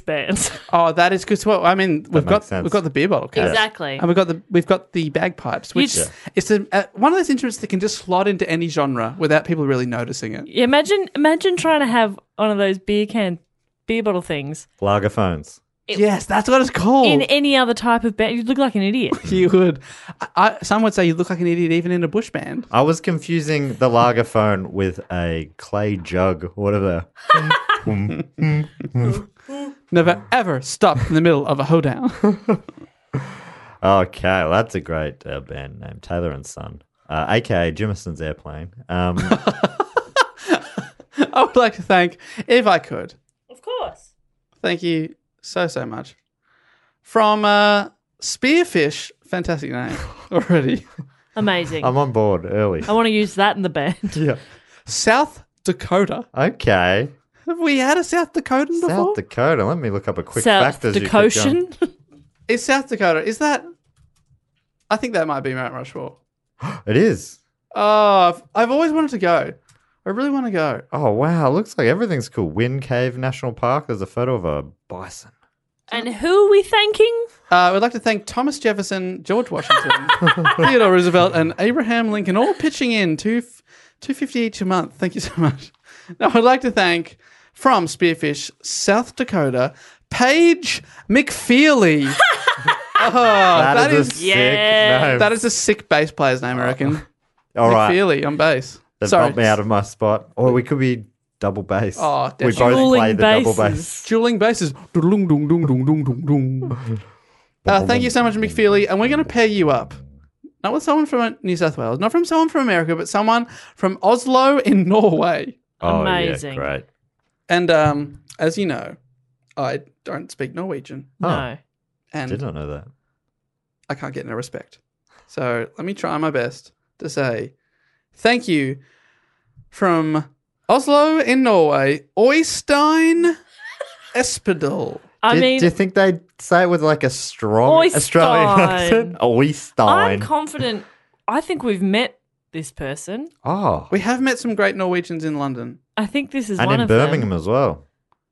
E: band.
C: Oh, that is good. So, I mean, we've got
D: makes sense.
C: we've got the beer bottle cap.
E: Exactly.
C: And we've got the we've got the bagpipes, which
E: just-
C: it's a, uh, one of those instruments that can just slot into any genre without people really noticing it.
E: Imagine imagine trying to have one of those beer can beer bottle things
D: Lagerphones.
C: yes, that's what it's called.
D: Oh.
E: in any other type of band. You'd look like an idiot.
C: you would. I, I, some would say you look like an idiot even in a bush band.
D: I was confusing the Lagerphone with a clay jug, whatever.
C: Never ever stop in the middle of a hoedown.
D: Okay, well, that's a great uh, band name, Taylor and Son, uh, aka Jimison's Airplane. Um,
C: I would like to thank, if I could,
E: Of course.
C: Thank you so so much. From uh, Spearfish, fantastic name already.
E: Amazing.
D: I'm on board early.
E: I want to use that in the band.
D: Yeah.
C: South Dakota,
D: Okay.
C: Have we had a South Dakotan before?
D: South Dakota. Let me look up a quick
C: South
D: fact as you keep going.
C: is South Dakota? Is that? I think that might be Mount Rushmore.
D: It is.
C: Oh, I've, I've always wanted to go. I really want to go.
D: Oh wow! Looks like everything's cool. Wind Cave National Park. There's a photo of a bison.
E: And who are we thanking?
C: Uh, we'd like to thank Thomas Jefferson, George Washington, Theodore Roosevelt, and Abraham Lincoln all pitching in two two fifty each a month. Thank you so much. Now I'd like to thank from Spearfish, South Dakota, Paige McFeely. oh,
D: That is a sick Yes. name.
C: That is a sick bass player's name, I reckon.
D: All right.
C: McFeely on bass.
D: They've
C: Sorry.
D: bumped me out of my spot. Or we could be double bass.
C: Oh,
D: we both
C: definitely.
D: play the double bass.
C: Dueling basses. Dung, dung, dung, dung, dung, dung, dung. Uh, thank you so much, McFeely. And we're going to pair you up. Not with someone from uh, New South Wales, not from someone from America, but someone from Oslo in Norway.
D: Oh, yeah, Amazing. great.
C: And um, as you know, I don't speak Norwegian.
D: Oh. No.
C: And
D: Did not know that.
C: I can't get no respect. So let me try my best to say thank you from Oslo in Norway, Oystein Espedal.
E: I
D: do,
E: mean,
D: do you think they say it with like a strong
E: Oystein.
D: Australian accent?
E: I'm
D: Oystein.
E: confident. I think we've met this person.
D: oh,
C: We have met some great Norwegians in London.
E: I think this is
D: and
E: one
D: in
E: of
D: Birmingham
E: them.
D: as well.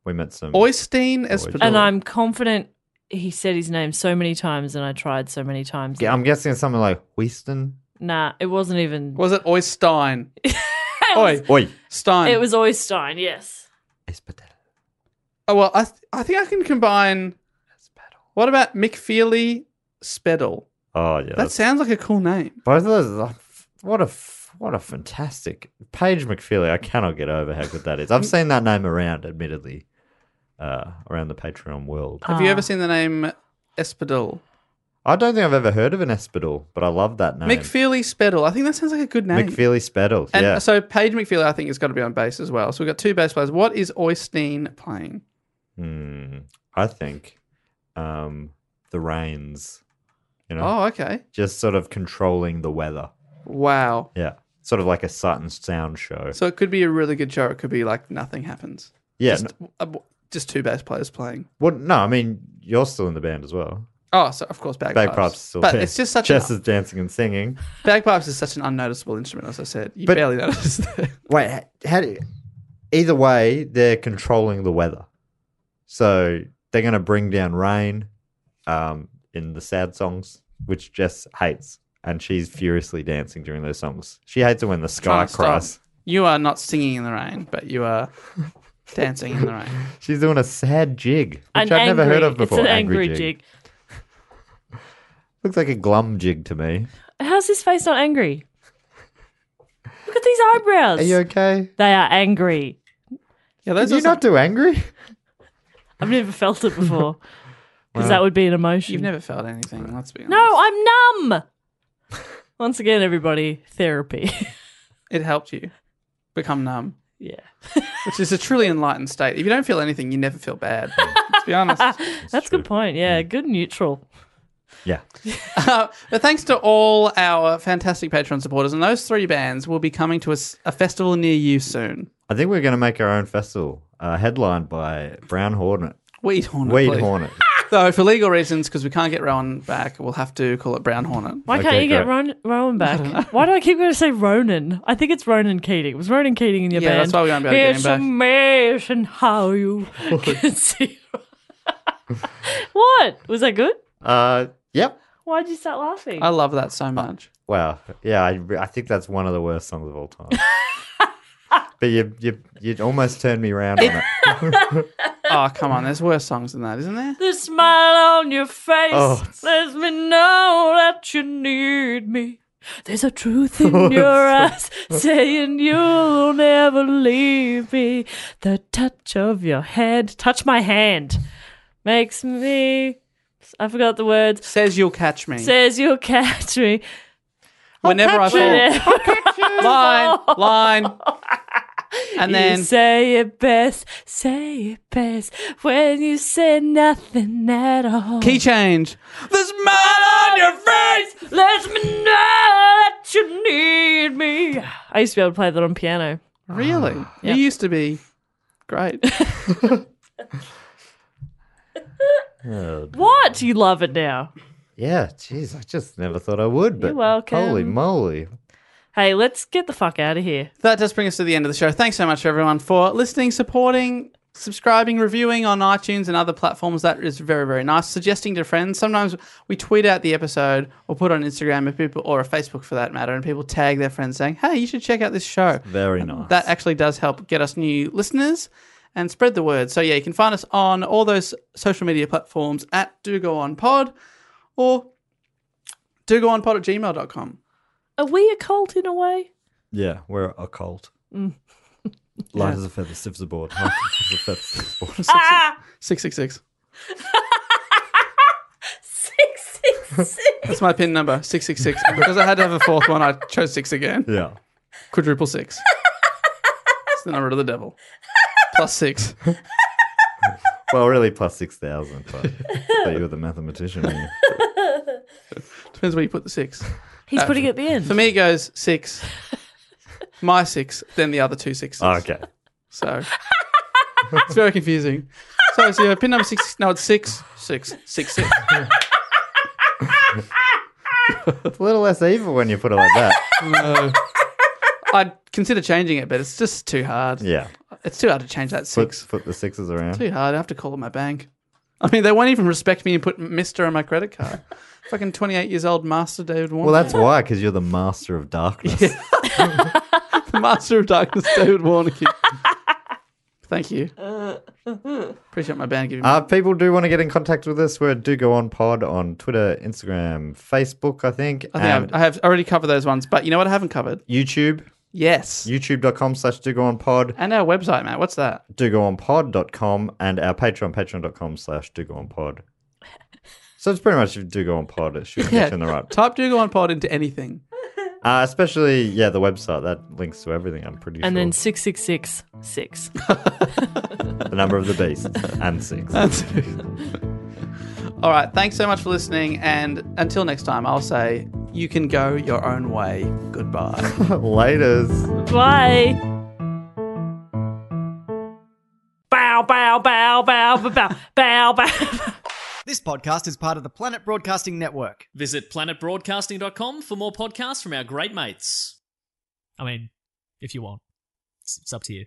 D: We met some.
C: Oystein Espedal.
E: And I'm confident he said his name so many times, and I tried so many times.
D: Yeah, I'm guessing it's something like Wheaston.
E: Nah, it wasn't even.
C: Was it Oystein? Oi.
D: Oi.
C: Stein.
E: It was Oystein, yes.
C: Oh, well, I, th- I think I can combine. What about McFeely Spedal?
D: Oh yeah.
C: That sounds like a cool name.
D: Both of those. are like, What a f- what a fantastic Paige McFeely. I cannot get over how good that is. I've seen that name around, admittedly, uh, around the Patreon world.
C: Have
E: Ah.
C: you ever seen the name Espedal?
D: I don't think I've ever heard of an Espedal, but I love that name.
C: McFeely Spedal. I think that sounds like a good name.
D: McFeely Spedal.
C: And
D: yeah.
C: so Paige McFeely, I think, has got to be on bass as well. So we've got two bass players. What is Oystein playing?
D: Hmm. I think um, the rains. You know.
C: Oh, okay.
D: Just sort of controlling the weather.
C: Wow.
D: Yeah. Sort of like a sight and sound show.
C: So it could be a really good show. It could be like nothing happens.
D: Yeah,
C: Just, uh, just two bass players playing.
D: well, no, I mean you're still in the band as well.
C: Oh, so of course bagpipes.
D: Bagpipes is still
C: but
D: there.
C: it's just such
D: Jess
C: an,
D: is dancing and singing.
C: bagpipes is such an unnoticeable instrument. As I said, you
D: But-
C: barely notice.
D: Wait, h- how do either way, they're controlling the weather. So they're going to bring down rain um, in the sad songs, which Jess hates. And she's furiously dancing during those songs. She hates it when the sky
C: Can't stop.
D: cries.
C: You are not singing in the rain, but you are dancing in the rain.
D: She's doing a sad jig, which
E: An
D: I've never heard
E: angry-
D: of before.
E: It's an angry, jig.
D: Looks like a glum jig to me.
E: How's his face not angry? Look at these eyebrows.
D: Are you okay?
E: They are angry.
C: Yeah,
D: Did you not do angry?
E: I've never felt it before. Because
D: Wow.
E: that would be an emotion.
C: You've never felt anything. Let's be honest.
E: No, I'm numb. Once again, everybody, therapy.
C: It helped you become numb.
E: Yeah.
C: Which is a truly enlightened state. If you don't feel anything, you never feel bad. Let's be honest.
E: That's a good point. Yeah,
D: Hmm.
E: good neutral.
D: Yeah.
C: Uh, but thanks to all our fantastic Patreon supporters, and those three bands will be coming to a, s- a festival near you soon.
D: I think we're going to make our own festival, uh, headlined by Brown Hornet.
C: Weed
E: Oh,
C: Hornet.
D: Weed
C: please.
D: Hornet.
C: Though, for legal reasons, because we can't get Rowan back, we'll have to call it Brown Hornet.
E: Why can't you get Ron- Rowan back? Why do I keep going to say Ronan? I think it's Ronan Keating. It was Ronan Keating in your
C: Yeah,
E: band.
C: that's why we won't be able to get
E: It's
C: him back.
E: amazing how you can see. what? Was that good?
D: Uh, yep.
E: Why'd you start laughing?
C: I love that so much.
D: Wow. Yeah, I, I think that's one of the worst songs of all time. but you you you almost turned me round on it.
C: oh, come on. There's worse songs than that, isn't there?
E: The smile on your face
C: Oh.
E: lets me know that you need me. There's a truth in your eyes saying you'll never leave me. The touch of your hand, touch my hand, makes me. I forgot the words.
C: Says You'll Catch Me.
E: Says you'll catch me.
C: Whenever I
E: Whenever
C: fall. line, line. And
E: you
C: then
E: say it best, say it best when you say nothing at all.
C: key change. The smile on your face
E: lets me know that you need me. I used to be able to play that on piano.
C: Really? You used to be Great.
E: What? You love it now.
D: Yeah, jeez, I just never thought I would. But
E: You're welcome.
D: Holy moly!
E: Hey, let's get the fuck out of here.
C: That does bring us to the end of the show. Thanks so much, everyone, for listening, supporting, subscribing, reviewing on iTunes and other platforms. That is very, very nice. Suggesting to friends. Sometimes we tweet out the episode or put on Instagram if people, or Facebook for that matter, and people tag their friends saying, hey, you should check out this show.
D: Very nice.
C: That actually does help get us new listeners and spread the word. So, yeah, you can find us on all those social media platforms at Do Go On Pod or do go on pod at gmail.com.
E: Are we a cult in a way?
D: Yeah, we're a cult.
E: Mm.
D: Light as a feather, stiff as a board. Light as a feather, stiff as a board.
E: Ah!
C: 666.
E: Six, six, six.
C: That's my pin number, 666. And because I had to have a fourth one, I chose six again.
D: Yeah.
C: Quadruple six. It's the number of the devil. Plus six.
D: Well, really, plus six thousand. But I thought you were the mathematician. weren't you?
C: Depends where you put the six.
E: He's
C: Uh,
E: putting it at the end.
C: For me, it goes six, my six, then the other two sixes.
D: Ah, Okay.
C: So it's very confusing. So it's yeah, pin number six. No, it's six, six, six, six.
D: It's a little less evil when you put it like that.
C: No. I'd consider changing it, but it's just too hard.
D: Yeah.
C: It's too hard to change that
D: Put,
C: six.
D: put the sixes around.
C: Too hard. I have to call my bank. I mean, they won't even respect me and put Mister on my credit card. Fucking twenty-eight years old Master David Warner.
D: Well, that's why, because you're the master of darkness.
C: the Master of Darkness, David Warnicky. Thank you. Appreciate my band giving me.
D: Uh, people do want to get in contact with us. We're do go on pod on Twitter, Instagram, Facebook, I think,
C: I
D: and
C: think I've, I have already covered those ones, but you know what I haven't covered?
D: YouTube.
C: Yes.
D: YouTube.com slash do go on pod,
C: And our website, Matt. What's that?
D: do go on pod.com, and our Patreon, patreon.com slash do go on pod. So it's pretty much do go on pod. It should get you in the right.
C: Type Dougal on Pod into anything.
D: Uh, especially, yeah, the website. That links to everything, I'm pretty
E: And
D: sure.
E: then six, six, six, six.
D: the number of the beast and six.
C: All right. Thanks so much for listening. And until next time, I'll say you can go your own way. Goodbye.
D: Laters.
E: Bye. Bow, bow, bow, bow, bow, bow, bow, bow.
H: This podcast is part of the Planet Broadcasting Network.
B: Visit planetbroadcasting.com for more podcasts from our great mates. I mean, if you want, it's, it's up to you.